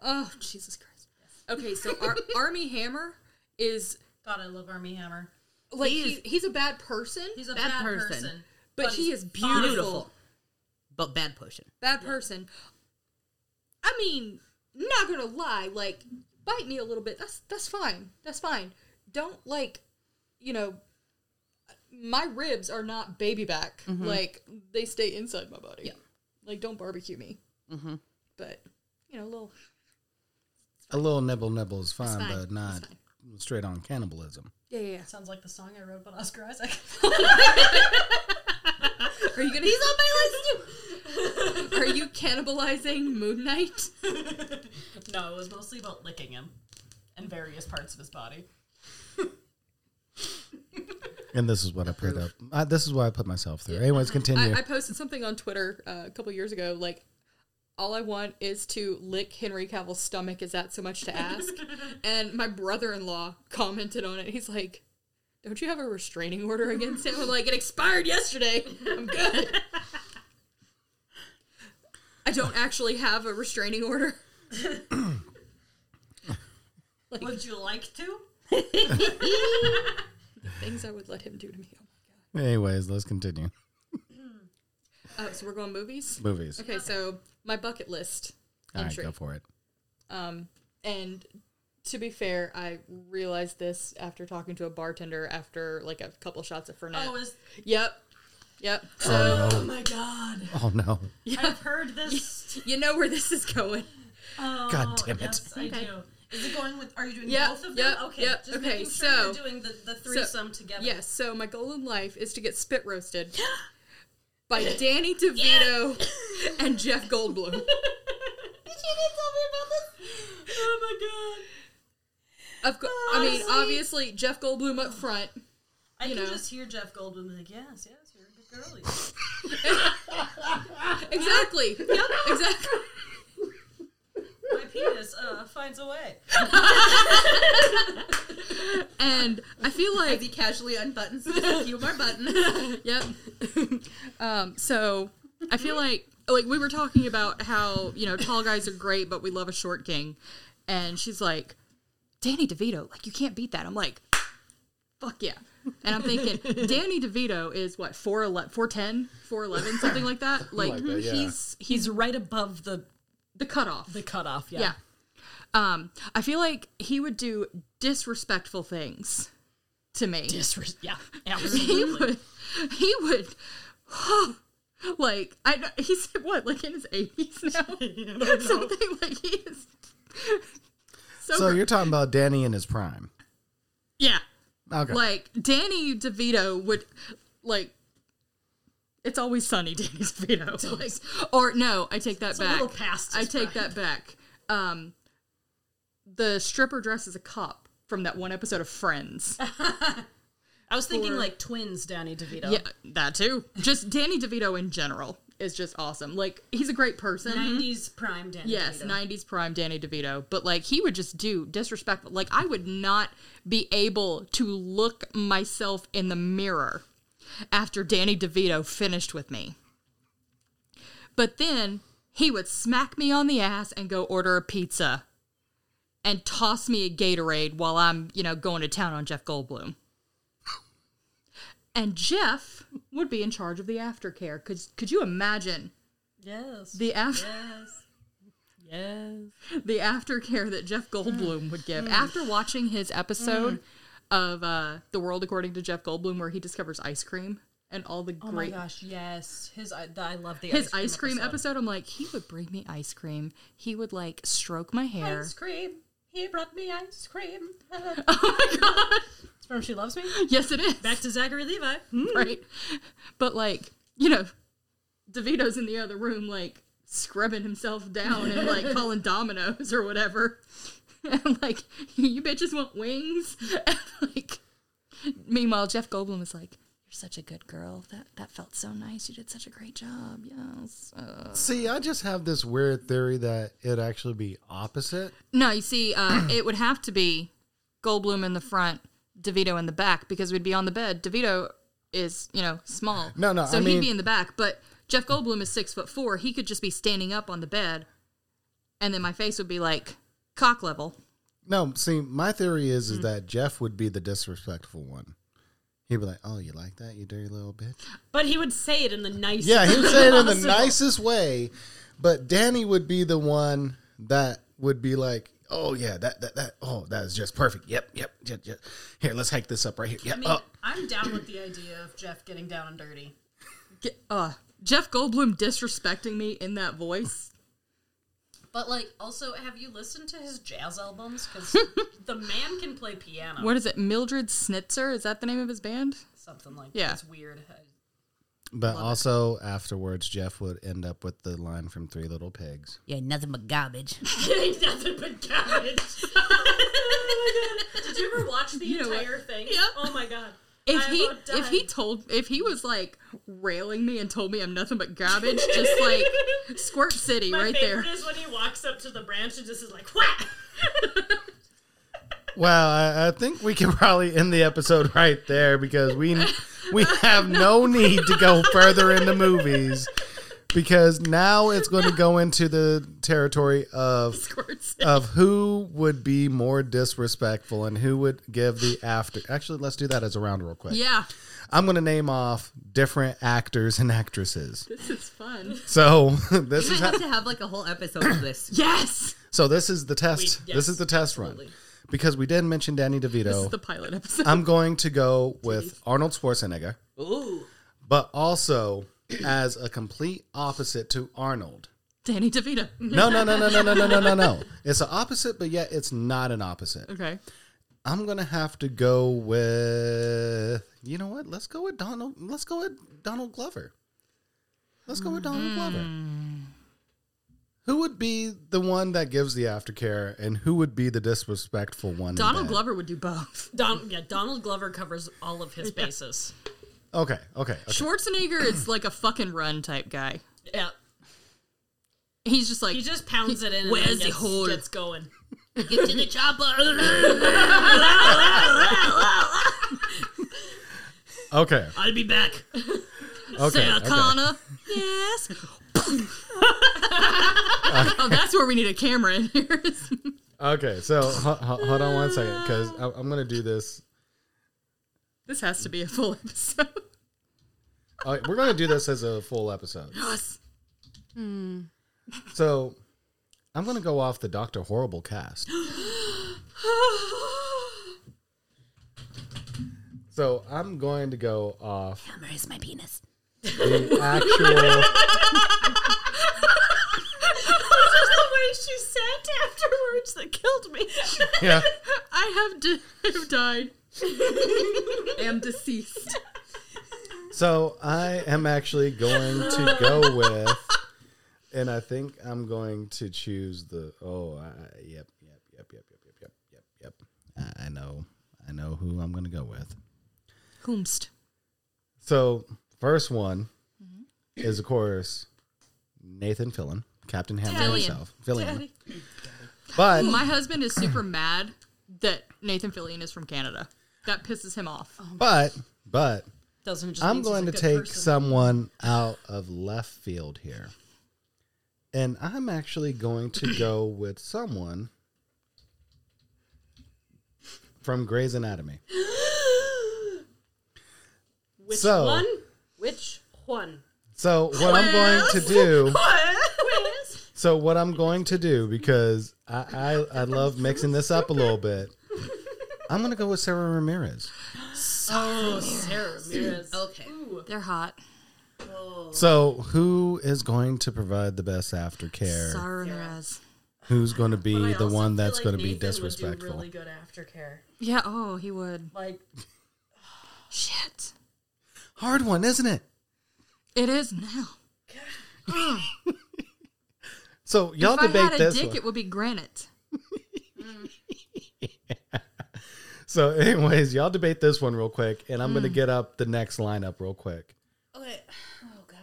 Oh, Jesus Christ. Okay, so Ar- Army Hammer is
God, I love Army Hammer.
like
He
he
is-
he's a bad person,
He's a bad,
Bad
person.
person.
but,
but
he
he's
is beautiful.
but bad potion.
Bad person. I mean, not gonna lie, like bite me a little bit. That's that's fine. That's fine. Don't like, you know, my ribs are not baby back. Like they stay inside my body. Mm-hmm. Yeah. Mm-hmm. Like don't barbecue me. But you know, a little
A little nibble nibble is fine,
fine.
but not straight on cannibalism.
yeah, yeah. yeah.
Sounds like the song I wrote about Oscar Isaac.
Are you gonna? He's on my list too. Are you cannibalizing Moon Knight?
no, it was mostly about licking him and various parts of his body.
And this is what I put up. I, this is what I put myself through. Anyways, continue.
I, I posted something on Twitter uh, a couple years ago, like. All I want is to lick Henry Cavill's stomach. Is that so much to ask? and my brother-in-law commented on it. He's like, "Don't you have a restraining order against him?" I'm like, "It expired yesterday. I'm good. I don't actually have a restraining order."
Would you like to?
Things I would let him do to me.
Anyways, let's continue.
Oh, so we're going movies.
Movies.
Okay, so my bucket list
All right,
entry.
go for it.
and to be fair, I realized this after talking to a bartender after like a couple shots of Fernet.
Oh, is,
yep. Yep. So
oh my God.
Oh no!
I've heard this.
you know where this is going.
Oh,
God damn it.
Yes, I do. Is it going with? Are you doing
Yep,
both of them?
yep,
okay,
yep,
just
okay,
making sure
so-
you're doing the, the threesome together.
Yes, so my goal in life is to get spit roasted by Danny DeVito and Jeff Goldblum.
Oh my God.
Of co- I mean,
Honestly-
obviously Jeff Goldblum up front.
I
You
can
know.
just hear Jeff Goldblum be like, yes, yes, you're a good girlie.
Exactly. yep, exactly.
My penis uh, finds a way.
And I feel like
He casually unbuttons the humor button.
Yep. um, so I feel like like we were talking about how you know tall guys are great, but we love a short king, and she's like, Danny DeVito, like you can't beat that. I'm like, fuck yeah. And I'm thinking, Danny DeVito is what 4'11", 4'10", 4'11", something like that. Like,
that, yeah.
he's
He's right above the
the cutoff.
the cutoff. Yeah.
Yeah. Um, I feel like he would do disrespectful things to me.
Disres- yeah.
he
Absolutely.
would he would like I don't- he's what like in his 80s now something like he is so,
So
gr-
you're talking about Danny in his prime.
yeah
Okay.
like Danny DeVito would like it's always sunny Danny DeVito like, or no I take that
a
back
little past
I
his
take that back um the stripper dress is a cop from that one episode of Friends
Oh. I was thinking
for-
like twins, Danny DeVito.
Yeah, that too. Just Danny DeVito in general is just awesome. Like he's a great person.
90s prime Danny
Mm-hmm. Yes,
DeVito.
90s prime Danny DeVito, but like he would just do disrespectful. Like I would not be able to look myself in the mirror after Danny DeVito finished with me. But then he would smack me on the ass and go order a pizza and toss me a Gatorade while I'm, you know, going to town on Jeff Goldblum. And Jeff would be in charge of the aftercare. Could could you imagine
Yes.
the after
yes. Yes. Mm.
the aftercare that Jeff Goldblum would give after watching his episode of uh, The World According to Jeff Goldblum, where he discovers ice cream and all the
Oh
great.
my gosh, yes. His I, the, I love the
His ice cream episode. I'm like, he would bring me ice cream. He would like stroke my hair.
Ice cream. He brought me ice cream.
Oh my god!
It's from She Loves Me.
Yes, it is.
Back to Zachary Levi. Hmm.
right? But like, you know, DeVito's in the other room, like scrubbing himself down and like calling dominoes or whatever. And like, you bitches want wings? And, like, meanwhile, Jeff Goldblum is like, "You're such a good girl. That that felt so nice. You did such a great job. Yes." Uh.
See, I just have this weird theory that it'd actually be opposite.
No, you see, uh, it would have to be Goldblum in the front, DeVito in the back, because we'd be on the bed. DeVito is, you know, small.
No, no,
So
I
he'd
mean-
be in the back, but Jeff Goldblum is six foot four. He could just be standing up on the bed, and then my face would be like cock level.
No, see, my theory is
Mm-hmm.
is that Jeff would be the disrespectful one. He'd be like, "Oh, you like that, you dirty little bitch."
But he would say it in the nicest.
Yeah, he would say it in the
possible.
nicest way, but Danny would be the one that would be like, "Oh yeah, that that that oh that is just perfect. Yep, yep, yep, yep. Here, let's hike this up right here. Yep.
I mean,
Uh.
oh.
I'm down with the idea of Jeff getting down and dirty.
Get, uh, Jeff Goldblum disrespecting me in that voice.
But like, also, have you listened to his jazz albums? Because the man can play piano.
What is it? Mildred Snitzer? Is that the name of his band?
Something like
Yeah.
that. It's weird.
But also afterwards, Jeff would end up with the line from Three Little Pigs.
Yeah, nothing but garbage.
Ain't nothing but garbage. Oh Did you ever watch the
know what?
entire thing?
Yeah.
Oh my god.
If
I
he
about
if he
died.
told if he was like railing me and told me I'm nothing but garbage, just like Squirt City
My
right there.
favorite is when he walks up to the branch and just is like, whack!
Well, I, I think we can probably end the episode right there because we we have no need to go further into movies because now it's going to go into the territory of
Squirt City.
of who would be more disrespectful and who would give the after. Actually, let's do that as a round real quick.
Yeah,
I'm going to name off different actors and actresses.
this is fun.
So this
We
is how,
have to have like a whole episode of this.
Yes,
so this is the test.
We- yes,
this is the test run because we did mention Danny DeVito.
this is the pilot episode.
I'm going to go with Arnold Schwarzenegger,
Ooh.
but also as a complete opposite to Arnold.
Danny DeVito.
No, no, no, no, no, no, no, no, no, no. It's an opposite, but yet it's not an opposite.
Okay,
I'm gonna have to go with you know what? Let's go with Donald. Let's go with Donald Glover. Let's go with Donald Glover.
Mm-hmm.
Who would be the one that gives the aftercare, and who would be the disrespectful one?
Donald
that-
Glover would do both.
Don- yeah, Donald Glover covers all of his bases.
Okay, okay, okay.
Schwarzenegger is like a fucking run type guy.
Yeah.
He's just like
He just pounds it in
Where's
and then
the
gets,
hole?
gets going.
Get to the chopper.
okay,
I'll be back.
okay.
Sarah
okay.
Connor. Yes. oh, that's where we need a camera in here.
Okay, so ho- ho- hold on one second, because I'm gonna do this.
this has to be a full episode.
all right, we're gonna do this as a full episode.
Yes.
So I'm gonna go off the Doctor Horrible cast. So I'm going to go off
Where's my penis?
the actual.
Just the way she sat afterwards that killed me.
Yeah.
I have, di- have died. Am deceased.
So I am actually going to go with, and I think I'm going to choose the. Oh, I, I- yep, yep, yep, yep, yep, yep, yep, yep, yep. I, I know, I know who I'm going to go with.
Whomst.
So first one
Mm-hmm.
is of course Nathan Fillion, Captain Hamlet
Fillion.
himself, Fillion. But
My husband is super mad that Nathan Fillion is from Canada. That pisses him off.
but but
Doesn't just
I'm going to take someone out of left field here. And I'm actually going to go with someone from Grey's Anatomy.
Which
So-
one? Which one?
So what I'm going to do
Quiz.
so what I'm going to do because I, I, I love mixing this up a little bit. I'm gonna go with Sarah Ramirez.
Oh, Sarah Ramirez.
Okay.
They're hot.
So who is going to provide the best aftercare?
Sarah Ramirez.
Who's going to
But I
be the
also
one
feel
that's
like
going to be
Nathan would do
disrespectful?
really good aftercare.
Yeah. Oh, he would.
Like
Shit.
Hard one, isn't it?
It is now.
So y'all
if I
debate
had a
this
dick,
one.
it would be granite.
So, anyways, y'all debate this one real quick, and I'm going to get up the next lineup real quick.
Okay. Oh God.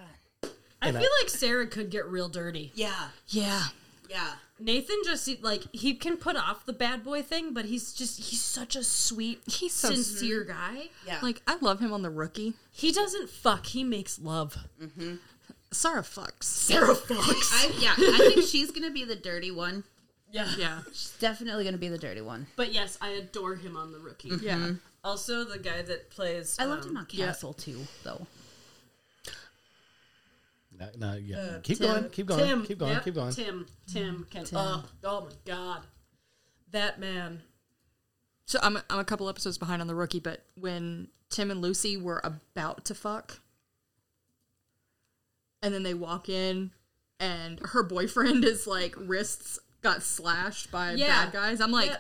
I
And
feel
I-
like Sarah could get real dirty.
Yeah.
Yeah.
Yeah.
Nathan just se- like he can put off the bad boy thing, but he's just he's such a sweet,
He's so
sincere guy.
Yeah.
Like I love him on the rookie.
He doesn't fuck. He makes love.
Sarah fucks.
Sarah fucks.
I yeah. I think she's gonna be the dirty one.
yeah.
Yeah.
She's definitely gonna be the dirty one.
But yes, I adore him on the rookie.
Yeah.
Also, the guy that plays. um,
I loved him on
yeah.
Castle too, though.
No, no, yeah. keep going, keep going,
Tim.
keep going,
Yep,
keep going.
Tim. Tim. Can, Oh, oh my God. That man.
So I'm I'm a couple episodes behind on the rookie, but when Tim and Lucy were about to fuck, and then they walk in, and her boyfriend is like wrists got slashed by
Yeah.
bad guys. I'm like,
Yeah.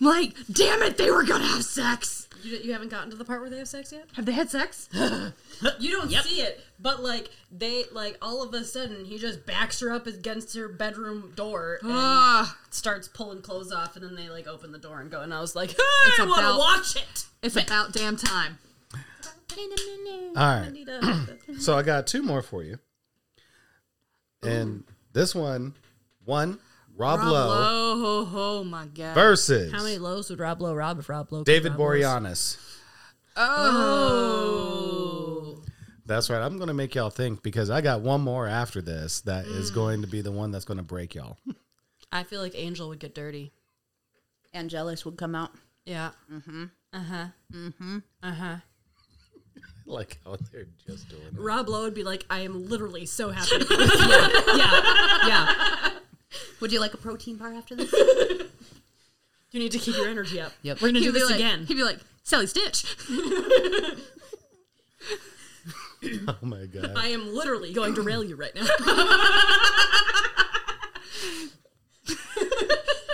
I'm like, damn it, they were gonna have sex.
You, you haven't gotten to the part where they have sex yet?
Have they had sex?
You don't see it, but like they like all of a sudden he just backs her up against her bedroom door and
Ah,
starts pulling clothes off, and then they like open the door and go. And I was like,
It's
I
about-
want to watch it.
it's about damn time.
All right. So I got two more for you. And this one, one, Rob,
Rob
Lowe,
Lowe, Oh, ho, ho, my god.
versus
How many lows would Rob Lowe rob if Rob Lowe?
David Boreanaz.
oh.
That's right. I'm going to make y'all think because I got one more after this that is going to be the one that's going to break y'all.
I feel like Angel would get dirty. Mm-hmm.
Angelus would come out.
Yeah.
like how they're just doing it.
Rob Lowe would be like, I am literally so happy. to be with you." yeah, yeah.
Would you like a protein bar after this?
You need to keep your energy up.
Yep.
We're gonna
He'd
do
be
this
like-
again.
He'd be like, Sally Stitch.
Oh my god.
I am literally going to rail you right now.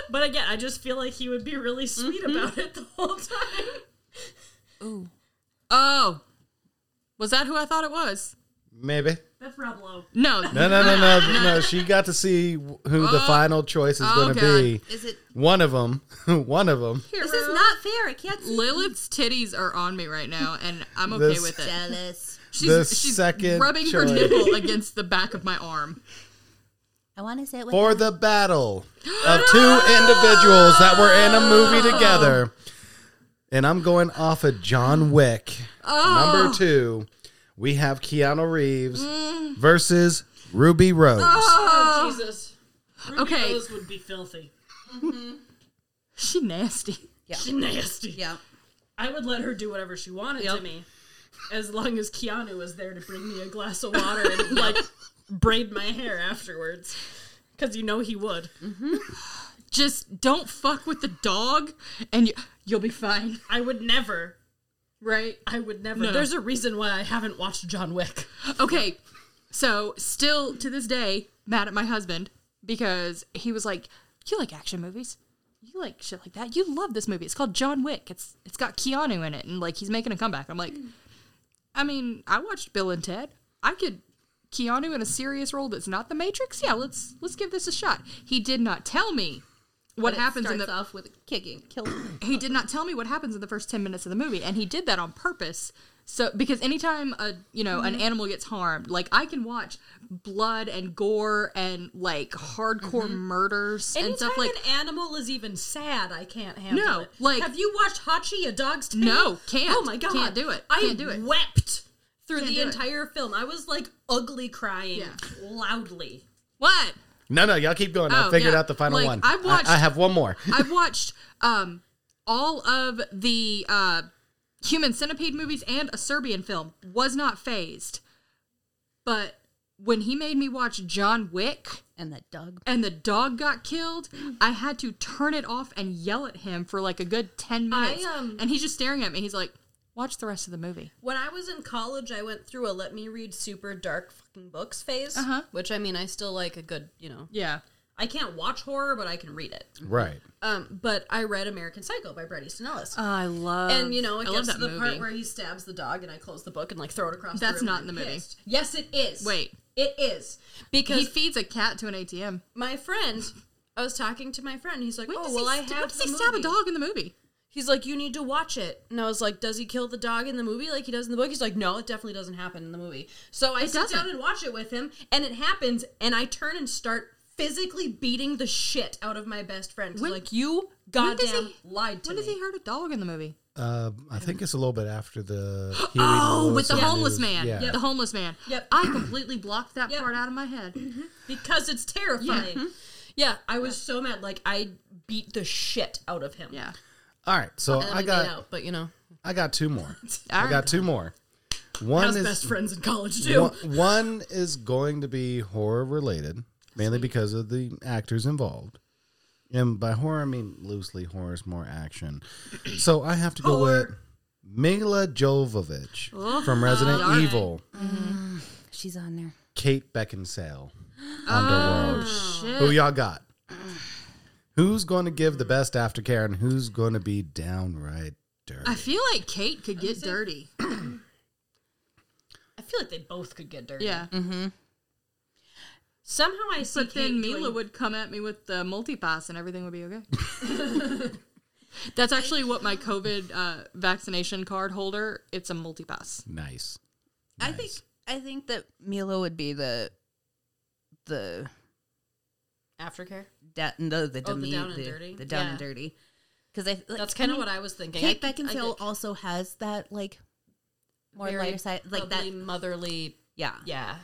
but again, I just feel like he would be really sweet about it the whole time.
Oh. Was that who I thought it was?
Maybe.
That's Rob Lowe.
No.
No, no, no, no, no. She got to see who the final choice is
oh,
going to be.
Is it?
One of them. one of them.
This is not fair. I can't. See.
Lilith's titties are on me right now, and I'm okay
This-
with it.
Jealous.
She's,
the
she's
second
rubbing her
choice.
nipple against the back of my arm.
I want to say it with.
For the battle of two individuals that were in a movie together. And I'm going off of John Wick.
Oh.
Number two, we have Keanu Reeves
Mm.
versus Ruby Rose.
Oh, Jesus. Ruby
Okay.
Rose would be filthy.
She nasty.
She nasty.
yeah.
I would let her do whatever she wanted to
Yep.
me, as long as Keanu was there to bring me a glass of water and like braid my hair afterwards, because you know he would.
Just don't fuck with the dog, and you, you'll be fine,
I would never.
right?
I would never.
No.
There's a reason why I haven't watched John Wick.
Okay, so still to this day, mad at my husband because he was like, "You like action movies? You like shit like that? You love this movie? It's called John Wick. It's it's got Keanu in it, and like he's making a comeback." I'm like, I mean, I watched Bill and Ted. I could Keanu in a serious role that's not The Matrix. Yeah, let's let's give this a shot. He did not tell me what happens in the
off with kicking, killing.
he did not tell me what happens in the first 10 minutes of the movie and he did that on purpose so because anytime a you know an animal gets harmed like i can watch blood and gore and like hardcore murders and stuff like
an animal is even sad, I can't handle
No,
it.
like-
have you watched Hachi, a dog's tail?
No, can't.
Oh my god,
Can't do it.
I
Can't do it.
Wept through
Can't
the
do it.
entire film. I was like ugly crying
Yeah.
loudly.
what
No, no, y'all keep going. I
Oh,
figured
yeah.
out the final
Like,
one.
I've watched-
I, I have one more.
i've watched um all of the uh human centipede movies and a serbian film was not phased but when he made me watch john wick
and that dog.
and the dog got killed, I had to turn it off and yell at him for like a good 10 minutes.
I, um,
and he's just staring at me. He's like, watch the rest of the movie.
When I was in college, I went through a let me read super dark fucking books phase,
Uh-huh.
which I mean, I still like a good, you know.
Yeah.
I can't watch horror, but I can read it.
Right.
Um, but I read American Psycho by Bret Easton Ellis.
I love.
and you know, it
I Oh, love
gets to
that
the part
movie.
where he stabs the dog, and I close the book and like throw it across.
That's
the room
not
and
in the
I'm
movie.
pissed. Yes, it is.
Wait.
it is because
He feeds a cat to an ATM.
my friend. I was talking to my friend. He's like,
When
"Oh,
does
well,
he
I
st-
have."
when does
the
he stab a
movie."
dog in the movie?
He's like, you need to watch it. And I was like, does he kill the dog in the movie like he does in the book? He's like, no, it definitely doesn't happen in the movie. So I sit
doesn't.
down and watch it with him, and it happens, and I turn and start physically beating the shit out of my best friend. 'Cause,
When-
like, you
when does
goddamn
he-
lied to
When
me.
does he hurt a dog in the movie?
Uh, I think it's a little bit after the. Huey
Oh, with
Lewis
the
and
homeless
News.
man.
Yeah.
The homeless man.
Yep.
I completely blocked that
Yep. Mm-hmm.
part out of my head.
because it's terrifying. Yeah, I was so mad. Like, I beat the shit out of him.
Yeah.
All right, so
And
I
made
got
out, but you know,
I got two more.
All
I
right.
got two more. One
how's best
is
friends in college too.
one, one is going to be horror related, mainly because of the actors involved. And by horror, I mean loosely. Horror is more action. So I have to go with Mila Jovovich
Oh,
from Resident Evil,
She's on there.
Kate Beckinsale,
Oh.
Underworld.
Oh,
Who y'all got? Who's going to give the best aftercare, and who's going to be downright dirty?
I feel like Kate could get dirty.
I feel like they both could get dirty.
Yeah.
Somehow I see
But then
Kate
Mila
doing-
would come at me with the multipass and everything would be okay. That's actually what my COVID uh, vaccination card holder, it's a multipass.
nice.
I think I think that Mila would be the the
aftercare.
da- no, the,
Oh, the
deme-
down and dirty?
the down and
Yeah.
dirty because I like,
That's kind of
mean,
what I was thinking.
Kate
I could- I
Beckinsale
could-
also has that like more
very
lighter side like that
bubbly, motherly.
yeah
Yeah,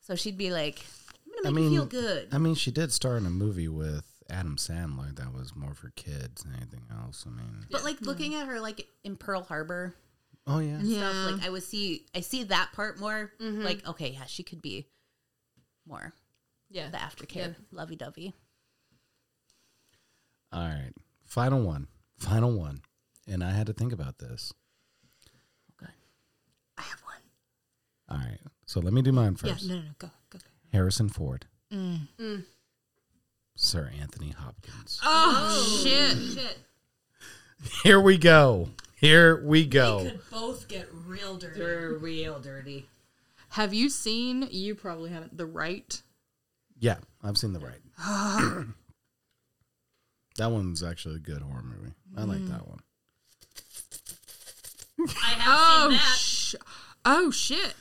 so she'd be like I'm gonna
I
make
mean,
you feel good
I mean, she did star in a movie with Adam Sandler that was more for kids than anything else. I mean,
but like looking at her like in Pearl Harbor
oh yeah,
stuff like I would see I see that part more
Mm-hmm.
like okay yeah she could be more
yeah.
the aftercare lovey dovey
All right, final one, final one, and I had to think about this.
Oh, I have one.
All right, so let me do mine first.
Yeah, no, no, no, go, go, Mm. go.
Harrison Ford, Mm. Sir Anthony Hopkins.
Oh, shit.
Shit.
Here we go. Here we go.
both get real dirty.
they're real dirty
Have you seen, you probably haven't, The Right?
Yeah, I've seen the right. that one's actually a good horror movie. I like that one.
Oh, sh- oh, shit.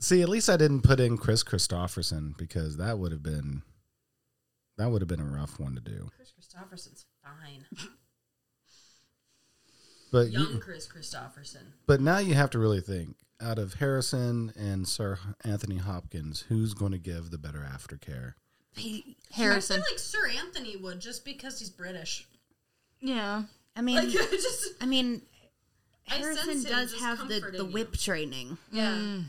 See, at least I didn't put in Chris Christopherson because that would have been that would have been a rough one to do.
Chris Christopherson's fine.
But
Young
you,
Chris Christopherson.
but now you have to really think out of Harrison and Sir Anthony Hopkins, who's going to give the better aftercare?
Harrison.
I feel like Sir Anthony would just because he's British.
Yeah.
I mean
Like I just
I mean,
I sense
Harrison
him
does
just
have the,
comforting
the
you.
whip training.
yeah.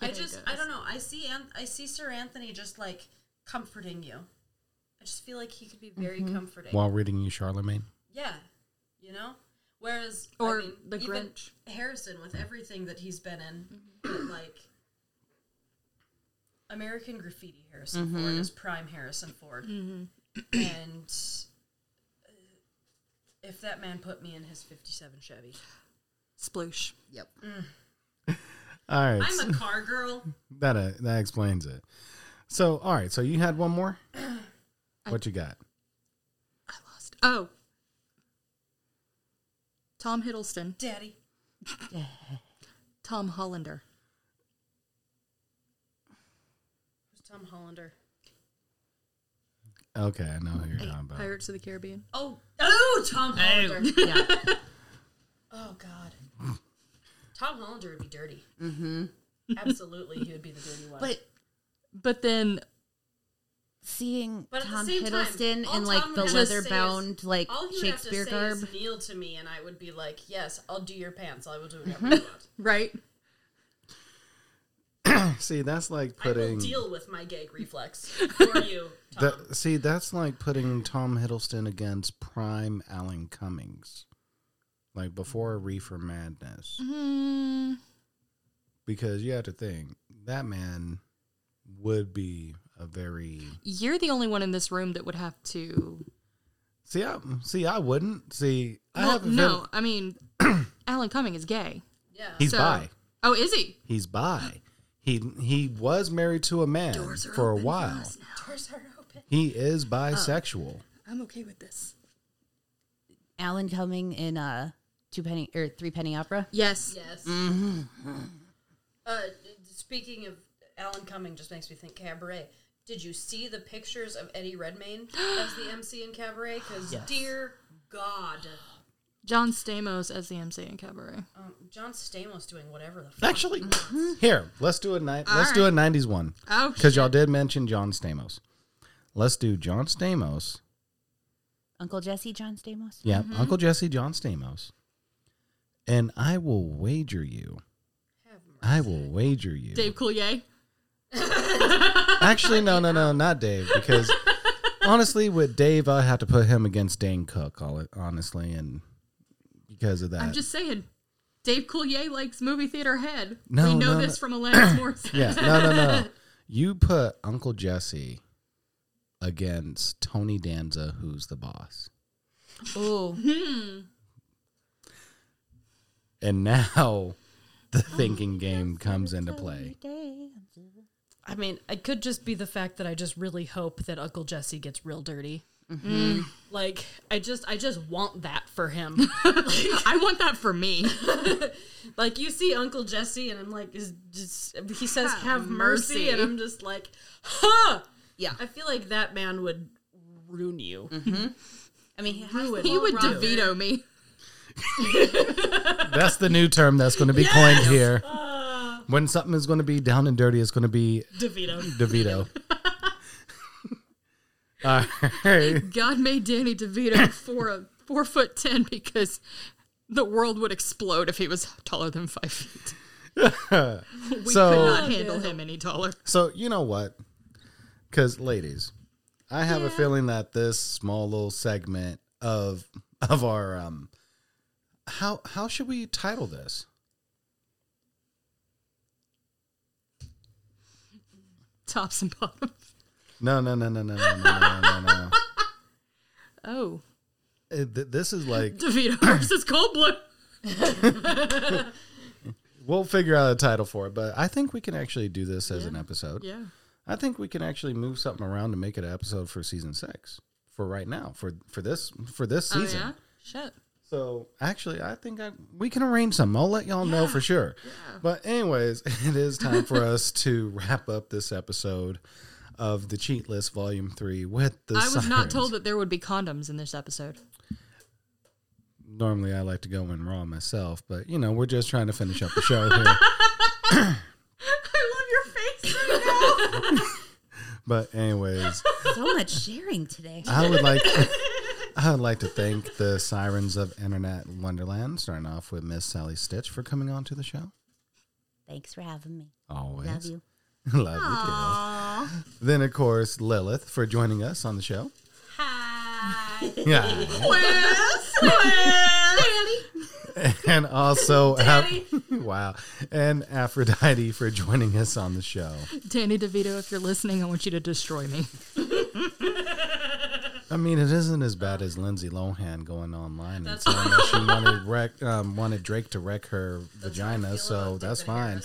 I just I don't know. I see An- I see Sir Anthony just like comforting you. I just feel like he could be very comforting.
While reading you Charlemagne,
Yeah, you know. Whereas
Or
I mean,
The
even
Grinch. Mm-hmm.
Harrison with everything that he's been in, but like American Graffiti Harrison
Mm-hmm.
Ford is prime Harrison Ford, and uh, if that man put me in his '57 Chevy,
Sploosh.
Yep.
all right,
I'm a car girl.
that uh, that explains it. So, all right, so you had one more. what you got?
I lost. Oh. Tom Hiddleston.
Daddy,
Tom Hollander.
who's Tom Hollander?
Okay, I know who you're talking about.
Pirates of the Caribbean.
Oh, oh, Tom Hollander.
Yeah.
Oh God, Tom Hollander would be dirty. Mm-hmm. Absolutely, he would be the dirty one.
But
But then
seeing
But at the
Tom
same time,
Hiddleston
all
in like
Tom
the
has to say
leather
is-
bound like
All he would have to
Shakespeare
say
garb.
is kneel to me, and I would be like, "Yes, I'll do your pants. I will do whatever
Mm-hmm.
you want.
right?
See, that's like
I will
putting
deal with my gag reflex for you." Tom.
that. See, that's like putting Tom Hiddleston against prime Alan Cummings, like before Reefer Madness,
Mm-hmm.
Hmm.
because you have to think that man would be a a very
You're the only one in this room that would have to.
see. I see. I wouldn't see. I
Well,
have a
no,
feeling-
I mean, Alan Cumming is gay.
he's
so-
bi.
Oh, is he?
He's bi. He he was married to a man for a while. He is bisexual.
I'm okay with this.
Alan Cumming in uh two penny or three penny opera.
Yes.
Yes.
Mm-hmm.
Uh, d- speaking of Alan Cumming, just makes me think cabaret. Did you see the pictures of Eddie Redmayne as the MC in cabaret? Because dear God,
John Stamos as the MC in Cabaret.
um, John Stamos doing whatever the. F-
Actually, here let's do a ni- let's do a '90s one
Oh,
because y'all did mention John Stamos. Let's do John Stamos.
Uncle Jesse, John Stamos.
Yeah, Uncle Jesse, John Stamos. And I will wager you. I will wager you.
Dave Coulier.
Actually, no, no, no, not Dave, because honestly, with Dave, I have to put him against Dane Cook, all- honestly, and because of that,
I'm just saying, Dave Coulier likes movie theater head.
No,
we know
no,
this
no.
from Alanis Morissette.
yeah, no, no, no. You put Uncle Jesse against Tony Danza, who's the boss, Hmm.
Oh,
and now the
Oh,
thinking game comes into play.
I mean, it could just be the fact that I just really hope that Uncle Jesse gets real dirty. Mm-hmm. Like I just, I just want that for him.
I want that for me.
like you see Uncle Jesse, and I'm like, is just he says, "Have mercy," and I'm just like, huh.
Yeah.
I feel like that man would ruin you.
I mean, he, has the
He
ball
would
rocker.
DeVito me.
That's the new term that's going to be coined here.
Uh.
When something is going to be down and dirty, it's going to be
DeVito.
DeVito. All right.
God made Danny DeVito for a four foot ten because the world would explode if he was taller than five feet. We could
So,
not handle him any taller.
so you know what? Because ladies, I have a feeling that this small little segment of of our um, how how should we title this?
Tops and bottoms.
No, no, no, no, no, no, no, no, no, no.
Oh,
Uh, th- This is like
DeVito versus Cold Blue.
we'll figure out a title for it, but I think we can actually do this as an episode.
Yeah.
I think we can actually move something around to make it an episode for season six for right now for for this for this
Oh
season.
yeah. Shit.
So actually, I think I, we can arrange something. I'll let y'all know for sure. But anyways, it is time for us to wrap up this episode of the Cheat List Volume Three with the.
I was not
sirens.
told that there would be condoms in this episode.
Normally, I like to go in raw myself, but you know, we're just trying to finish up the show here.
I love your face.
But anyways,
So much sharing today.
I would like. I would like to thank the Sirens of Internet Wonderland, starting off with Miss Sally Stitch for coming on to the show.
Thanks for having me.
Always.
Love you.
Love you too. Then, of course, Lilith for joining us on the show. Hi. Yeah. and also, Daddy. wow. And Aphrodite for joining us on the show.
Danny DeVito, if you're listening, I want you to destroy me.
I mean, it isn't as bad as Lindsay Lohan going online and saying that she wanted, wreck, um, wanted Drake to wreck her vagina, so that's fine.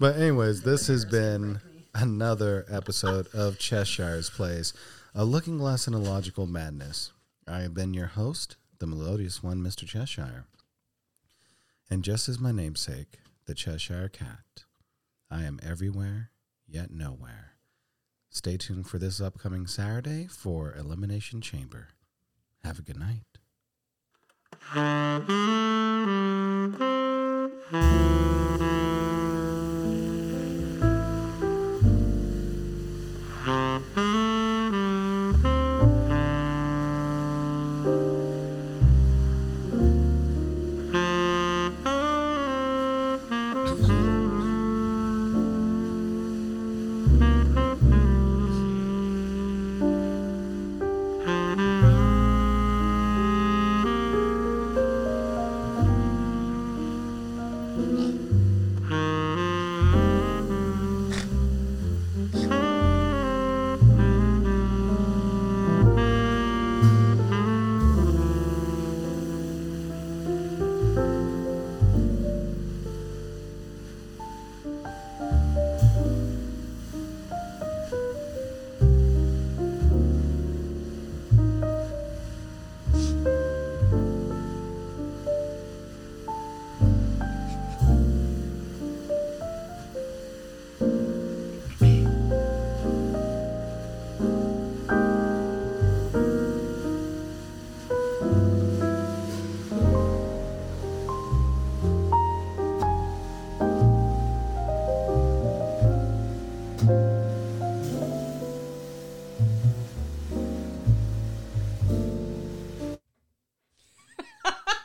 But anyways, this has been another episode of Cheshire's Plays, a looking glass in a logical madness. I have been your host, the melodious one, Mr. Cheshire. And just as my namesake, the Cheshire Cat, I am everywhere, yet nowhere. Stay tuned for this upcoming Saturday for Elimination Chamber. Have a good night.